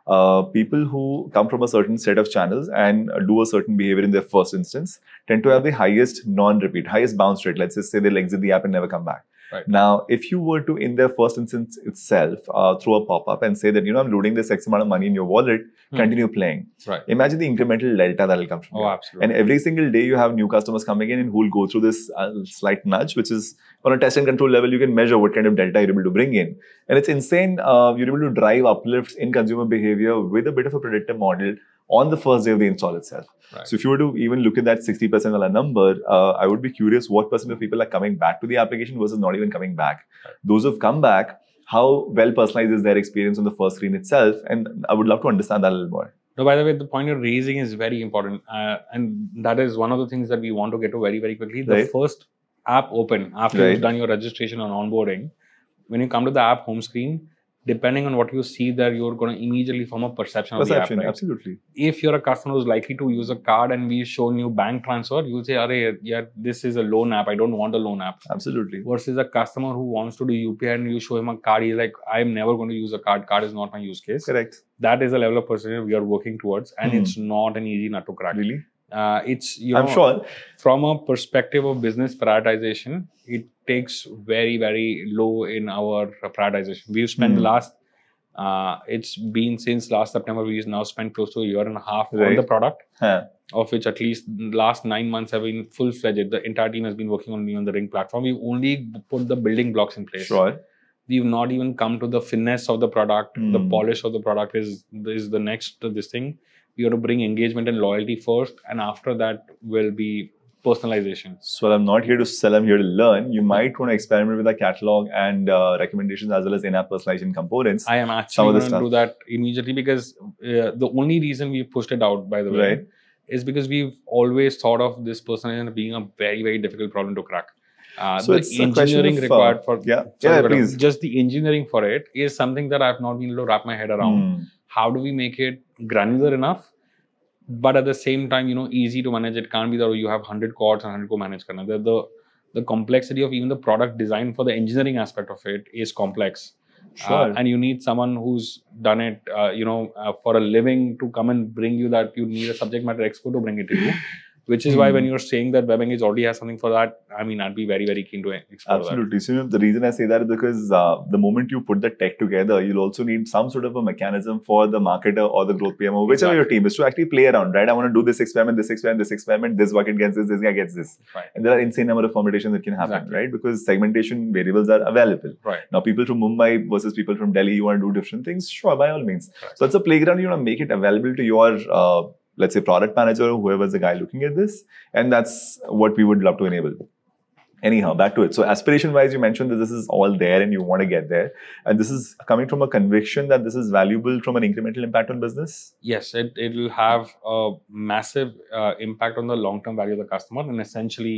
Speaker 2: Uh, people who come from a certain set of channels and do a certain behavior in their first instance tend to have the highest non repeat, highest bounce rate. Let's just say they'll exit the app and never come back.
Speaker 1: Right.
Speaker 2: Now, if you were to, in their first instance itself, uh, throw a pop up and say that, you know, I'm loading this X amount of money in your wallet,
Speaker 1: Hmm.
Speaker 2: continue playing.
Speaker 1: Right.
Speaker 2: Imagine the incremental delta that'll come from
Speaker 1: Oh,
Speaker 2: that.
Speaker 1: absolutely.
Speaker 2: And every single day you have new customers coming in and who will go through this uh, slight nudge, which is on a test and control level, you can measure what kind of delta you're able to bring in. And it's insane. Uh, you're able to drive uplifts in consumer behavior with a bit of a predictive model on the first day of the install itself.
Speaker 1: Right.
Speaker 2: So if you were to even look at that 60% of number, uh, I would be curious what percent of people are coming back to the application versus not even coming back. Those who've come back, how well personalized is their experience on the first screen itself? And I would love to understand that a little more.
Speaker 1: No, by the way, the point you're raising is very important, uh, and that is one of the things that we want to get to very, very quickly. The
Speaker 2: Right.
Speaker 1: first app open after
Speaker 2: Right.
Speaker 1: you've done your registration and onboarding, when you come to the app home screen, depending on what you see there, you're going to immediately form a perception,
Speaker 2: Perception,
Speaker 1: of the app. Right?
Speaker 2: absolutely.
Speaker 1: If you're a customer who's likely to use a card and we've shown you bank transfer, you'll say, "Arey, yeah, this is a loan app. I don't want a loan app."
Speaker 2: Absolutely.
Speaker 1: Versus a customer who wants to do UPI and you show him a card, he's like, "I'm never going to use a card. Card is not my use case."
Speaker 2: Correct.
Speaker 1: that is the level of percentage we are working towards and
Speaker 2: Hmm.
Speaker 1: it's not an easy nut to crack
Speaker 2: Really?
Speaker 1: uh, it's you know
Speaker 2: I'm sure.
Speaker 1: from a perspective of business prioritization it takes very very low in our prioritization we've spent the
Speaker 2: Hmm.
Speaker 1: last uh, it's been since last september we've now spent close to a year and a half on
Speaker 2: Right.
Speaker 1: the product
Speaker 2: Huh.
Speaker 1: of which at least last nine months have been full-fledged the entire team has been working on me on the ring platform we've only put the building blocks in place
Speaker 2: Sure.
Speaker 1: we've not even come to the finesse of the product the
Speaker 2: Mm.
Speaker 1: polish of the product is is the next to this thing we have to bring engagement and loyalty first and after that will be personalization
Speaker 2: So while I'm not here to sell, I'm here to learn.
Speaker 1: Mm-hmm.
Speaker 2: You might want to experiment with our catalog and uh, recommendations as well as in-app personalization components.
Speaker 1: i am
Speaker 2: Some
Speaker 1: actually
Speaker 2: of the
Speaker 1: going to
Speaker 2: stuff.
Speaker 1: do that immediately because uh, the only reason we pushed it out by the way
Speaker 2: Right.
Speaker 1: is because we've always thought of this personalization being a very very difficult problem to crack uh,
Speaker 2: So
Speaker 1: the
Speaker 2: it's a question
Speaker 1: engineering
Speaker 2: of, uh,
Speaker 1: required for
Speaker 2: yeah.
Speaker 1: Sorry,
Speaker 2: yeah,
Speaker 1: but, uh,
Speaker 2: please.
Speaker 1: just the engineering for it is something that i've not been able to wrap my head around
Speaker 2: Hmm.
Speaker 1: how do we make it granular enough but at the same time you know easy to manage it can't be that oh, you have 100 chords and 100 ko manage karna the, the the complexity of even the product design for the engineering aspect of it is complex Uh,
Speaker 2: Sure.
Speaker 1: and you need someone who's done it uh, you know uh, for a living to come and bring you that you need a subject matter expert to bring it to you which is why when
Speaker 2: Hmm.
Speaker 1: you're saying that web engage already has something for that i mean i'd be very very keen to explore
Speaker 2: Absolutely. So you know, the reason I say that is because uh, the moment you put the tech together, you'll also need some sort of a mechanism for the marketer or the growth PMO, whichever your team is, to actually play around. Right? I want to do this experiment, this experiment, this experiment. This bucket gets this, this guy gets this,
Speaker 1: that right
Speaker 2: and there are insane number of permutations that can happen.
Speaker 1: Exactly.
Speaker 2: Right? Because segmentation variables are available.
Speaker 1: right
Speaker 2: Now, people from Mumbai versus people from Delhi, you want to do different things? Sure, by all means.
Speaker 1: Correct.
Speaker 2: So it's a playground. You want to make it available to your, uh, let's say, product manager or whoever's the guy looking at this, and that's what we would love to enable. Anyhow, back to it. So, aspiration-wise, you mentioned that this is all there, and you want to get there, and this is coming from a conviction that this is valuable from an incremental impact on business.
Speaker 1: Yes, it it will have a massive uh, impact on the long term value of the customer, and essentially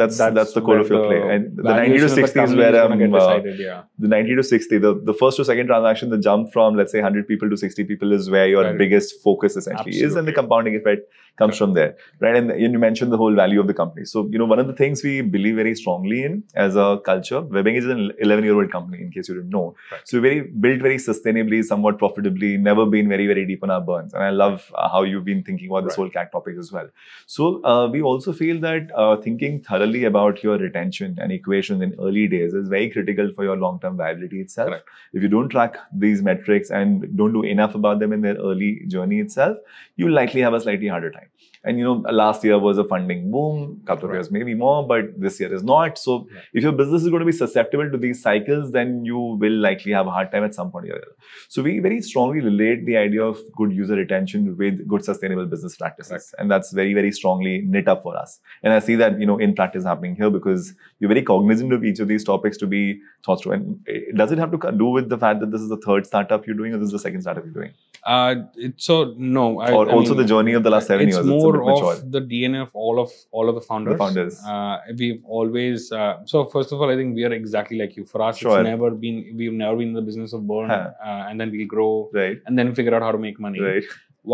Speaker 2: That's that's, the core
Speaker 1: where
Speaker 2: of your play. And the
Speaker 1: valuation
Speaker 2: 90 to
Speaker 1: of the
Speaker 2: 60 is
Speaker 1: company
Speaker 2: where
Speaker 1: gonna
Speaker 2: I'm
Speaker 1: get
Speaker 2: uh,
Speaker 1: decided, yeah.
Speaker 2: the 90 to 60 the, the first to second transaction the jump from let's say 100 people to 60 people is where your
Speaker 1: Right.
Speaker 2: biggest focus essentially is and the
Speaker 1: Absolutely.
Speaker 2: compounding effect comes
Speaker 1: Correct.
Speaker 2: from there right and, and you mentioned the whole value of the company so you know one of the things we believe very strongly in as a culture webbing is an 11 year old company in case you didn't know
Speaker 1: Right.
Speaker 2: so we very built very sustainably somewhat profitably never been very very deep on our burns and i love uh, how you've been thinking about this
Speaker 1: Right.
Speaker 2: whole CAC topic as well so uh, we also feel that uh, thinking thoroughly about your retention and equations in early days is very critical for your long-term viability itself.
Speaker 1: Correct.
Speaker 2: If you don't track these metrics and don't do enough about them in their early journey itself, you'll likely have a slightly harder time. And you know, last year was a funding boom, couple of
Speaker 1: Right.
Speaker 2: years maybe more, but this year is not. So
Speaker 1: Right.
Speaker 2: if your business is going to be susceptible to these cycles, then you will likely have a hard time at some point or the other. So we very strongly relate the idea of good user retention with good sustainable business practices,
Speaker 1: Correct.
Speaker 2: and that's very very strongly knit up for us. And I see that you know in practice happening here because you're very cognizant of each of these topics to be thought through. And it- does it have to co- do with the fact that this is the third startup you're doing, or this is the second startup you're doing,
Speaker 1: Uh, it, so no, I,
Speaker 2: or
Speaker 1: I
Speaker 2: also
Speaker 1: mean,
Speaker 2: the journey of the last seven
Speaker 1: it's
Speaker 2: years?
Speaker 1: more
Speaker 2: it's a bit mature.
Speaker 1: of the DNA of all of all of the founders.
Speaker 2: founders.
Speaker 1: Uh, we've always uh, so first of all, I think we are exactly like you. For us,
Speaker 2: Sure.
Speaker 1: it's never been we've never been in the business of burn,
Speaker 2: Huh.
Speaker 1: uh, and then we'll grow,
Speaker 2: Right,
Speaker 1: and then figure out how to make money.
Speaker 2: right,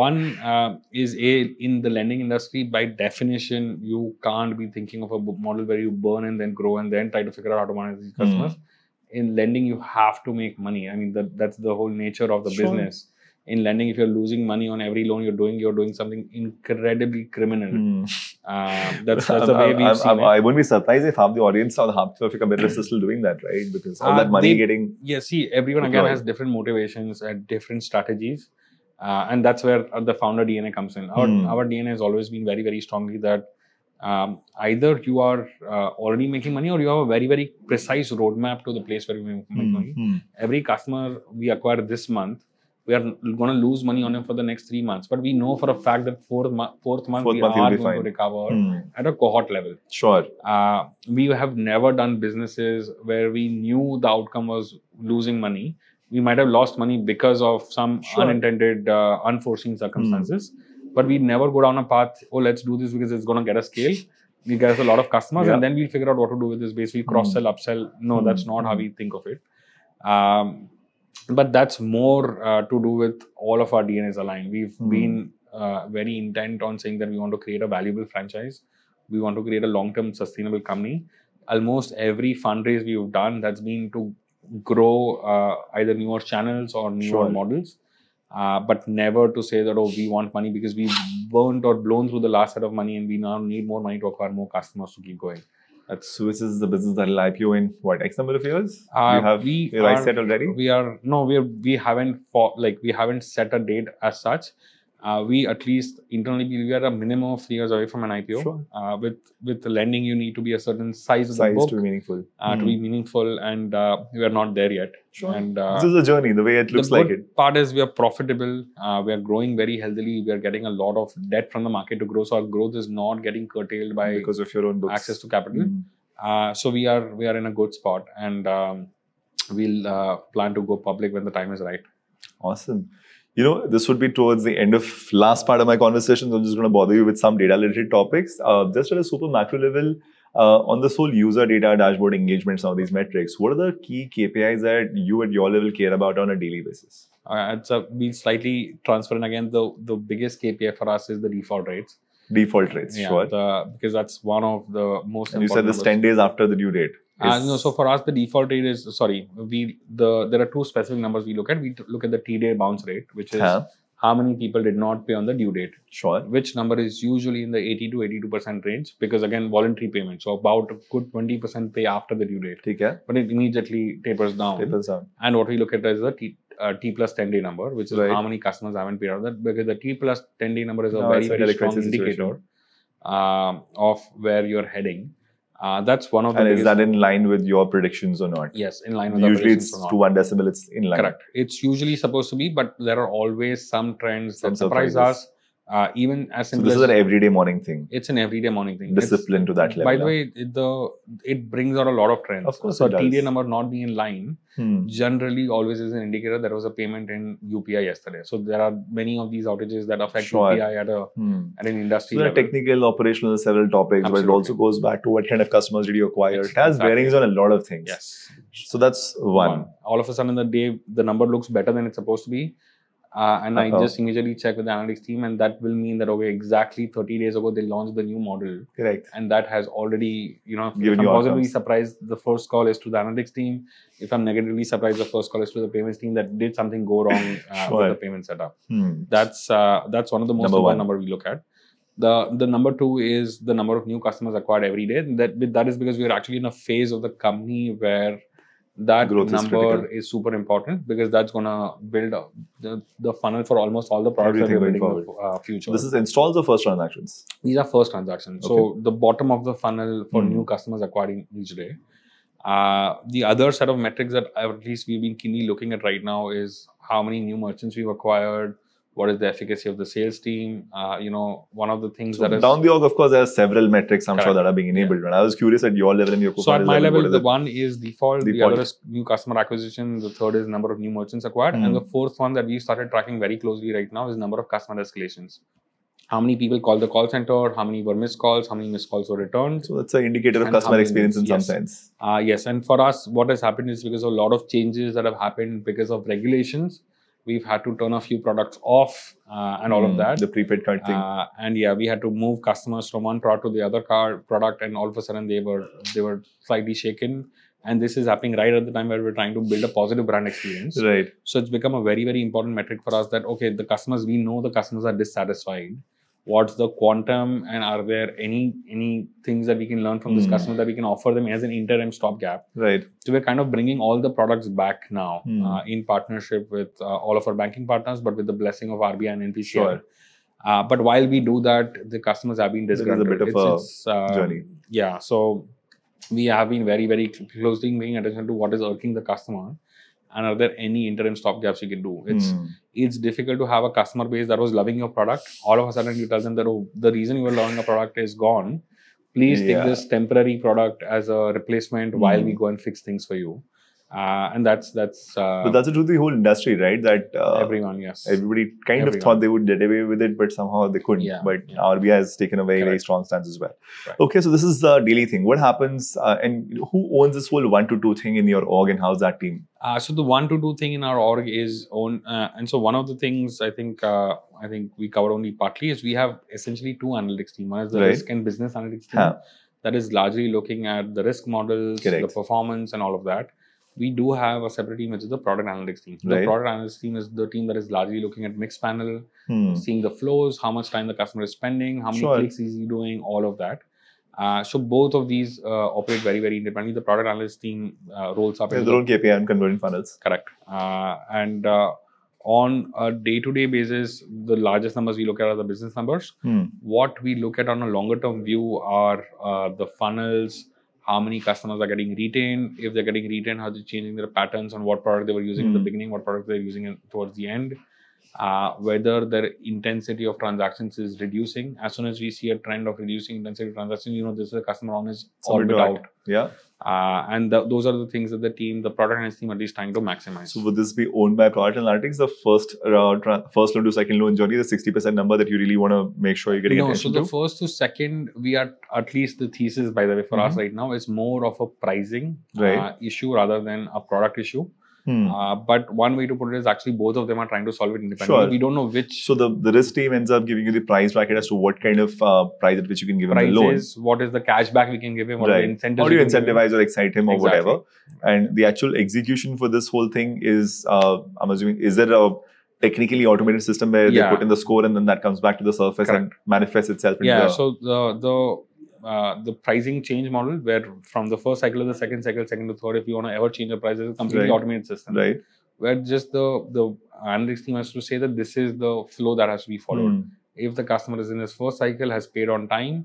Speaker 1: One uh, is a in the lending industry by definition you can't be thinking of a b- model where you burn and then grow and then try to figure out how to manage these
Speaker 2: Hmm.
Speaker 1: customers. In lending, you have to make money. I mean that that's the whole nature of the
Speaker 2: Sure.
Speaker 1: business. in lending if you're losing money on every loan you're doing you're doing something incredibly criminal
Speaker 2: Hmm.
Speaker 1: uh, that's that's the
Speaker 2: I'm-
Speaker 1: way
Speaker 2: I'm-
Speaker 1: we've
Speaker 2: I'm-
Speaker 1: seen it.
Speaker 2: I wouldn't be surprised if half the audience or half of your competitors are still doing that, right? Because all
Speaker 1: Uh,
Speaker 2: that money
Speaker 1: they-
Speaker 2: getting
Speaker 1: yeah see everyone again
Speaker 2: Deploy.
Speaker 1: has different motivations and different strategies uh, and that's where uh, the founder dna comes in our,
Speaker 2: Hmm.
Speaker 1: our dna has always been very very strongly that um, either you are uh, already making money or you have a very very precise roadmap to the place where you make make
Speaker 2: Hmm,
Speaker 1: money
Speaker 2: hmm.
Speaker 1: every customer we acquire this month we are going to lose money on him for the next three months but we know for a fact that fourth, mo- fourth month
Speaker 2: Fourth
Speaker 1: we
Speaker 2: month he'll
Speaker 1: are
Speaker 2: be
Speaker 1: going
Speaker 2: fine.
Speaker 1: to recover
Speaker 2: Hmm.
Speaker 1: at a cohort level
Speaker 2: Sure.
Speaker 1: uh, we have never done businesses where we knew the outcome was losing money. We might have lost money because of some
Speaker 2: Sure. Hmm.
Speaker 1: unintended, uh, unforeseen circumstances, but we never go down a path. Oh, let's do this because it's going to get us scale. We get us a lot of customers, and
Speaker 2: Yeah.
Speaker 1: then we'll figure out what to do with this base. We'll cross sell, upsell. No,
Speaker 2: Hmm.
Speaker 1: that's not how we think of it. Um, but that's more uh, to do with all of our DNAs aligned. We've
Speaker 2: Hmm.
Speaker 1: been uh, very intent on saying that we want to create a valuable franchise. We want to create a long-term sustainable company. Almost every fundraise we've done that's been to grow uh, either newer channels or newer
Speaker 2: Sure.
Speaker 1: models, uh, but never to say that oh we want money because we burned or blown through the last set of money and we now need more money to acquire more customers to keep going. That's
Speaker 2: So this is the business that will IPO in what X number of years?
Speaker 1: uh,
Speaker 2: you have
Speaker 1: we
Speaker 2: your eyes
Speaker 1: are-
Speaker 2: set already.
Speaker 1: we are no we are, we haven't for like we haven't set a date as such uh, we at least internally believe we are a minimum of three years away from an ipo
Speaker 2: Sure.
Speaker 1: uh, with with lending you need to be a certain size of the
Speaker 2: Size
Speaker 1: book
Speaker 2: to be meaningful.
Speaker 1: uh, to
Speaker 2: Hmm.
Speaker 1: be meaningful and uh, we are not there yet
Speaker 2: Sure.
Speaker 1: and uh,
Speaker 2: this is a journey. The way it looks
Speaker 1: the
Speaker 2: like
Speaker 1: good
Speaker 2: it.
Speaker 1: part is we are profitable uh, we are growing very healthily we are getting a lot of debt from the market to grow so our growth is not getting curtailed by
Speaker 2: because of your own books.
Speaker 1: access to capital
Speaker 2: Hmm.
Speaker 1: uh, so we are we are in a good spot and um, we'll uh, plan to go public when the time is right
Speaker 2: Awesome. You know, this would be towards the end of last part of my conversation. So I'm just going to bother you with some data related topics. Uh, just at a super macro level, uh, on this whole user data dashboard engagement, some of these metrics, what are the key KPIs that you at your level care about on a daily basis?
Speaker 1: Uh, it's a, been slightly transparent again. The the biggest KPI for us is the default rates.
Speaker 2: Default rates, sure.
Speaker 1: the- because that's one of the most.
Speaker 2: and you said
Speaker 1: important
Speaker 2: this 10 days after the due date.
Speaker 1: numbers.
Speaker 2: is-
Speaker 1: Uh, no, so for us the default rate is sorry. We the there are two specific numbers we look at. We t- look at the T day bounce rate, which is
Speaker 2: Huh?
Speaker 1: how many people did not pay on the due date,
Speaker 2: sure.
Speaker 1: which number is usually in the 80 to 82 percent range because again voluntary payment, so about a good 20 percent pay after the due date,
Speaker 2: Take care.
Speaker 1: but it immediately tapers down.
Speaker 2: Papers out.
Speaker 1: And what we look at is the T, uh, T plus 10 day number, which is
Speaker 2: Right.
Speaker 1: how many customers haven't paid out. That because the T plus 10 day number is a
Speaker 2: No,
Speaker 1: very
Speaker 2: it's a
Speaker 1: very
Speaker 2: direct
Speaker 1: strong
Speaker 2: crisis
Speaker 1: indicator um, of where you're heading. Uh, that's one of the
Speaker 2: And is
Speaker 1: biggest,
Speaker 2: that in line with your predictions or not?
Speaker 1: yes in line with the
Speaker 2: Usually
Speaker 1: operations
Speaker 2: it's
Speaker 1: or not.
Speaker 2: to one decimal, it's in line.
Speaker 1: correct. It's usually supposed to be, but there are always some trends
Speaker 2: Some
Speaker 1: that surprise
Speaker 2: surprises.
Speaker 1: us. Uh, even as
Speaker 2: So
Speaker 1: simple
Speaker 2: this is
Speaker 1: as
Speaker 2: an everyday morning thing.
Speaker 1: it's an everyday morning thing. It's-
Speaker 2: Discipline to that level.
Speaker 1: By the
Speaker 2: huh?
Speaker 1: way, it, the it brings out a lot of trends.
Speaker 2: Of course
Speaker 1: so
Speaker 2: it does.
Speaker 1: TDA number not being in line
Speaker 2: Hmm.
Speaker 1: generally always is an indicator there was a payment in UPI yesterday. So there are many of these outages that affect
Speaker 2: Sure.
Speaker 1: UPI at a
Speaker 2: Hmm.
Speaker 1: at an industry
Speaker 2: So there are
Speaker 1: level.
Speaker 2: technical, operational, several topics, but it
Speaker 1: Absolutely.
Speaker 2: also goes back to what kind of customers did you acquire. It has
Speaker 1: Exactly.
Speaker 2: bearings on a lot of things.
Speaker 1: yes,
Speaker 2: So that's one.
Speaker 1: All of a sudden, the day the number looks better than it's supposed to be, uh, and I
Speaker 2: Uh-oh.
Speaker 1: just immediately check with the analytics team, and that will mean that okay, exactly 30 days ago they launched the new model,
Speaker 2: Correct.
Speaker 1: and that has already you know
Speaker 2: Given
Speaker 1: if I'm
Speaker 2: you
Speaker 1: positively
Speaker 2: outcomes.
Speaker 1: surprised, the first call is to the analytics team. If I'm negatively surprised, the first call is to the payments team that did something go wrong uh,
Speaker 2: Sure.
Speaker 1: with the payment setup.
Speaker 2: Hmm.
Speaker 1: that's uh, that's one of the most
Speaker 2: Number one.
Speaker 1: important number we look at the the number two is the number of new customers acquired every day that that is because we are actually in a phase of the company where that
Speaker 2: Growth is
Speaker 1: number
Speaker 2: critical.
Speaker 1: is, super important because that's gonna build up the, the funnel for almost all the products
Speaker 2: Everything
Speaker 1: that we're
Speaker 2: going
Speaker 1: building in the uh, future
Speaker 2: This is installs or first transactions?
Speaker 1: these are first transactions so the bottom of the funnel for
Speaker 2: Hmm.
Speaker 1: new customers acquiring each day uh, the other set of metrics that at least we've been keenly looking at right now is how many new merchants we've acquired what is the efficacy of the sales team uh, you know one of the things that is
Speaker 2: Down the org, of course, there are several metrics I'm sure
Speaker 1: Correct.
Speaker 2: that are being enabled. And I was curious at your level and your
Speaker 1: so at
Speaker 2: co-founder's
Speaker 1: my
Speaker 2: what
Speaker 1: level
Speaker 2: is
Speaker 1: the
Speaker 2: it?
Speaker 1: one is default, the
Speaker 2: Default.
Speaker 1: other is new customer acquisition the third is number of new merchants acquired
Speaker 2: Hmm.
Speaker 1: and the fourth one that we've started tracking very closely right now is number of customer escalations how many people call the call center how many were missed calls how many missed calls were returned
Speaker 2: So that's an indicator of
Speaker 1: And
Speaker 2: customer
Speaker 1: how many
Speaker 2: experience in some
Speaker 1: minutes,
Speaker 2: sense.
Speaker 1: Uh, yes, and for us, what has happened is because of a lot of changes that have happened because of regulations, we've had to turn a few products off uh, and all
Speaker 2: Hmm.
Speaker 1: of that.
Speaker 2: The prepaid card thing.
Speaker 1: Uh, and yeah, we had to move customers from one product to the other car product, and all of a sudden they were they were slightly shaken, And this is happening right at the time where we're trying to build a positive brand experience.
Speaker 2: Right.
Speaker 1: So it's become a very, very important metric for us that, okay, the customers, we know the customers are dissatisfied. What's the quantum and are there any any things that we can learn from this
Speaker 2: Hmm.
Speaker 1: customer that we can offer them as an interim stopgap?
Speaker 2: Right.
Speaker 1: So we're kind of bringing all the products back now
Speaker 2: Hmm.
Speaker 1: uh, in partnership with uh, all of our banking partners, but with the blessing of RBI and NPCI.
Speaker 2: Sure.
Speaker 1: Uh, but while we do that, the customers have been
Speaker 2: There is a
Speaker 1: disgruntled.
Speaker 2: bit of a
Speaker 1: uh,
Speaker 2: Journey.
Speaker 1: yeah so we have been very very cl- closely paying attention to what is irking the customer and are there any interim stop gaps you can do it's
Speaker 2: Hmm.
Speaker 1: it's difficult to have a customer base that was loving your product all of a sudden you tell them that oh the reason you were loving your product is gone please
Speaker 2: Yeah.
Speaker 1: take this temporary product as a replacement while we
Speaker 2: Mm.
Speaker 1: go and fix things for you uh, and that's that's uh,
Speaker 2: But that's the truth of the whole industry, right? That uh,
Speaker 1: everyone yes
Speaker 2: everybody kind of
Speaker 1: Everyone.
Speaker 2: thought they would get away with it, but somehow they couldn't.
Speaker 1: Yeah,
Speaker 2: But
Speaker 1: yeah.
Speaker 2: RBI has taken a very, very
Speaker 1: Correct.
Speaker 2: strong stance as well.
Speaker 1: Right.
Speaker 2: Okay, so this is the daily thing. What happens uh, and who owns this whole one to two thing in your org and how's that team?
Speaker 1: Uh, so the one to do thing in our org is own, uh, and so one of the things I think uh, I think we cover only partly is we have essentially two analytics team. One is the
Speaker 2: Right.
Speaker 1: risk and business analytics team
Speaker 2: Huh.
Speaker 1: that is largely looking at the risk models, the
Speaker 2: Correct.
Speaker 1: performance, and all of that. We do have a separate team which is the product analytics team.
Speaker 2: Right.
Speaker 1: The product analytics team is the team that is largely looking at mixed panel,
Speaker 2: Hmm.
Speaker 1: seeing the flows, how much time the customer is spending, how many
Speaker 2: Sure.
Speaker 1: clicks is he doing, all of that. Uh, so both of these uh, operate very very independently. The product analytics team uh, rolls up
Speaker 2: Their
Speaker 1: into the
Speaker 2: own KPI and converting funnels.
Speaker 1: correct uh, and uh, on a day-to-day basis the largest numbers we look at are the business numbers
Speaker 2: Hmm.
Speaker 1: what we look at on a longer term view are uh, the funnels how many customers are getting retained if they're getting retained how they're changing their patterns on what product they were using in the
Speaker 2: Hmm.
Speaker 1: beginning what product they're using in- towards the end uh, whether their intensity of transactions is reducing as soon as we see a trend of reducing intensity of transactions you know this is a customer on his
Speaker 2: Somebody
Speaker 1: orbit
Speaker 2: to act.
Speaker 1: out
Speaker 2: Yeah.
Speaker 1: uh, and th- those are the things that the team the product and team at least trying to maximize
Speaker 2: So would this be owned by product analytics? The first uh, tra- first loan to second loan journey, the sixty percent number that you really want to make sure you're getting
Speaker 1: no, so
Speaker 2: attention
Speaker 1: the
Speaker 2: to.
Speaker 1: first to second, we are at least the thesis, by the way, for us right now is more of a pricing
Speaker 2: Mm-hmm. Right.
Speaker 1: uh, issue rather than a product issue.
Speaker 2: Hmm.
Speaker 1: Uh, but one way to put it is actually both of them are trying to solve it independently.
Speaker 2: Sure.
Speaker 1: We don't know which
Speaker 2: So the, the risk team ends up giving you the price bracket as to what kind of uh, price at which you can give him
Speaker 1: price
Speaker 2: the loan.
Speaker 1: is, what is the cashback we can give him, what are
Speaker 2: Right.
Speaker 1: the incentives.
Speaker 2: How do you
Speaker 1: we can give him.
Speaker 2: incentivize or excite him or
Speaker 1: Exactly.
Speaker 2: whatever? And the actual execution for this whole thing is, uh, I'm assuming, is there a technically automated system where
Speaker 1: Yeah.
Speaker 2: they put in the score and then that comes back to the surface and uh, manifests itself? in
Speaker 1: Yeah,
Speaker 2: the,
Speaker 1: so the the uh, the pricing change model, where from the first cycle to the second cycle, second to third, if you want to ever change the price, it's a completely
Speaker 2: Right.
Speaker 1: automated system.
Speaker 2: right.
Speaker 1: Where just the the analytics team has to say that this is the flow that has to be followed.
Speaker 2: Hmm.
Speaker 1: if the customer is in his first cycle has paid on time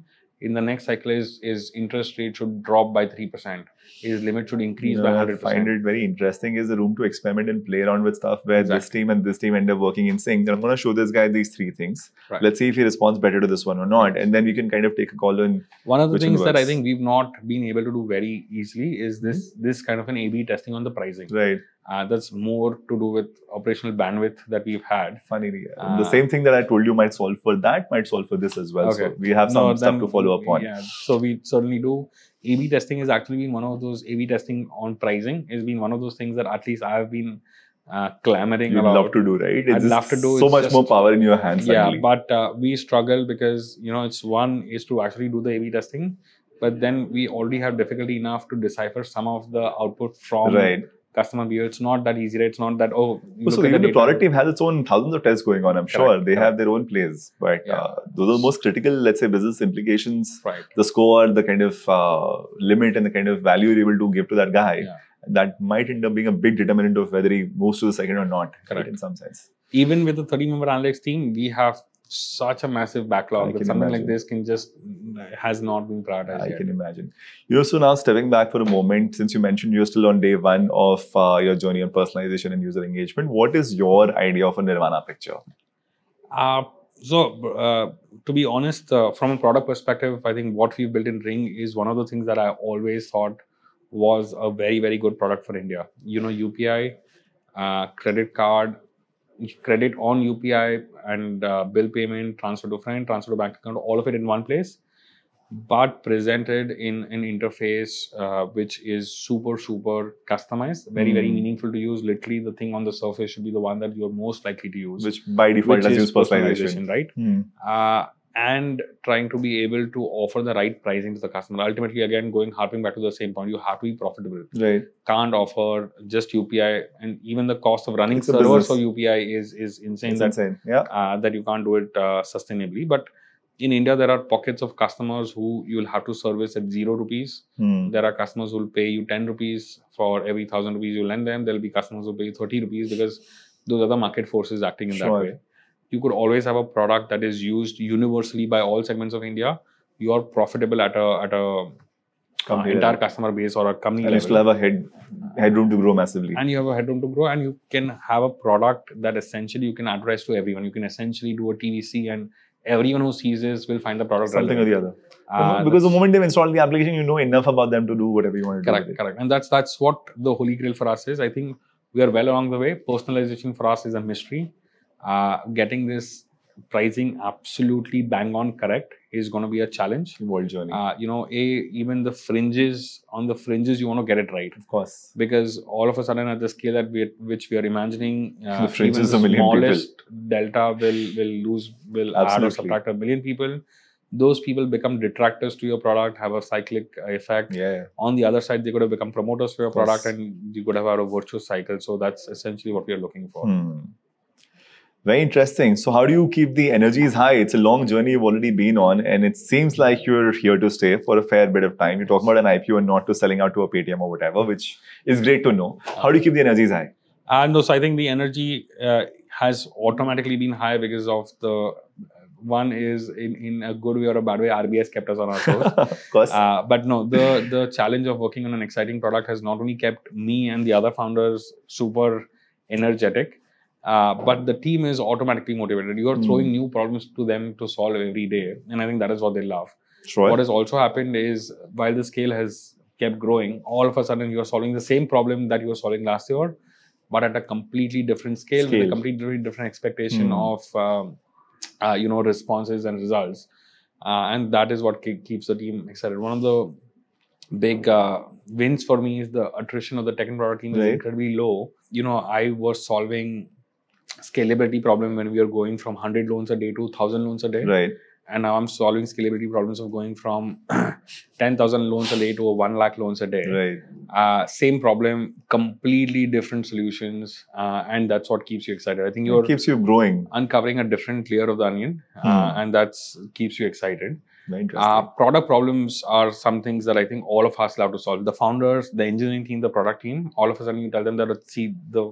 Speaker 1: in the next cycle is his interest rate should drop by 3% his limit should increase
Speaker 2: You
Speaker 1: by
Speaker 2: know, I
Speaker 1: 100%
Speaker 2: find it very interesting is the room to experiment and play around with stuff where this
Speaker 1: Exactly.
Speaker 2: team and this team end up working in sync. Then I'm going to show this guy these three things.
Speaker 1: Right.
Speaker 2: Let's see if he responds better to this one or not, and then we can kind of take a call and
Speaker 1: one of the
Speaker 2: which
Speaker 1: things that i
Speaker 2: works. Hmm?
Speaker 1: think we've not been able to do very easily is this this kind of an ab testing on the pricing
Speaker 2: right.
Speaker 1: uh, that's more to do with operational bandwidth that we've had
Speaker 2: Funny,
Speaker 1: Ah.
Speaker 2: the same thing that I told you might solve for that might solve for this as well. So
Speaker 1: Okay.
Speaker 2: we have some
Speaker 1: No,
Speaker 2: stuff
Speaker 1: then-
Speaker 2: to follow up on.
Speaker 1: yeah so we certainly do ab testing has actually been one of those ab testing on pricing has been one of those things that at least i've been uh, clamoring
Speaker 2: You'd
Speaker 1: about
Speaker 2: love to do, right? It's
Speaker 1: I'd
Speaker 2: just
Speaker 1: love to do,
Speaker 2: so
Speaker 1: it's
Speaker 2: much
Speaker 1: just-
Speaker 2: more power in your hands.
Speaker 1: yeah
Speaker 2: suddenly.
Speaker 1: but uh, we struggle because you know it's one is to actually do the a-b testing but then we already have difficulty enough to decipher some of the output from
Speaker 2: right.
Speaker 1: customer behavior it's not that easy right? it's not that oh you look
Speaker 2: So
Speaker 1: at
Speaker 2: even the
Speaker 1: data-
Speaker 2: product team has its own thousands of tests going on. I'm sure
Speaker 1: Correct,
Speaker 2: they
Speaker 1: correct.
Speaker 2: have their own plays, but
Speaker 1: Yeah.
Speaker 2: uh, those are the most critical, let's say, business implications.
Speaker 1: right
Speaker 2: The score, the kind of uh, limit, and the kind of value you're able to give to that guy.
Speaker 1: Yeah.
Speaker 2: That might end up being a big determinant of whether he moves to the second or not. right,
Speaker 1: Correct.
Speaker 2: in some sense.
Speaker 1: even with the 30 member analytics team we have such a massive
Speaker 2: I
Speaker 1: backlog that
Speaker 2: can
Speaker 1: something like
Speaker 2: imagine.
Speaker 1: this can just has not been prioritized
Speaker 2: I
Speaker 1: yet.
Speaker 2: can imagine. You're so now stepping back for a moment, since you mentioned you're still on day one of uh, your journey on personalization and user engagement. What is your idea of a Nirvana picture?
Speaker 1: Uh, so, uh, to be honest, uh, from a product perspective, I think what we've built in Ring is one of the things that I always thought was a very, very good product for India. You know, UPI, uh, credit card, credit on UPI, and uh, bill payment, transfer to friend, transfer to bank account, all of it in one place, but presented in an interface uh, which is super, super customized, very, very
Speaker 2: Mm.
Speaker 1: meaningful to use. Literally, the thing on the surface should be the one that you're most likely to use.
Speaker 2: which by default
Speaker 1: which
Speaker 2: assumes
Speaker 1: is
Speaker 2: personalization.
Speaker 1: right?
Speaker 2: Hmm.
Speaker 1: Uh, and trying to be able to offer the right pricing to the customer. Ultimately, again, going harping back to the same point, you have to be profitable.
Speaker 2: Right.
Speaker 1: Can't offer just UPI, and even the cost of running
Speaker 2: It's a
Speaker 1: servers
Speaker 2: business.
Speaker 1: for UPI is is insane.
Speaker 2: It's
Speaker 1: that
Speaker 2: insane. Yeah.
Speaker 1: uh, that you can't do it uh, sustainably. But in India, there are pockets of customers who you'll have to service at zero rupees.
Speaker 2: Hmm.
Speaker 1: There are customers who'll pay you 10 rupees for every thousand rupees you lend them. There'll be customers who pay you 30 rupees because those are the market forces acting in
Speaker 2: Sure.
Speaker 1: that way. You could always have a product that is used universally by all segments of India. You are profitable at a at a uh,
Speaker 2: Company
Speaker 1: entire
Speaker 2: level.
Speaker 1: customer base or a company
Speaker 2: And you
Speaker 1: level
Speaker 2: still have a head headroom to grow massively.
Speaker 1: and you have a headroom to grow and you can have a product that essentially you can address to everyone you can essentially do a tvc and everyone who sees this will find the product
Speaker 2: Something or
Speaker 1: relevant.
Speaker 2: the other.
Speaker 1: Uh,
Speaker 2: because the
Speaker 1: that's-
Speaker 2: moment they've installed the application, you know enough about them to do whatever you want to do.
Speaker 1: correct
Speaker 2: with it.
Speaker 1: correct and that's that's what the holy grail for us is i think we are well along the way personalization for us is a mystery uh, getting this pricing absolutely bang on correct is going to be a challenge
Speaker 2: World journey.
Speaker 1: uh, you know a even the fringes on the fringes you want to get it right
Speaker 2: of course.
Speaker 1: because all of a sudden at the scale at we, which we are imagining uh,
Speaker 2: The fringe
Speaker 1: even
Speaker 2: is
Speaker 1: the
Speaker 2: a million people.
Speaker 1: smallest delta will will lose will add or
Speaker 2: Absolutely.
Speaker 1: subtract a million people those people become detractors to your product have a cyclic effect
Speaker 2: Yeah. yeah.
Speaker 1: on the other side they could have become promoters to your product
Speaker 2: Yes.
Speaker 1: and you could have had a virtuous cycle so that's essentially what we are looking for
Speaker 2: Hmm. Very interesting. So, how do you keep the energies high? It's a long journey you've already been on, and it seems like you're here to stay for a fair bit of time. You're talking about an IPO and not to selling out to a Paytm or whatever, which is great to know. How do you keep the energies high?
Speaker 1: and also i think the energy uh, has automatically been high because of the uh, one is in, in a good way or a bad way RBI has kept us on our toes
Speaker 2: of course.
Speaker 1: Uh, but no, the the challenge of working on an exciting product has not only kept me and the other founders super energetic, uh, but the team is automatically motivated. You are
Speaker 2: Hmm.
Speaker 1: throwing new problems to them to solve every day, and I think that is what they love.
Speaker 2: sure.
Speaker 1: What has also happened is while the scale has kept growing, all of a sudden you are solving the same problem that you were solving last year, but at a completely different scale, with
Speaker 2: Scale.
Speaker 1: a completely different expectation
Speaker 2: Hmm.
Speaker 1: of um, uh, you know responses and results, uh, and that is what ke- keeps the team excited. One of the big uh, wins for me is the attrition of the tech and product team
Speaker 2: Right.
Speaker 1: is incredibly low. You know, I was solving scalability problem when we were going from 100 loans a day to 1000 loans a day
Speaker 2: right.
Speaker 1: and now I'm solving scalability problems of going from 10,000 loans a day to 1 lakh loans a day.
Speaker 2: Right.
Speaker 1: Uh, same problem, completely different solutions, uh, and that's what keeps you excited. I think you're
Speaker 2: It keeps you growing.
Speaker 1: uncovering a different layer of the onion, uh,
Speaker 2: Hmm.
Speaker 1: and that's keeps you excited.
Speaker 2: Very interesting.
Speaker 1: Uh, product problems are some things that I think all of us love to solve. The founders, the engineering team, the product team, all of a sudden you tell them that uh, see the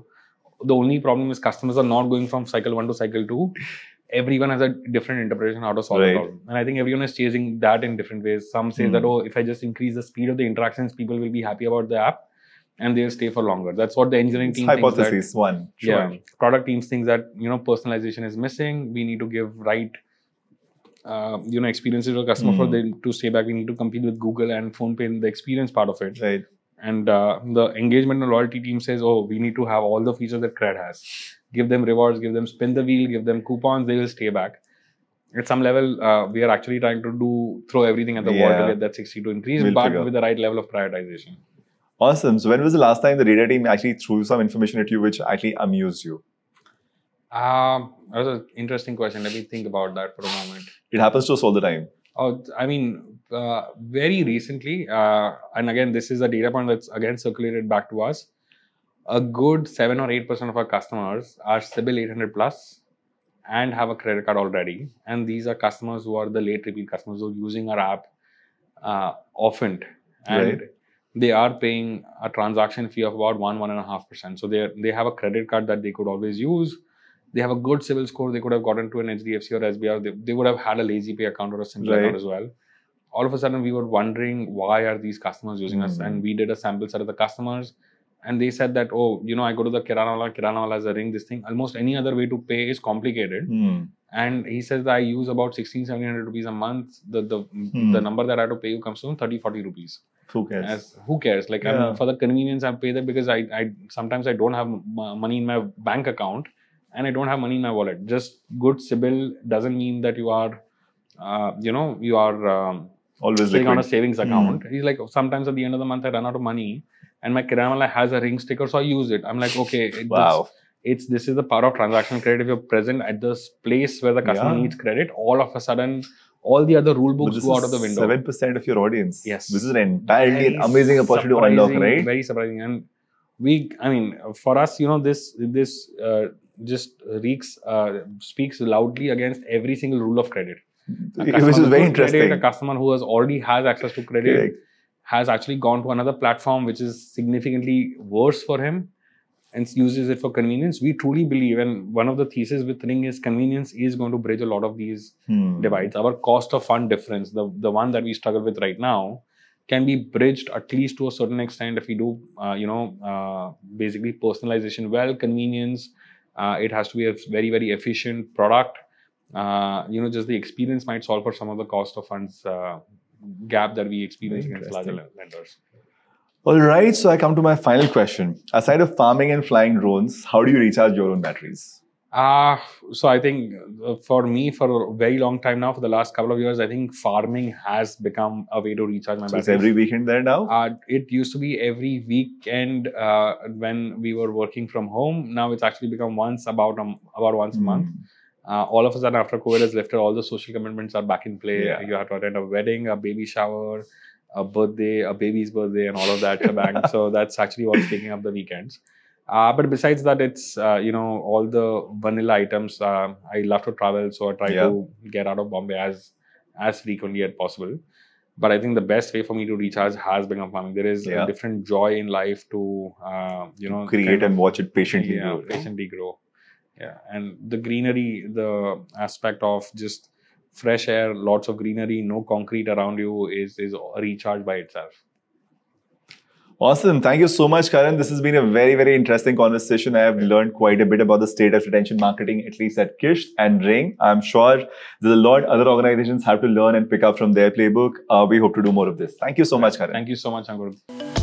Speaker 1: the only problem is customers are not going from cycle one to cycle two. Everyone has a different interpretation how to solve
Speaker 2: Right.
Speaker 1: the problem, and I think everyone is chasing that in different ways. Some say that
Speaker 2: Hmm.
Speaker 1: oh, if I just increase the speed of the interactions, people will be happy about the app, and they'll stay for longer. That's what the engineering
Speaker 2: It's
Speaker 1: team thinks that-
Speaker 2: hypothesis one. Sure.
Speaker 1: yeah product teams think that you know personalization is missing we need to give right uh, you know experiences to the customer for
Speaker 2: Mm.
Speaker 1: them to stay back we need to compete with google and phonepay in the experience part of it
Speaker 2: Right.
Speaker 1: and uh, the engagement and loyalty team says oh we need to have all the features that cred has give them rewards give them spin the wheel give them coupons they will stay back at some level uh, we are actually trying to do throw everything at the wall
Speaker 2: Yeah.
Speaker 1: to get that 62 increase
Speaker 2: We'll
Speaker 1: but
Speaker 2: figure.
Speaker 1: with the right level of prioritization
Speaker 2: Awesome. So, when was the last time the data team actually threw some information at you which actually amused you?
Speaker 1: um, that was an interesting question let me think about that for a moment
Speaker 2: It happens to us all the time.
Speaker 1: Oh, I mean, uh, very recently, uh, and again, this is a data point that's again circulated back to us. A good seven or eight percent of our customers are CIBIL 800 plus and have a credit card already, and these are customers who are the late repeat customers who are using our app uh, often, and they are paying a transaction fee of about one one and a half percent. So they they have a credit card that they could always use. They have a good CIBIL score. They could have gotten to an HDFC or SBR. They, they would have had a lazy pay account or a simple
Speaker 2: Right.
Speaker 1: account as well. All of a sudden, we were wondering why are these customers using us?
Speaker 2: Mm.
Speaker 1: And we did a sample set of the customers, and they said that oh, you know, I go to the Kirana wala, Kirana wala has a ring. This thing, almost any other way to pay is complicated
Speaker 2: Hmm.
Speaker 1: and he says that I use about 16 1700 rupees a month the the,
Speaker 2: Hmm.
Speaker 1: the number that I have to pay you comes to 30 40 rupees
Speaker 2: Who cares?
Speaker 1: as who cares like I
Speaker 2: Yeah.
Speaker 1: mean, for the convenience I pay that because I, I sometimes I don't have m- money in my bank account and I don't have money in my wallet just good Sybil doesn't mean that you are uh, you know you are um,
Speaker 2: Always
Speaker 1: sitting on a
Speaker 2: liquid. Hmm.
Speaker 1: savings account he's like sometimes at the end of the month I run out of money and my Kiramala has a ring sticker so I use it I'm like okay it,
Speaker 2: Wow.
Speaker 1: It's this is the power of transaction credit. If you're present at this place where the customer
Speaker 2: Yeah.
Speaker 1: needs credit, all of a sudden, all the other rule
Speaker 2: But
Speaker 1: books
Speaker 2: this
Speaker 1: go
Speaker 2: is
Speaker 1: out of the window.
Speaker 2: Seven percent of your audience.
Speaker 1: Yes.
Speaker 2: This is an entirely an
Speaker 1: Very
Speaker 2: amazing opportunity to unlock,
Speaker 1: surprising,
Speaker 2: right?
Speaker 1: Very surprising, and we, I mean, for us, you know, this this uh, just reeks uh, speaks loudly against every single rule of credit, A customer
Speaker 2: Which is
Speaker 1: with
Speaker 2: very
Speaker 1: good credit,
Speaker 2: interesting.
Speaker 1: a customer who has already has access to credit
Speaker 2: Correct.
Speaker 1: has actually gone to another platform which is significantly worse for him and uses it for convenience. We truly believe, and one of the theses with Ring is convenience is going to bridge a lot of these
Speaker 2: Hmm.
Speaker 1: divides. Our cost of fund difference, the, the one that we struggle with right now, can be bridged at least to a certain extent if we do, uh, you know, uh, basically personalization well, convenience. Uh, it has to be a very, very efficient product. Uh, you know, just the experience might solve for some of the cost of funds uh, gap that we experience
Speaker 2: Very
Speaker 1: against larger
Speaker 2: interesting.
Speaker 1: lenders.
Speaker 2: All right, so I come to my final question. Aside of farming and flying drones, how do you recharge your own batteries?
Speaker 1: Ah, so I think uh, for me, for a very long time now, for the last couple of years, I think farming has become a way to recharge my
Speaker 2: So it's
Speaker 1: batteries.
Speaker 2: every weekend there now.
Speaker 1: Uh, it used to be every weekend uh, when we were working from home. Now it's actually become once about um, about once a month.
Speaker 2: Hmm.
Speaker 1: Uh, all of a sudden, after COVID has lifted, all the social commitments are back in play.
Speaker 2: Yeah.
Speaker 1: You have to attend a wedding, a baby shower, a birthday, a baby's birthday, and all of that shebang. so that's actually what's taking up the weekends. Uh, but besides that, it's uh, you know all the vanilla items. Uh, I love to travel, so I try
Speaker 2: Yeah.
Speaker 1: to get out of Bombay as as frequently as possible. But I think the best way for me to recharge has been of farming. There is
Speaker 2: Yeah.
Speaker 1: a different joy in life to uh, you know
Speaker 2: Create
Speaker 1: kind of-
Speaker 2: and watch it patiently.
Speaker 1: yeah,
Speaker 2: grow, right?
Speaker 1: patiently grow. Yeah, and the greenery, the aspect of just fresh air, lots of greenery, no concrete around you is is a recharge by itself.
Speaker 2: Awesome. Thank you so much, Karan. This has been a very, very interesting conversation. I have learned quite a bit about the state of retention marketing, at least at Kish and Ring. I'm sure there's a lot other organizations have to learn and pick up from their playbook. Uh, we hope to do more of this. Thank you so much, Karan.
Speaker 1: Thank you so much, Ankur.